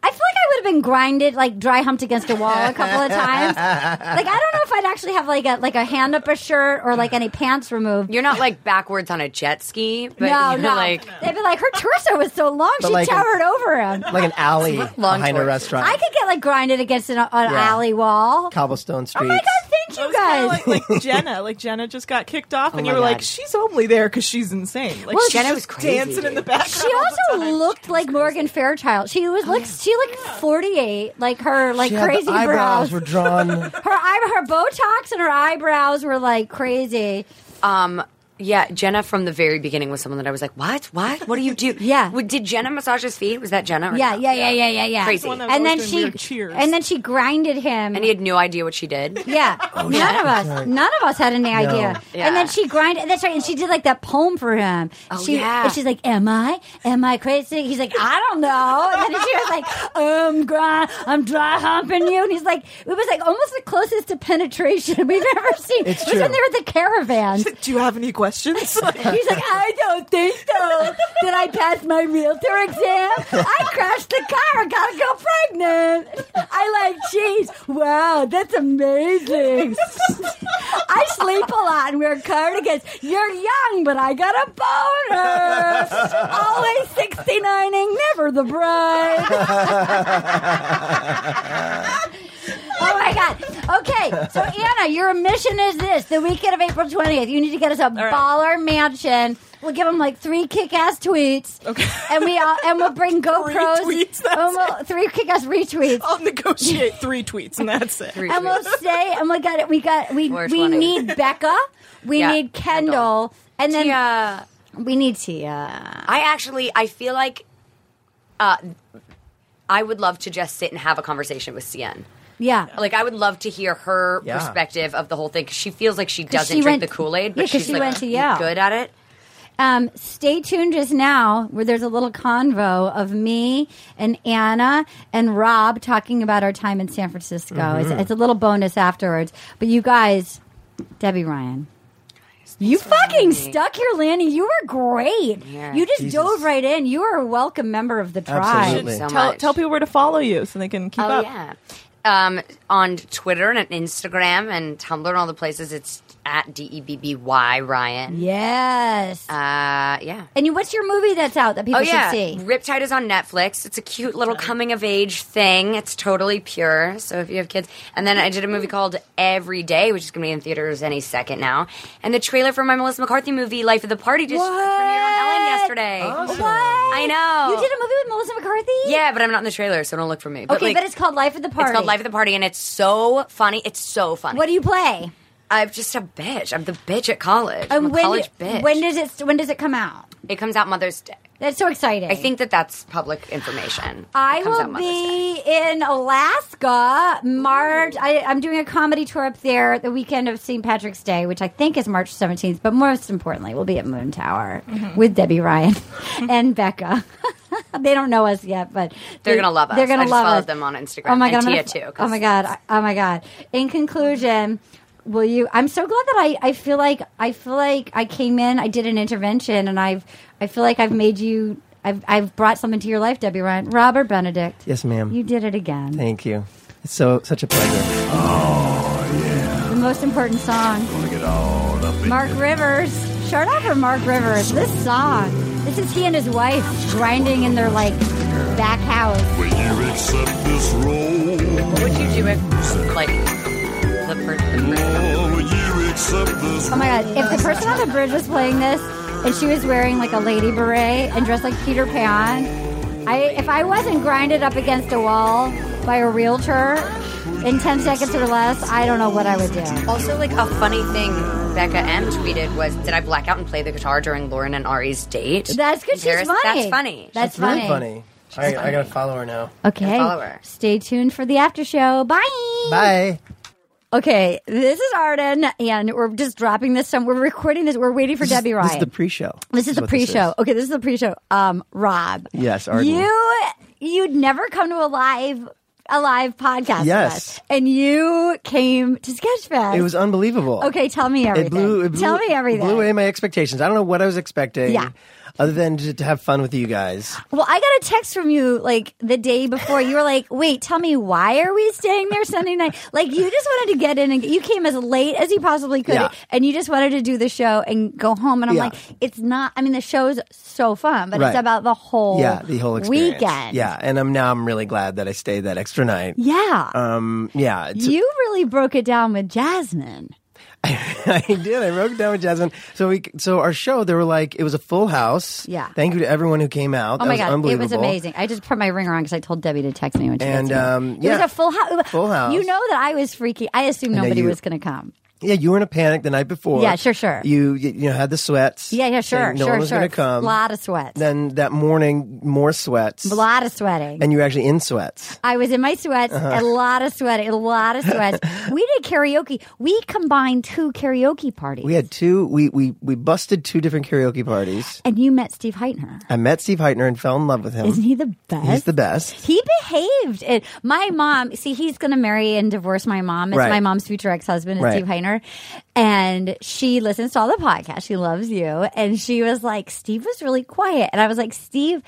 S2: I feel like I would have been grinded, like dry humped against a wall a couple of times. like I don't know if I'd actually have like a like a hand up a shirt or like any pants removed.
S5: You're not like backwards on a jet ski, but
S2: no,
S5: you're
S2: no.
S5: like
S2: They'd be like, her torso was so long,
S4: But
S2: she
S4: like-
S2: towered over him.
S4: like an alley
S5: Long
S4: behind a
S5: tour.
S4: restaurant,
S2: I could get like grinded against an, an
S4: Yeah.
S2: alley wall.
S4: cobblestone
S2: Oh
S4: streets.
S2: my god! Thank you guys.
S6: like, like Jenna, like Jenna just got kicked off,
S4: Oh
S6: and
S4: my
S6: you were like,
S4: God.
S6: she's only there because she's insane. Like
S2: Well,
S6: she's
S2: Jenna
S6: just
S2: was
S5: crazy.
S6: dancing in the background.
S2: She also looked like Morgan Fairchild. She was like she looked forty eight, like her like
S4: She had the
S2: crazy
S4: eyebrows
S2: brows.
S4: were drawn.
S2: her eye, her Botox and her eyebrows were like crazy.
S5: Um, yeah, Jenna from the very beginning was someone that I was like, what, what, what do you do? yeah, did Jenna massage his feet? Was that Jenna? or
S2: Yeah,
S5: no?
S2: yeah, yeah, yeah, yeah, yeah.
S5: Crazy.
S6: one that was
S2: And then
S6: always
S2: she
S6: doing weird cheers.
S2: and then she grinded him.
S5: and he had no idea what she did.
S2: yeah,
S4: Oh,
S2: none
S5: yeah.
S2: of us, none of us had any idea.
S5: Yeah.
S2: And then she grinded. That's right. And she did like that poem for him.
S5: Oh,
S2: she,
S5: yeah.
S2: And she's like, "Am I? Am I crazy?" He's like, "I don't know." And then she was like, "Um, grind. I'm dry humping you." And he's like, "It was like almost the closest to penetration we've ever seen."
S4: It's
S2: it was when
S4: true.
S2: they were at the caravan.
S6: Do you have any questions? Like,
S2: He's like, I don't think so. Did I pass my realtor exam? I crashed the car, gotta go pregnant. I like cheese. Wow, that's amazing. I sleep a lot and wear cardigans. You're young, but I got a boner. Always 69ing, never the bride. Oh my God. Okay, so Anna, your mission is this the weekend of April 20th. You need to get us a baller mansion. We'll give them like three kick-ass tweets,
S6: Okay.
S2: and we all, and we'll bring GoPros.
S6: tweets, that's Oh,
S2: and we'll- three kick-ass retweets,
S6: I'll negotiate three tweets, and that's it.
S5: Three
S2: and we'll
S5: tweets.
S2: say, and we got it. We got we
S5: Or
S2: we
S5: 20.
S2: need Becca, we
S5: Yeah,
S2: need Kendall, and then
S5: Yeah.
S2: we need Tia.
S5: I actually, I feel like, uh, I would love to just sit and have a conversation with CN.
S2: Yeah,
S5: Like, I would love to hear her
S4: Yeah.
S5: perspective of the whole thing because she feels like she doesn't
S2: she
S5: drink
S2: went-
S5: the Kool Aid,
S2: yeah,
S5: but
S2: 'cause
S5: she's
S2: she
S5: like
S2: went to Yale.
S5: good at it.
S2: Um, stay tuned just now where there's a little convo of me and Anna and Rob talking about our time in San Francisco.
S5: Mm-hmm.
S2: It's, it's a little bonus afterwards. But you guys, Debbie Ryan. You fucking stuck here, Lanny. You were great.
S5: Yeah.
S2: You just
S4: Jesus.
S2: dove right in. You are a welcome member of the tribe.
S4: Absolutely.
S5: So
S6: Tell,
S5: much.
S6: tell people where to follow you so they can keep
S5: oh,
S6: up.
S5: yeah. Um, on Twitter and on Instagram and Tumblr and all the places, it's at D E B B Y Ryan.
S2: Yes.
S5: Uh, yeah.
S2: and you, what's your movie that's out that people
S5: oh yeah,
S2: should see?
S5: Riptide is on Netflix. It's a cute little coming of age thing. It's totally pure. So if you have kids, and then I did a movie called Every Day, which is going to be in theaters any second now. And the trailer for my Melissa McCarthy movie Life of the Party just premiered on Ellen yesterday.
S2: What? I
S5: know.
S2: You did a movie with Melissa McCarthy?
S5: Yeah, but I'm not in the trailer, so don't look for me.
S2: Okay,
S5: like,
S2: but it's called Life of the Party.
S5: it's called Life of the Party, and it's so funny. It's so funny.
S2: What do you play?
S5: I'm just a bitch. I'm the bitch at college. I'm
S2: And
S5: a college bitch.
S2: When does it when does it come out?
S5: it comes out Mother's Day?
S2: That's so exciting.
S5: I think that that's public information.
S2: I
S5: It comes out
S2: will
S5: Mother's Day.
S2: be in Alaska March. I, I'm doing a comedy tour up there the weekend of St. Patrick's Day, which I think is March 17th. But most importantly, we'll be at Moon Tower
S5: Mm-hmm.
S2: with Debbie Ryan and Becca. they don't know us yet, but
S5: They're gonna love us.
S2: They're gonna
S5: I just
S2: love
S5: followed
S2: us.
S5: them on Instagram
S2: Oh my
S5: and
S2: god, I'm
S5: Tia
S2: gonna-
S5: too, 'cause-
S2: Oh my god, I- oh my god. In conclusion, will you? I'm so glad that I. I feel like I feel like I came in. I did an intervention, and I've. I feel like I've made you. I've, I've brought something to your life, Debbie Ryan. Robert Benedict.
S4: Yes, ma'am.
S2: You did it again.
S4: Thank you. It's so such a pleasure.
S2: the most important song.
S3: Gonna get all up in
S2: Mark Rivers. Shout out for Mark Rivers. This song. This is he and his wife grinding in their like back house.
S3: Will you accept this role?
S5: What would you do if, like, the person?
S3: Oh, will you accept this?
S2: Oh my god! If the person on the bridge was playing this and she was wearing like a lady beret and dressed like Peter Pan, I if I wasn't grinded up against a wall by a realtor in ten seconds or less, I don't know what I would do.
S5: Also, like a funny thing Becca M tweeted was, "Did I black out and play the guitar during Lauren and Ari's date?"
S2: That's good. She's
S5: There's-
S2: funny.
S5: That's funny.
S2: That's
S4: It's really funny. I, I gotta follow her now.
S2: Okay.
S5: follow her.
S2: Stay tuned for the after show. Bye.
S4: Bye.
S2: Okay, this is Arden, and we're just dropping this. Some we're recording this. We're waiting for Debbie Ryan.
S4: This is the pre-show.
S2: This is the
S4: what this
S2: pre-show.
S4: is.
S2: Okay, this is the pre-show. Um, Rob.
S4: Yes, Arden.
S2: You you'd never come to a live a live podcast. with
S4: Yes.
S2: us, and you came to Sketchfest.
S4: It was unbelievable.
S2: okay. Tell me everything.
S4: It blew, it blew.
S2: tell me everything.
S4: Blew away my expectations. I don't know what I was expecting.
S2: Yeah.
S4: Other than to, to have fun with you guys.
S2: Well, I got a text from you like the day before. You were like, "Wait, tell me why are we staying there Sunday night?" Like you just wanted to get in and you came as late as you possibly could,
S4: Yeah.
S2: and you just wanted to do the show and go home. And I'm
S4: Yeah.
S2: like, "It's not. I mean, the show's so fun, but
S4: Right.
S2: it's about the whole
S4: yeah, the whole
S2: Oh,
S4: experience.
S2: weekend.
S4: Yeah, and I'm now I'm really glad that I stayed that extra night.
S2: yeah.
S4: Um, yeah, it's,
S2: you really broke it down with Jasmine.
S4: I did. I broke it down with Jasmine. So we, so our show, they were like, it was a full house.
S2: Yeah.
S4: Thank you to everyone who came out.
S2: Oh
S4: that
S2: my
S4: was
S2: god, it
S4: unbelievable.
S2: was amazing! I just put my ringer on because I told Debbie to text me when she
S4: And,
S2: texted me.
S4: um,
S2: it
S4: yeah.
S2: was a full house.
S4: Full house.
S2: You know that I was freaky. I assumed
S4: And that
S2: nobody
S4: you-
S2: was going to come.
S4: Yeah, you were in a panic the night before.
S2: Yeah, sure, sure.
S4: You you, you know had the sweats.
S2: Yeah, yeah, sure,
S4: saying No
S2: sure,
S4: one was
S2: sure.
S4: going to come.
S2: A lot of sweats.
S4: Then that morning, more sweats.
S2: A lot of sweating.
S4: And Uh-huh. you were actually in sweats.
S2: I was in my sweats, a lot of sweating, a lot of sweats. we did karaoke. We combined two karaoke parties.
S4: We had two. We we we busted two different karaoke parties.
S2: and you met Steve Heitner.
S4: I met Steve Heitner and fell in love with him.
S2: Isn't he the best?
S4: Um, He's the best.
S2: He behaved. It, my mom, see, he's going to marry and divorce my mom. It's
S4: Right.
S2: my mom's future ex husband,
S4: Right.
S2: Steve Heiner. And she listens to all the podcast. She loves you. And she was like, Steve was really quiet. And I was like, Steve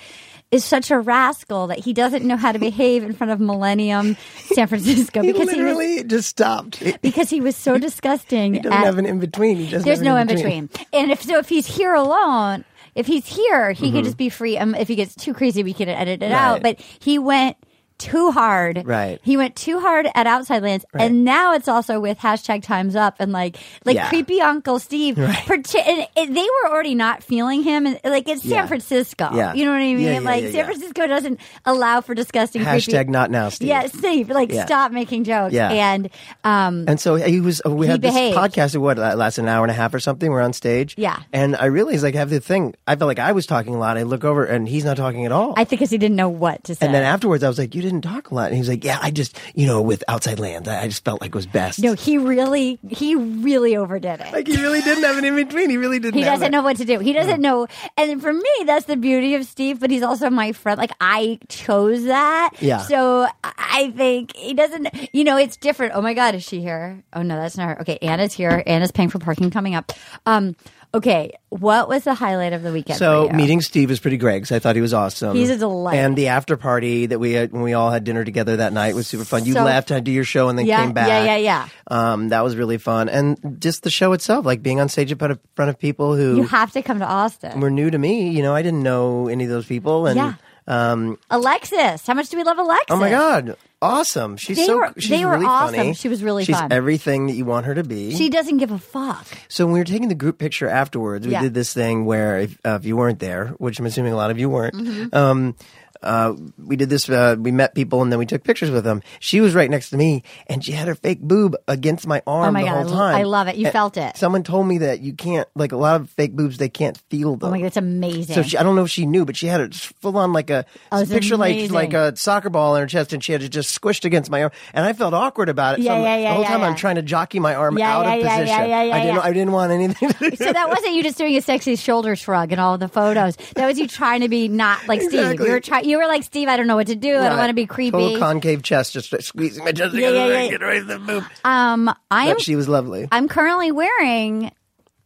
S2: is such a rascal that he doesn't know how to behave in front of Millennium San Francisco
S4: He
S2: because he, was,
S4: literally just stopped. He
S2: because he was so disgusting.
S4: doesn't
S2: at-
S4: have an in between. He doesn't.
S2: there's
S4: have
S2: no
S4: an
S2: in between. And if so, if he's here alone, if he's here, he could just be free. Um, if he gets too crazy, we can edit it out.
S4: Mm-hmm. Right.
S2: But he went too hard.
S4: Right.
S2: He went too hard at Outside Lands,
S4: Right.
S2: and now it's also with hashtag Times Up and like like
S4: Yeah.
S2: creepy Uncle Steve.
S4: Right.
S2: Parti- and it, they were already not feeling him, and like it's San
S4: Yeah.
S2: Francisco.
S4: Yeah.
S2: You know what I
S4: Yeah,
S2: mean?
S4: yeah,
S2: like
S4: yeah,
S2: San
S4: yeah.
S2: Francisco doesn't allow for disgusting.
S4: Hashtag
S2: creepy-
S4: not now, Steve.
S2: Yeah, Steve. Like
S4: Yeah.
S2: stop making jokes.
S4: Yeah.
S2: And um,
S4: And so he was. We
S2: He
S4: had this
S2: behaved.
S4: podcast. What last an hour and a half or something? We're on stage.
S2: Yeah.
S4: And I realized like I have the thing. I felt like I was talking a lot. I look over and he's not talking at all.
S2: I think because he didn't know what to say.
S4: and then afterwards, I was like, "You didn't talk a lot." And he was like, "Yeah, I just, you know, with outside lands, I I just felt like it was best."
S2: No, he really, he really overdid it.
S4: like he really didn't have an in between. He really didn't.
S2: He
S4: have
S2: doesn't
S4: it.
S2: know what to do. He doesn't know. And for me, that's the beauty of Steve, but he's also my friend. Like, I chose that.
S4: Yeah.
S2: So I- I think he doesn't, you know, it's different. Oh my God, is she here? Oh no, that's not her. Okay, Anna's here. Anna's paying for parking coming up. Um, okay, what was the highlight of the weekend?
S4: So
S2: for you?
S4: meeting Steve was pretty great because I thought he was awesome.
S2: He's a delight.
S4: And the after party that we had when we all had dinner together that night was super fun. You
S2: So-
S4: left, had to do your show, and then
S2: Yeah,
S4: came back.
S2: yeah, yeah, yeah.
S4: Um, that was really fun, and just the show itself, like being on stage in front of, front of people
S2: You
S4: who
S2: have to come to Austin.
S4: were new to me. You know, I didn't know any of those people, and
S2: Yeah.
S4: um,
S2: Alexis. How much do we love Alexis?
S4: oh my god, awesome! She's
S2: They
S4: so
S2: were-
S4: she's
S2: they were
S4: really
S2: awesome.
S4: funny.
S2: She was really
S4: she's
S2: fun.
S4: everything that you want her to be.
S2: She doesn't give a fuck.
S4: So when we were taking the group picture afterwards, we
S2: Yeah.
S4: did this thing where if, uh, if you weren't there, which I'm assuming a lot of you weren't,
S2: Mm-hmm.
S4: um, uh, we did this. Uh, we met people and then we took pictures with them. She was right next to me, and she had her fake boob against my arm
S2: Oh my
S4: the
S2: God, I
S4: whole
S2: lo-
S4: time. Eh,
S2: I love it. You
S4: And
S2: felt it.
S4: Someone told me that you can't like a lot of fake boobs. They can't feel them.
S2: Oh my God, that's amazing.
S4: So she, I don't know if she knew, but she had it full on like a
S2: Oh, it's
S4: picture
S2: amazing.
S4: like like a soccer ball in her chest, and she had it just swished against my arm, and I felt awkward about it.
S2: Yeah,
S4: so I'm-
S2: yeah, yeah,
S4: the whole
S2: yeah,
S4: time
S2: yeah.
S4: I'm trying to jockey my arm
S2: Yeah,
S4: out
S2: yeah,
S4: of
S2: yeah, yeah,
S4: position.
S2: yeah, yeah,
S4: I didn't.
S2: yeah.
S4: I didn't want anything. To do.
S2: So that wasn't you just doing a sexy shoulder shrug in all the photos. That was you trying to be not like Steve.
S4: Exactly.
S2: You were try- You were like Steve. I don't know what to do. I don't
S4: Right.
S2: want to be creepy.
S4: Total concave chest, just squeezing my chest together
S2: yeah,
S4: and
S2: yeah.
S4: get away from the boob.
S2: um, I am.
S4: But she was lovely.
S2: I'm currently wearing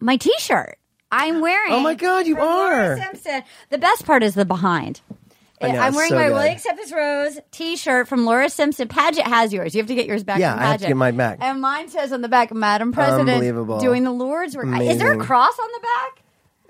S2: my T-shirt. I'm wearing.
S4: oh my god, you
S2: Homer
S4: are!
S2: Simpson. The best part is the behind.
S4: I know,
S2: I'm
S4: it's
S2: wearing
S4: so
S2: my
S4: good.
S2: Will You Accept This Rose T-shirt from Laura Simpson. Paget has yours. You have to get yours back.
S4: Yeah,
S2: from
S4: I have to
S2: Paget.
S4: get mine back.
S2: And mine says on the back, "Madam President,
S4: Unbelievable.
S2: doing the Lord's work." Is there a
S4: Amazing.
S2: cross on the back?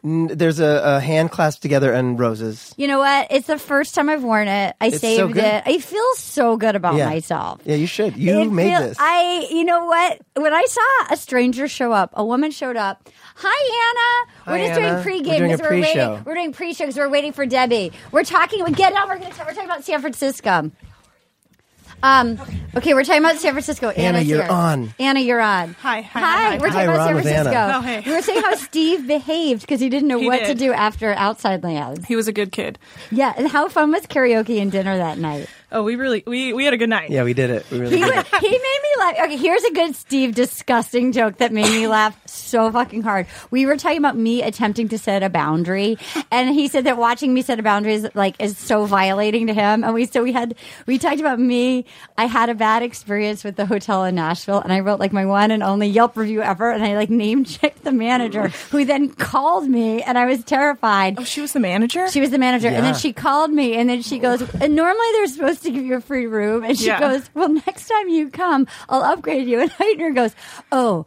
S4: N- There's a, a hand clasped together and roses.
S2: You know what? It's the first time I've worn it. I
S4: It's so
S2: saved
S4: good.
S2: it. I feel so good about
S4: yeah.
S2: myself.
S4: Yeah, you should. You
S2: It
S4: made
S2: feel-
S4: this.
S2: I, you know what? When I saw a stranger show up, a woman showed up. Hi, Anna.
S4: Hi,
S2: we're just
S4: Anna.
S2: doing
S4: We're
S2: pregame
S4: doing a
S2: because we're
S4: pre-show.
S2: waiting. We're doing pre-show because we're waiting for Debbie. We're talking. We get out. We're going to talk. We're talking about San Francisco. Um. Okay, we're talking about San Francisco.
S4: Anna,
S2: Anna's
S4: you're
S2: here.
S4: on.
S2: Anna, you're on.
S6: Hi, hi,
S2: hi.
S6: hi,
S2: We're
S4: hi.
S2: talking
S4: Hi,
S2: about San
S4: we're on with Anna.
S2: Francisco.
S6: Oh, hey.
S2: We were saying how Steve behaved because he didn't know
S6: He
S2: what to
S6: did.
S2: do after Outside Lands.
S6: He was a good kid.
S2: Yeah, and how fun was karaoke and dinner that night?
S6: Oh, we really we we had a good night.
S4: Yeah, we did it. We really
S2: He,
S4: did.
S2: would,
S4: it.
S2: he made me laugh. Okay, here's a good Steve disgusting joke that made me laugh so fucking hard. We were talking about me attempting to set a boundary, and he said that watching me set a boundary is like is so violating to him. And we so we had we talked about me. I had a bad experience with the hotel in Nashville, and I wrote like my one and only Yelp review ever, and I like name checked the manager, who then called me, and I was terrified.
S6: Oh, she was the manager.
S2: She was the manager, and then
S4: Yeah.
S2: she called me, and then she goes, and normally they're supposed to give you a free room, and she
S6: Yeah.
S2: goes, well, next time you come, I'll upgrade you. And Heitner goes, oh,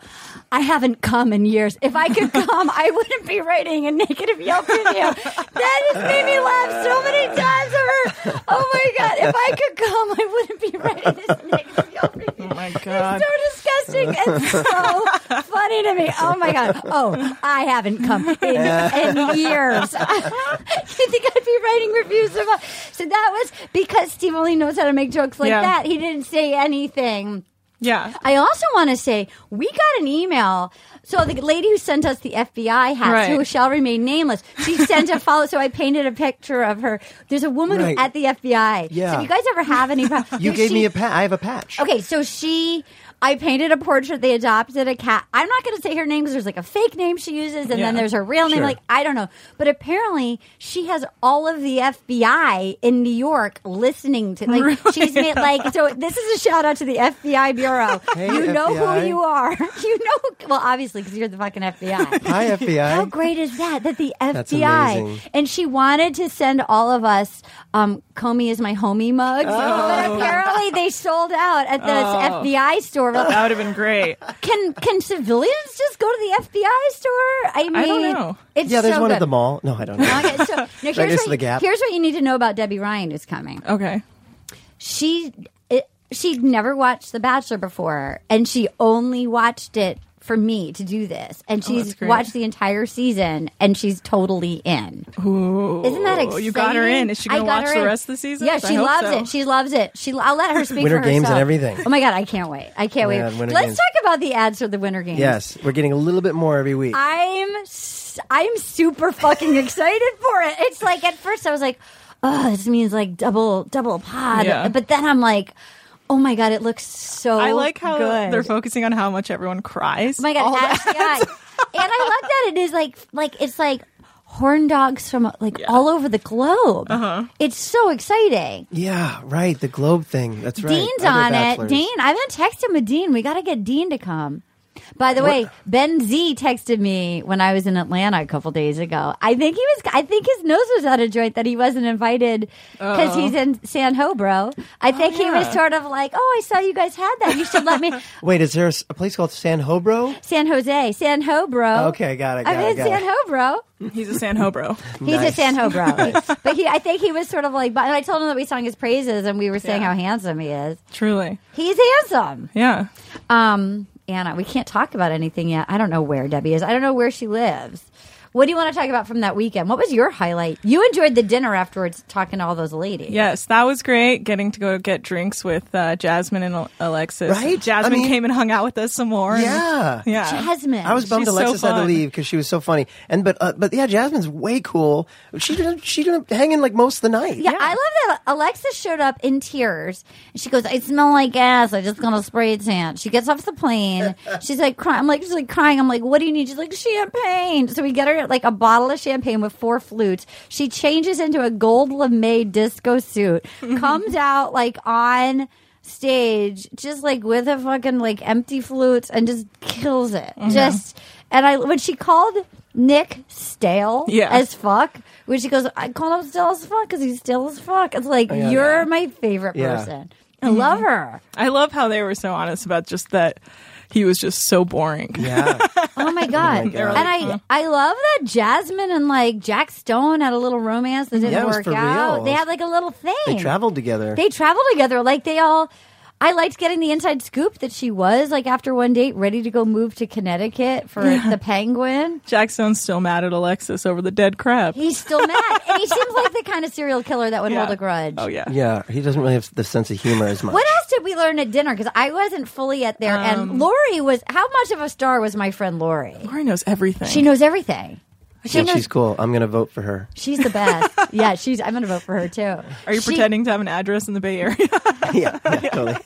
S2: I haven't come in years. If I could come, I wouldn't be writing a negative Yelp review. That just made me laugh so many times. Over, oh my god, if I could come, I wouldn't be writing this negative Yelp review.
S6: oh my
S2: It's
S6: god.
S2: so disgusting and so funny to me. Oh my god. Oh, I haven't come in, in years. you think I'd be writing reviews about? So that was because Steve only knows how to make jokes like
S6: Yeah.
S2: that. He didn't say anything.
S6: Yeah.
S2: I also want to say we got an email. So the lady who sent us the FBI hats,
S6: Right.
S2: who shall remain nameless, she sent a follow. So I painted a picture of her. There's a woman
S4: Right.
S2: at the FBI. So
S4: Yeah.
S2: if you guys ever have any,
S4: You gave me
S2: She-
S4: a pat. I have a patch.
S2: Okay, so she, I painted a portrait. They adopted a cat. I'm not going to say her name because there's like a fake name she uses, and
S6: Yeah.
S2: then there's her real name.
S4: Sure.
S2: Like I don't know, but apparently she has all of the FBI in New York listening to. Like she's made like so. This is a shout out to the FBI bureau.
S4: Hey,
S2: you know
S4: FBI.
S2: who you are. You know, well, obviously because you're the fucking FBI.
S4: Hi, FBI.
S2: How great is that? That the FBI
S4: That's amazing.
S2: and she wanted to send all of us um, Comey is my homie mugs, but
S4: Oh.
S2: apparently they sold out at this FBI store.
S6: That would have been great.
S2: Can can civilians just go to the FBI store? I mean,
S6: I don't know.
S2: It's
S4: Yeah, there's
S2: so
S4: one
S2: good.
S4: at the mall. No, I don't know.
S2: Okay, so now here's,
S4: next
S2: what
S4: to
S2: you,
S4: the Gap.
S2: here's what you need to know about Debbie Ryan who's coming.
S6: Okay.
S2: She it, she'd never watched The Bachelor before, and she only watched it for me to do this. And
S6: Oh, that's
S2: she's
S6: great.
S2: watched the entire season, and she's totally in. Isn't that
S6: Oh,
S2: exciting?
S6: you got her in. Is she
S2: I
S6: gonna
S2: got
S6: watch
S2: her
S6: the
S2: in.
S6: rest of the season?
S2: Yeah,
S6: I
S2: she
S6: hope
S2: loves
S6: so.
S2: it. She loves it. She. I'll let her speak
S4: Winter
S2: for
S4: games and
S2: herself.
S4: everything.
S2: Oh my god, I can't wait. I can't
S4: Yeah,
S2: wait.
S4: Winter
S2: Let's
S4: Games.
S2: talk about the ads for the Winter Games.
S4: Yes, we're getting a little bit more every week.
S2: I'm s- I'm super fucking excited for it. It's like at first I was like, oh, this means like double double pod,
S6: Yeah.
S2: but then I'm like, oh my god, it looks so.
S6: I like how
S2: Oh, good.
S6: they're focusing on how much everyone cries.
S2: Oh my god, Ashley Eye. and I love that it is like like it's like horn dogs from like all over the globe.
S6: Uh-huh.
S2: It's so exciting.
S4: yeah, right. The globe thing. That's right.
S2: Dean's
S4: Other
S2: on
S4: bachelors.
S2: it. Dean, I've been texting with Dean. We got to get Dean to come. By the way, Ben Z texted me when I was in Atlanta a couple days ago. I think he was. I think his nose was out of joint that he wasn't invited because he's in San Hobro.
S4: Oh,
S2: I think he was sort of like, "Oh, I saw you guys had that. You should let me."
S4: Wait, is there a, s- a place called San Hobro?
S2: San Jose, San Hobro.
S4: Okay, got it, got
S2: I'm
S4: it,
S2: in
S4: got it.
S2: San Hobro.
S6: He's a San Hobro.
S2: He's
S4: Nice.
S2: a San Hobro. but he, I think he was sort of like, but I told him that we sang his praises and we were saying
S6: Yeah.
S2: how handsome he is.
S6: Truly.
S2: He's handsome.
S6: Yeah.
S2: Um, Anna, we can't talk about anything yet. I don't know where Debbie is. I don't know where she lives. What do you want to talk about from that weekend? What was your highlight? You enjoyed the dinner afterwards talking to all those ladies.
S6: Yes, that was great. Getting to go get drinks with uh, Jasmine and Al- Alexis.
S4: Right?
S6: Jasmine
S4: I mean-
S6: came and hung out with us some more. and-
S4: Yeah.
S6: yeah.
S2: Jasmine.
S4: I was bummed
S6: She's so
S4: Alexis had to
S6: fun.
S4: leave because she was so funny. And but uh, but yeah, Jasmine's way cool. She didn't she didn't hang in like most of the night.
S2: Yeah, I love that Alexa showed up in tears. And she goes, "I smell like gas. I just got a spray tan." She gets off the plane. She's like crying. I'm like, she's like crying. I'm like, "What do you need?" She's like, "Champagne." So we get her like a bottle of champagne with four flutes. She changes into a gold lame disco suit. comes out like on stage just like with a fucking like empty flutes and just kills it. Just and I when she called Nick stale
S6: Yeah.
S2: as fuck. When she goes, I call him still as fuck because he's still as fuck. It's like you're my favorite
S4: Oh, Yeah.
S2: person. I love her.
S6: I love how they were so honest about just that he was just so boring.
S4: Yeah.
S2: Oh my god!
S6: God.
S2: and I, I love that Jasmine and like Jack Stone had a little romance that didn't
S4: Yeah, it was
S2: work
S4: for
S2: out.
S4: real.
S2: They had like a little thing.
S4: They traveled together.
S2: They traveled together. Like they all. I liked getting the inside scoop that she was like after one date ready to go move to Connecticut for the Penguin.
S6: Jack Stone's still mad at Alexis over the dead crab.
S2: He's still mad, and he seems like the kind of serial killer that would
S6: Yeah.
S2: hold a grudge.
S6: oh yeah.
S4: yeah, he doesn't really have the sense of humor as much.
S2: What else did we learn at dinner? Because I wasn't fully at there,
S6: Um,
S2: and Lori was. How much of a star was my friend Lori?
S6: Lori knows everything.
S2: She knows everything. She
S4: Yeah,
S2: knows
S4: she's cool. I'm going to vote for her.
S2: She's the best. yeah, she's. I'm gonna vote for her too.
S6: Are you
S2: She-
S6: pretending to have an address in the Bay Area?
S4: yeah, yeah, totally.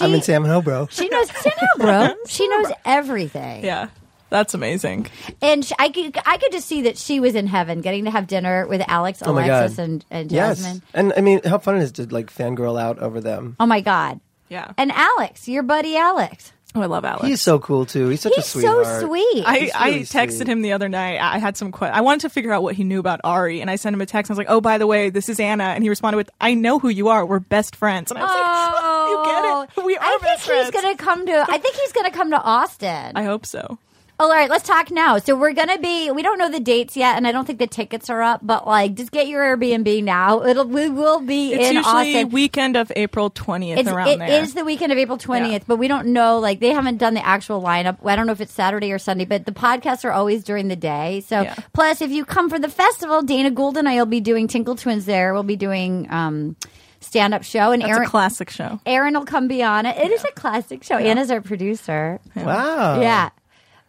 S4: I'm in Salmon Hill, bro.
S2: She knows Sam bro. She knows everything.
S6: yeah. That's amazing.
S2: And she, I could, I could just see that she was in heaven, getting to have dinner with Alex,
S4: Oh my
S2: Alexis,
S4: God.
S2: and and Jasmine.
S4: Yes. And I mean, how fun it is to like fangirl out over them.
S2: Oh my god.
S6: Yeah.
S2: And Alex, your buddy Alex.
S6: Oh, I love Alex.
S4: He's so cool too. He's such a
S2: He's
S4: sweetheart.
S2: so sweet.
S6: I, I
S4: really
S6: texted
S4: sweet.
S6: him the other night. I I had some que- I wanted to figure out what he knew about Ari, and I sent him a text. I was like, "Oh, by the way, this is Anna," and he responded with, "I know who you are. We're best friends." And I was
S2: Oh.
S6: like, "You get it? We are
S2: I think
S6: best friends."
S2: he's gonna come to. I think he's gonna come to Austin.
S6: I hope so.
S2: Oh, all right, let's talk now. So we're gonna be. We don't know the dates yet, and I don't think the tickets are up. But like, just get your Airbnb now. It'll we will be
S6: It's
S2: in
S6: usually
S2: Austin.
S6: weekend of April twentieth
S2: It's,
S6: around
S2: it
S6: there.
S2: is the weekend of April 20th,
S6: Yeah.
S2: but we don't know. Like, they haven't done the actual lineup. I don't know if it's Saturday or Sunday, but the podcasts are always during the day. So,
S6: Yeah.
S2: plus, if you come for the festival, Dana Gould and I will be doing Tinkle Twins there. We'll be doing um, stand up show, and
S6: That's
S2: Aaron,
S6: a classic show.
S2: Aaron will come be on it. It is a classic show. Anna's our producer.
S4: Wow.
S2: Yeah.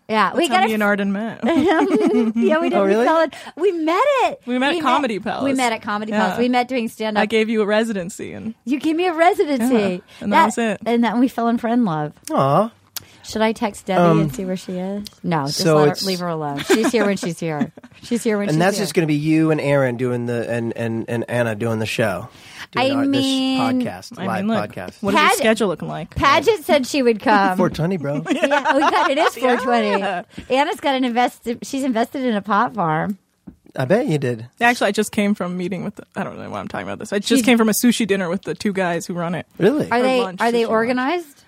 S2: Yeah. we
S6: That's how
S2: got
S6: Uh, me and Arden met.
S2: yeah, we didn't
S4: Oh, really?
S2: sell it. We met it.
S6: We met at Comedy Palace.
S2: We met at Comedy
S6: Yeah.
S2: Palace. We met doing stand
S6: I
S2: up.
S6: gave you a residency, and
S2: you gave me a residency.
S6: Yeah, and that was it.
S2: And then we fell in friend love.
S4: Aw. Um,
S2: Should I text Debbie and see where she is? No, just
S4: so
S2: let
S4: it's-
S2: her, leave her alone. She's here when she's here. She's here when she's
S4: And that's
S2: here.
S4: just going to be you and Aaron doing the and and, and Anna doing the show. Doing
S2: I
S4: our- this
S2: mean-
S4: podcast,
S6: I
S4: live
S6: mean, look,
S4: podcast.
S6: what is
S2: Pad-
S6: your schedule looking like?
S2: Paget said she would come.
S4: 420, bro.
S2: yeah, oh God, it is 420. Anna's got an invest. She's invested in a pot farm.
S4: I bet you did.
S6: Actually, I just came from a meeting with. The, I don't know why I'm talking about this. I just came from a sushi dinner with the two guys who run it.
S4: Really?
S2: Are
S6: For
S2: they
S6: lunch,
S2: are they
S6: sushi lunch.
S2: organized?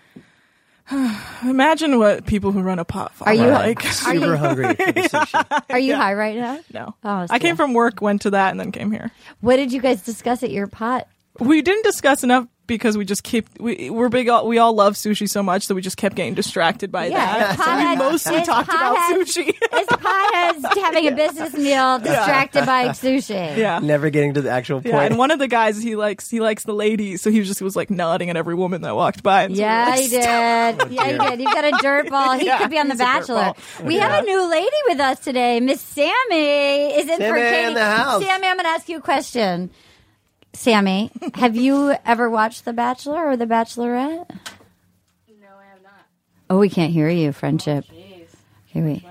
S6: Imagine what people who run a pot farm
S2: Are you-
S6: like.
S4: super hungry for the sushi.
S2: Are you high right now?
S6: No,
S2: Oh,
S6: I
S2: yeah.
S6: came from work, went to that, and then came here.
S2: What did you guys discuss at your pot?
S6: We didn't discuss enough because we just keep we we're big. All, we all love sushi so much that we just kept getting distracted by that. So we
S2: pothead-
S6: mostly
S2: is
S6: talked about
S2: pothead-
S6: sushi.
S2: Is potheads having a business meal distracted by sushi?
S6: yeah.
S4: Never getting to the actual point.
S6: Yeah, and one of the guys he likes he likes the ladies, so he just was like nodding at every woman that walked by. And so we were
S2: Yeah,
S6: like,
S2: he did. yeah, he did. You've got a dirt ball. He
S6: Yeah,
S2: could be on The
S6: he's a dirt
S2: Bachelor.
S6: ball.
S2: We have a new lady with us today. Miss Sammy is in for
S4: Sammy in
S2: Katie.
S4: the house.
S2: Sammy, I'm going to ask you a question. Sammy, have you ever watched The Bachelor or The Bachelorette? No, I have not. Oh, we can't hear you, friendship.
S7: Oh,
S2: Here we.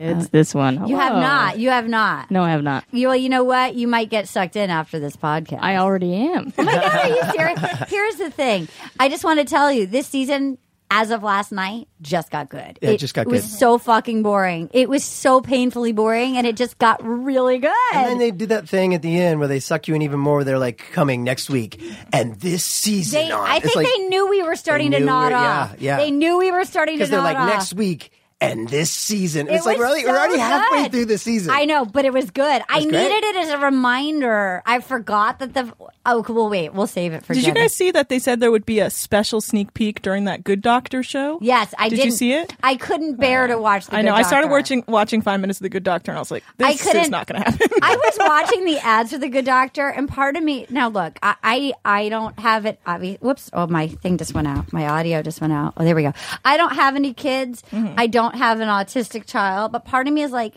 S7: It's this one.
S2: You have
S7: Hello.
S2: not. You have not.
S7: No, I have not.
S2: You, well, you know what? You might get sucked in after this podcast.
S7: I already am.
S2: Oh Are you serious? Here's the thing. I just want to tell you this season, as of last night, just got good.
S4: Yeah, it just got
S2: was
S4: good.
S2: so fucking boring. It was so painfully boring, and it just got really good.
S4: And then they did that thing at the end where they suck you in even more. Where they're like, coming next week, and this season.
S2: They-
S4: on.
S2: I
S4: It's
S2: think
S4: like-
S2: they knew we were starting
S4: They
S2: to
S4: knew
S2: nod
S4: we- yeah,
S2: off.
S4: yeah.
S2: They knew we were starting to
S4: because they're
S2: nod
S4: like
S2: off.
S4: next week and this season. It's
S2: It
S4: like
S2: was
S4: we're already, we're
S2: so
S4: already halfway
S2: good.
S4: through the season.
S2: I know, but it was good. I
S4: was
S2: needed
S4: great.
S2: it as a reminder. I forgot that the. Oh, well, wait. We'll save it for.
S6: Did you
S2: Jenna.
S6: guys see that they said there would be a special sneak peek during that Good Doctor show?
S2: Yes, I
S6: did.
S2: didn't-
S6: you see it?
S2: I couldn't bear to watch. The
S6: I know.
S2: Good
S6: I started
S2: Doctor.
S6: watching watching five minutes of the Good Doctor, and I was like,
S2: I
S6: "This is
S2: couldn't-
S6: not going to happen."
S2: I was watching the ads for the Good Doctor, and part of me now look, I I, I don't have it. Obvious. Whoops! Oh, my thing just went out. My audio just went out. Oh, there we go. I don't have any kids.
S6: Mm-hmm.
S2: I don't have an autistic child, but part of me is like.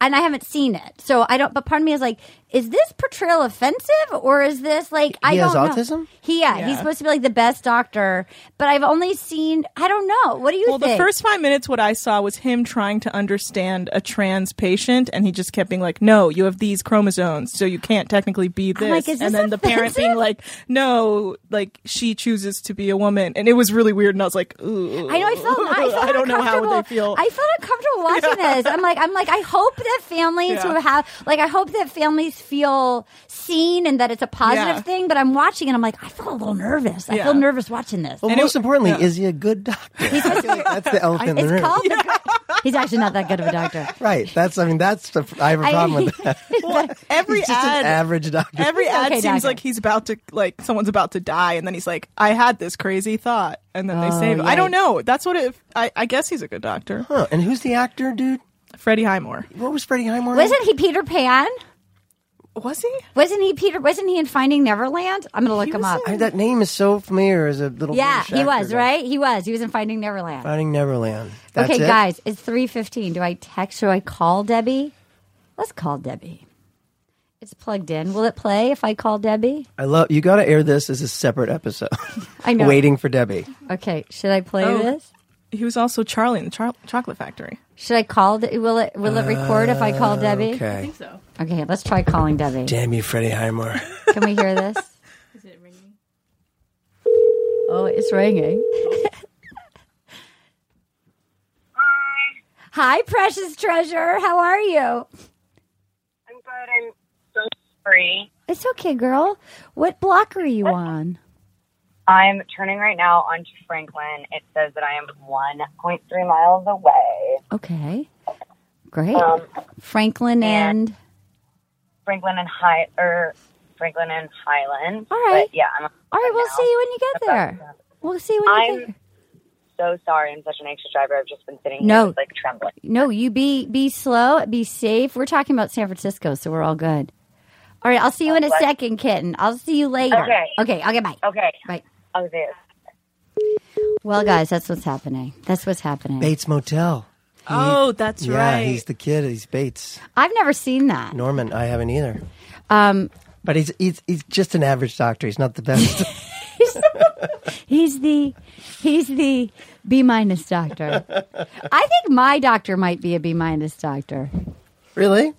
S2: And I haven't seen it, so I don't. But part of me is like, is this portrayal offensive, or is this like I
S4: He has
S2: don't know.
S4: autism?
S2: He yeah, he's supposed to be like the best doctor, but I've only seen I don't know. What do you
S6: well,
S2: think?
S6: the first five minutes, what I saw was him trying to understand a trans patient, and he just kept being like, "No, you have these chromosomes, so you can't technically be this."
S2: like, is this
S6: and then the parent being
S2: offensive?
S6: like, "No, like she chooses to be a woman," and it was really weird. And I was like, "Ooh,
S2: I know I felt I, felt
S6: I don't know how would
S2: uncomfortable.
S6: they feel."
S2: I felt uncomfortable watching this. I'm like I'm like I hope that families
S8: Yeah.
S2: who have like I hope that families feel seen and that it's a positive
S8: Yeah.
S2: thing. But I'm watching and I'm like, I feel a little nervous. I
S4: Yeah. Oh,
S2: feel nervous watching this.
S4: Well, most importantly, is he a good doctor? I feel like that's the elephant in the room.
S2: it's called. the- He's actually not that good of a doctor.
S4: Right. That's. I mean, that's. The, I have a
S2: I-
S4: problem with that.
S6: every
S4: He's just
S6: ad,
S4: an average doctor.
S6: every ad
S2: Okay,
S6: seems
S2: doctor.
S6: like he's about to like someone's about to die, and then he's like, "I had this crazy thought," and then they
S4: Oh,
S6: save. him. I don't
S4: yikes.
S6: know. That's what it. I, I guess he's a good doctor.
S4: Huh. And who's the actor, dude?
S6: Freddie Highmore.
S4: What was Freddie Highmore?
S2: Wasn't he Peter Pan?
S6: Was he?
S2: Wasn't he Peter? Wasn't he in Finding Neverland? I'm gonna look him up.
S4: I mean, that name is so familiar as a little.
S2: Yeah,
S4: British
S2: he
S4: actor
S2: was
S4: guy.
S2: right. He was. He was in Finding Neverland.
S4: Finding Neverland. That's
S2: okay,
S4: it?
S2: guys, it's three fifteen. Do I text? Should I call Debbie? Let's call Debbie. It's plugged in. Will it play if I call Debbie?
S4: I love. You got to air this as a separate episode.
S2: I know.
S4: Waiting for Debbie.
S2: Okay, should I play
S6: Oh.
S2: this?
S6: He was also Charlie in the Char- Chocolate Factory.
S2: Should I call? De- will it? Will it record if I call Debbie?
S4: Oh, okay. I think
S2: so. Okay, let's try calling Debbie.
S4: Damn you, Freddie Highmore.
S2: Can we hear this? Is it ringing? Oh, it's ringing. Hi, precious treasure. How are you?
S9: I'm good. I'm so sorry.
S2: It's okay, girl. What block are you on?
S9: I'm turning right now onto Franklin. It says that I am 1.3 miles away.
S2: Okay. Great.
S9: Um,
S2: Franklin and,
S9: Franklin and High or Franklin and Highland.
S2: All right.
S9: But yeah. I'm
S2: All right, we'll see you when you get there. We'll see when you
S9: I'm
S2: get there.
S9: so sorry. I'm such an anxious driver. I've just been sitting here
S2: No.
S9: just, like trembling.
S2: No, you be be slow, be safe. We're talking about San Francisco, so we're all good. All right, I'll see you in a
S9: Okay.
S2: second, kitten. I'll see you later.
S9: Okay.
S2: Okay, okay, bye.
S9: Okay.
S2: Bye.
S9: Okay.
S2: Well, guys, that's what's happening. That's what's happening.
S4: Bates Motel. He-
S2: Oh, that's
S4: yeah,
S2: right.
S4: he's the kid. He's Bates.
S2: I've never seen that.
S4: Norman. I haven't either.
S2: Um,
S4: But he's he's he's just an average doctor. He's not the best.
S2: he's the he's the B minus doctor. I think my doctor might be a B minus doctor.
S4: really?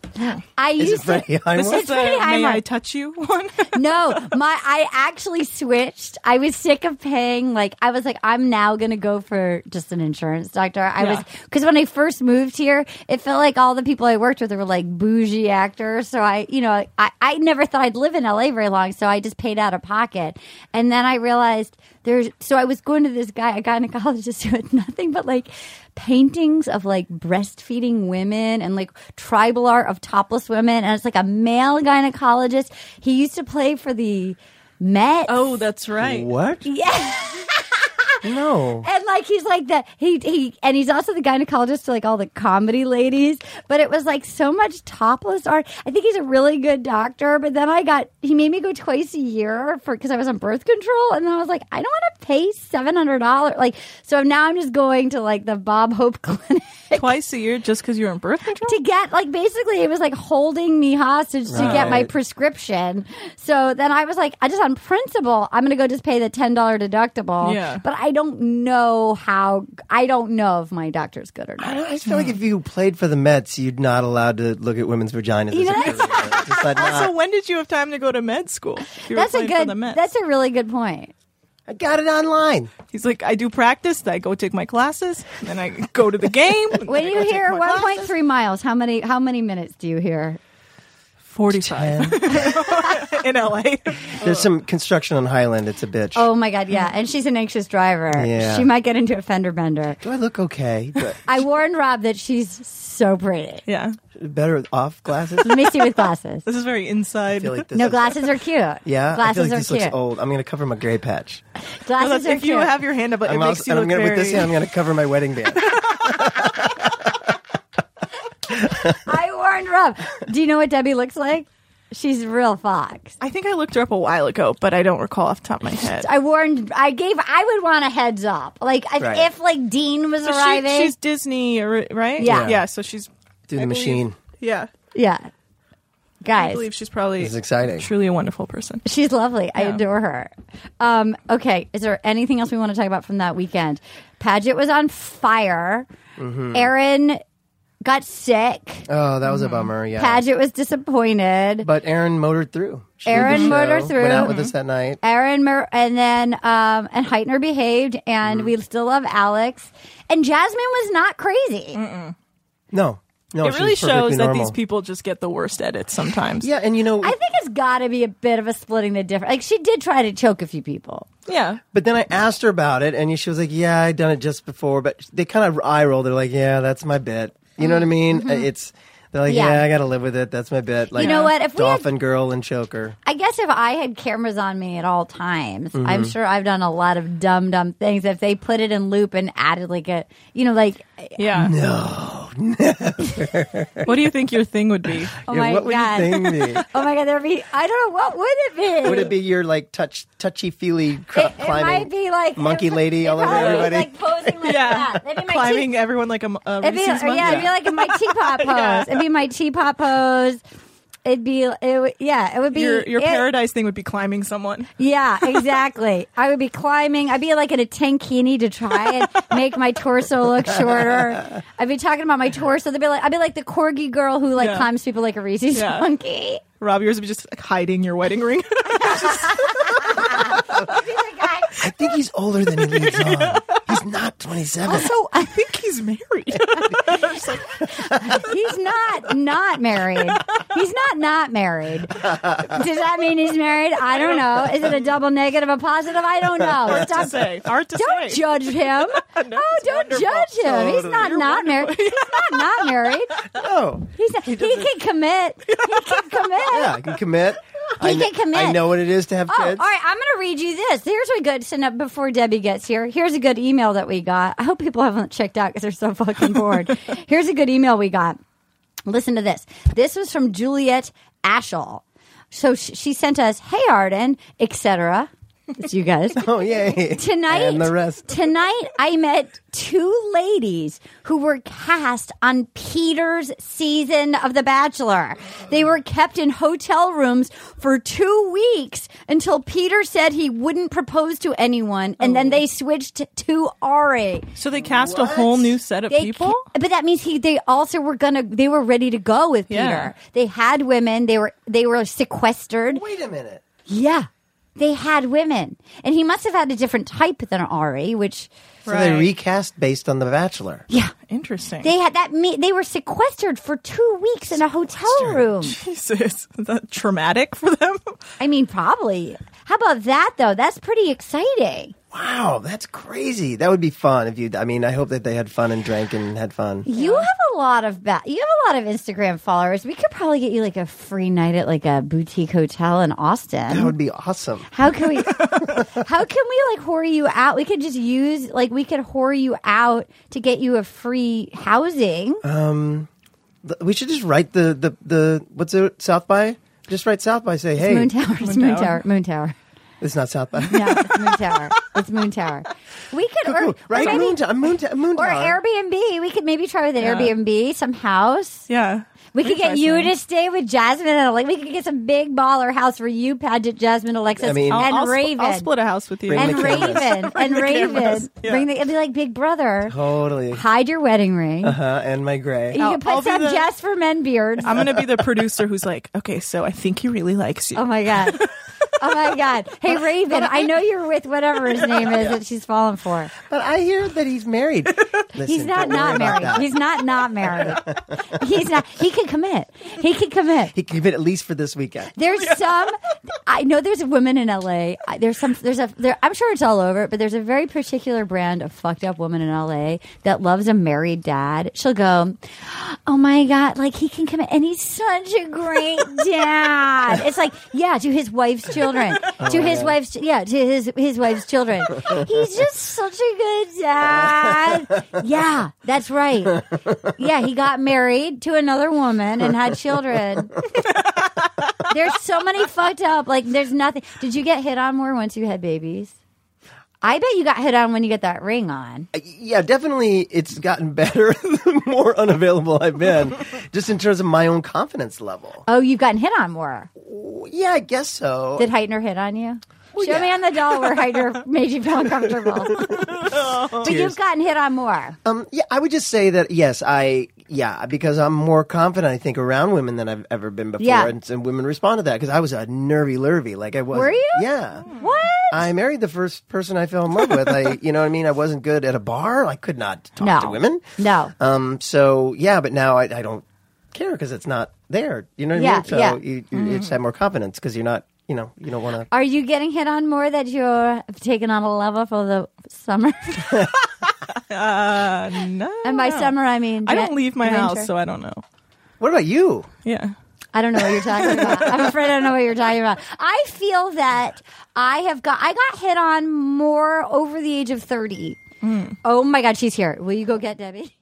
S2: I
S4: Is it
S2: used
S4: Freddie
S2: to,
S4: Highmore? This is
S2: It's
S4: the
S2: Freddie
S4: May
S2: Highmore.
S4: I
S6: touch you one?
S2: no, my I actually switched. I was sick of paying. Like I was like, I'm now gonna go for just an insurance doctor. I
S8: Yeah.
S2: was because when I first moved here, it felt like all the people I worked with were like bougie actors. So I, you know, I, I never thought I'd live in LA very long. So I just paid out of pocket, and then I realized there's. So I was going to this guy, a gynecologist who had nothing but like paintings of like breastfeeding women and like tribal art of topless women, and it's like a male gynecologist. He used to play for the Met.
S6: Oh, that's right.
S4: What?
S2: Yeah.
S4: No.
S2: And like he's like the he he and he's also the gynecologist to like all the comedy ladies. But it was like so much topless art. I think he's a really good doctor. But then I got he made me go twice a year for because I was on birth control, and then I was like, I don't want to pay seven hundred dollars. Like so now I'm just going to like the Bob Hope clinic
S6: twice a year just because you're in birth control
S2: to get like basically it was like holding me hostage to get my
S6: Right.
S2: prescription. So then I was like, I just on principle, I'm gonna go just pay the ten dollar deductible.
S4: Yeah.
S2: But I don't know how. I don't know if my doctor's good or not.
S4: I just feel like if you played for the Mets, you're not allowed to look at women's vaginas.
S2: You know,
S4: It's
S2: that's-
S4: like- it's like,
S6: also
S4: nah.
S6: when did you have time to go to med school If you were
S2: that's a
S6: playing for
S2: good.
S6: the Mets.
S2: That's a really good point.
S4: I got it online
S6: he's like i do practice then i go take my classes and then i go to the game and
S2: When
S6: then
S2: you
S6: I go take
S2: hear
S6: my
S2: one
S6: class.
S2: point three miles, how many how many minutes do you hear?
S6: 45 in la
S4: There's some construction on Highland. It's a bitch.
S2: Oh my god, yeah. And she's an anxious driver.
S4: Yeah.
S2: She might get into a fender bender.
S4: Do I look okay? But
S2: I warned Rob that she's so pretty.
S6: Yeah.
S4: better with off glasses.
S2: Missy with glasses.
S6: this is very inside
S4: feel like this
S2: no,
S4: is-
S2: glasses are cute.
S4: Yeah, I feel
S2: glasses
S4: like this
S2: are
S4: looks
S2: cute.
S4: old. I'm going to cover my gray patch.
S6: Well,
S2: Glasses
S6: that's-
S2: are
S6: if you
S2: cute.
S6: have your hand up it
S4: I'm
S6: makes
S4: also-
S6: you
S4: and
S6: look
S4: I'm gonna-
S6: very
S4: with this hand. I'm going to cover my wedding band.
S2: I warned Rob. Do you know what Debbie looks like? She's a real fox.
S6: i think i looked her up a while ago but i don't recall off the top of my head
S2: I warned. I gave. I would want a heads up. Like if,
S6: Right.
S2: if like Dean was
S6: So she-
S2: arriving.
S6: she's disney or- right
S2: Yeah. Yeah.
S6: yeah so she's
S4: Through
S6: I
S4: the
S6: believe-
S4: machine.
S6: yeah
S2: yeah,
S6: i
S2: guys,
S6: believe she's probably
S4: This is exciting.
S6: truly a wonderful person
S2: she's lovely. I
S6: Yeah.
S2: adore her. Um, okay, is there anything else we want to talk about from that weekend? Paget was on fire.
S6: Mm-hmm.
S4: Mhm.
S2: Aaron got sick.
S4: Oh, that was
S2: Mm.
S4: a bummer. Yeah.
S2: Paget was disappointed.
S4: But Aaron motored through. She did the
S2: Aaron
S4: show,
S2: motored through.
S4: Went out with us that night.
S2: Aaron Mer- and then um, and Heitner behaved,
S4: Mm.
S2: and we still love Alex. And Jasmine was not crazy.
S4: No. No,
S6: it
S4: she's
S6: really shows
S4: perfectly
S6: that
S4: normal.
S6: these people just get the worst edits sometimes.
S4: Yeah, and you know,
S2: I think it's got to be a bit of a splitting the difference. Like she did try to choke a few people.
S6: Yeah.
S4: But then I asked her about it, and she was like, "Yeah, I done it just before." But they kind of eye roll. They're like, "Yeah, that's my bit." You know what I mean?
S2: Mhm.
S4: It's they're like,
S2: Yeah.
S4: yeah. I got to live with it. That's my bit." Like,
S2: know what? If we had-
S4: dolphin girl and choker.
S2: I guess if I had cameras on me at all times,
S4: Mhm.
S2: I'm sure I've done a lot of dumb, dumb things. If they put it in loop and added like a, you know, like
S6: yeah,
S2: Oh
S4: no,
S6: what do you think your thing would be?
S2: Oh my
S4: what would your
S2: god!
S4: thing be?
S2: oh my god! There'd be I don't know what would it be.
S4: Would it be your like touch touchy feely cr-
S2: It, it
S4: climbing
S2: might be like
S4: monkey lady all over
S2: probably be
S4: everybody?
S2: like posing like that. That'd be my
S6: Climbing
S2: cheek-
S6: everyone like a, m- a
S2: It'd be,
S6: Reese's
S2: yeah, it'd be like in my teapot pose.
S6: Yeah.
S2: It'd be my teapot pose. It'd be, it, would- yeah, it would be
S6: your your
S2: it-
S6: paradise thing would be climbing someone.
S2: Yeah, exactly. I would be climbing. I'd be like in a tankini to try and make my torso look shorter. I'd be talking about my torso. They'd be like, I'd be like the corgi girl who like
S6: Yeah.
S2: climbs people like a Reese's
S6: Yeah.
S2: monkey.
S6: Rob, yours would be just like, hiding your wedding ring.
S4: I think he's older than he leads on. He's not twenty seven.
S6: also, I think he's married.
S2: He's not not married. He's not not married. Does that mean he's married? I don't know. Is it a double negative, a positive? I don't know.
S6: Hard to
S2: Stop-
S6: say. Hard to
S2: don't
S6: say.
S2: judge him. oh, don't judge him. He's
S6: Totally.
S2: not
S6: You're
S2: not married. He's not not married.
S4: No.
S2: He's not, he, can commit. He can commit.
S4: Oh, Yeah, I can commit.
S2: He
S4: I kn-
S2: can commit.
S4: I know what it is to have
S2: Oh, all
S4: kids.
S2: right. I'm going to read you this. Here's a good send up before Debbie gets here. Here's a good email that we got. I hope people haven't checked out because they're so fucking bored. Here's a good email we got. Listen to this. This was from Juliet Ashall. So sh- she sent us, "Hey Arden, etc." It's you guys.
S4: Oh yay!
S2: Tonight,
S4: and the rest.
S2: tonight I met two ladies who were cast on Peter's season of The Bachelor. They were kept in hotel rooms for two weeks until Peter said he wouldn't propose to anyone, and
S4: Oh.
S2: then they switched to Ari.
S6: So they cast a whole new set of
S2: They
S6: people.
S2: ca- but that means he. They also were gonna. They were ready to go with
S6: Yeah.
S2: Peter. They had women. They were. They were sequestered.
S4: Wait a minute.
S2: Yeah. They had women. And he must have had a different type than Ari, which
S4: So they recast based on The Bachelor.
S2: Yeah.
S6: Interesting.
S2: They had that me- they were sequestered for 2 weeks in a hotel room.
S6: Jesus, is that traumatic for them?
S2: I mean, probably. How about that though? That's pretty exciting.
S4: Wow, that's crazy. That would be fun if you. I mean, I hope that they had fun and drank and had fun.
S2: You have a lot of ba- you have a lot of Instagram followers. We could probably get you like a free night at like a boutique hotel in Austin.
S4: That would be awesome.
S2: How can we? how can we like whore you out? We could just use like we could whore you out to get you a free housing.
S4: Um, th- we should just write the the the what's it South by? Just write South by. Say hey,
S2: Moon Tower. It's Moon Tower. Moon Tower.
S4: It's not South by.
S2: No, it's Moon Tower. It's Moon Tower. We could, or, or
S4: right?
S2: maybe-
S4: Moon, Tower. moon, Ta- moon
S2: or
S4: Tower.
S2: Airbnb. We could maybe try with an
S4: Yeah.
S2: Airbnb, some house.
S6: Yeah.
S2: We
S6: We
S2: could
S6: try
S2: get you
S6: something.
S2: to stay with Jasmine and Alex. We could get some big baller house for you, Paget, Jasmine, Alexis,
S4: I mean- I'll-
S2: and
S6: I'll sp-
S2: Raven.
S6: I'll split a house with you. Bring
S2: And
S6: the cameras.
S2: Raven.
S6: Bring
S2: and
S6: the
S2: Raven.
S6: cameras. Yeah. Uh-huh.
S2: Bring the, it'd be like Big Brother.
S4: Totally.
S2: Hide your wedding ring.
S4: Uh huh. And my gray. Oh,
S2: You
S6: I'll-
S2: can put
S6: I'll be
S2: some
S6: the-
S2: just for men beards.
S6: I'm gonna be the producer who's like, okay, so I think he really likes you.
S2: Oh my god. Oh my god. Hey Raven, I know you're with whatever his name is that she's falling for.
S4: But I hear that he's married. Listen,
S2: He's not
S4: don't worry
S2: not
S4: about
S2: married.
S4: that.
S2: He's not not married. He's not. He could commit. He could commit.
S4: He can commit at least for this weekend.
S2: There's some. I know there's a woman in LA. I- There's some. There's a. There, I'm sure it's all over, but there's a very particular brand of fucked up woman in LA that loves a married dad. She'll go, "Oh my god, like he can commit, and he's such a great dad." It's like, yeah, to his wife's children, to his wife's, yeah, to his his wife's children. He's just such a good dad. Yeah, that's right. Yeah, he got married to another woman and had children. There's so many fucked up. Like, there's nothing. Did you get hit on more once you had babies? I bet you got hit on when you get that ring on.
S4: Uh, Yeah, definitely it's gotten better the more unavailable I've been, just in terms of my own confidence level.
S2: Oh, you've gotten hit on more.
S4: Well, yeah, I guess so.
S2: Did Heitner hit on you?
S4: Well,
S2: Show
S4: yeah.
S2: me on the doll where Heitner made you feel uncomfortable. but you've
S4: Tears.
S2: gotten hit on more.
S4: Um, yeah, I would just say that yes, I yeah, because I'm more confident I think around women than I've ever been before,
S2: Yeah.
S4: and, and women respond to that because I was a nervy lurvy, like I was.
S2: Were you?
S6: Um,
S4: Yeah.
S2: What?
S4: I married the first person I fell in love with. I, you know what I mean? I wasn't good at a bar. I could not talk
S2: No.
S4: to women.
S2: No.
S6: uh,
S4: Um, so yeah, but now I, I don't care because it's not there. You know what
S2: Yeah,
S4: I mean? So
S2: yeah. Mm-hmm.
S4: you, you, you just have more confidence because you're not, you know, you don't want to.
S2: Are you getting hit on more that you're taking on a level for the summer?
S6: Uh, no.
S2: and by
S6: no.
S2: summer, I mean
S6: I
S2: jan-
S6: don't leave my
S2: winter.
S6: house, so I don't know.
S4: What about you?
S6: Yeah.
S2: I don't know what you're talking about. I'm afraid I don't know what you're talking about. I feel that I have got I got hit on more over the age of 30. Oh my god, she's here. Will you go get Debbie?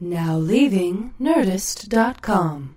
S1: Now leaving Nerdist.com.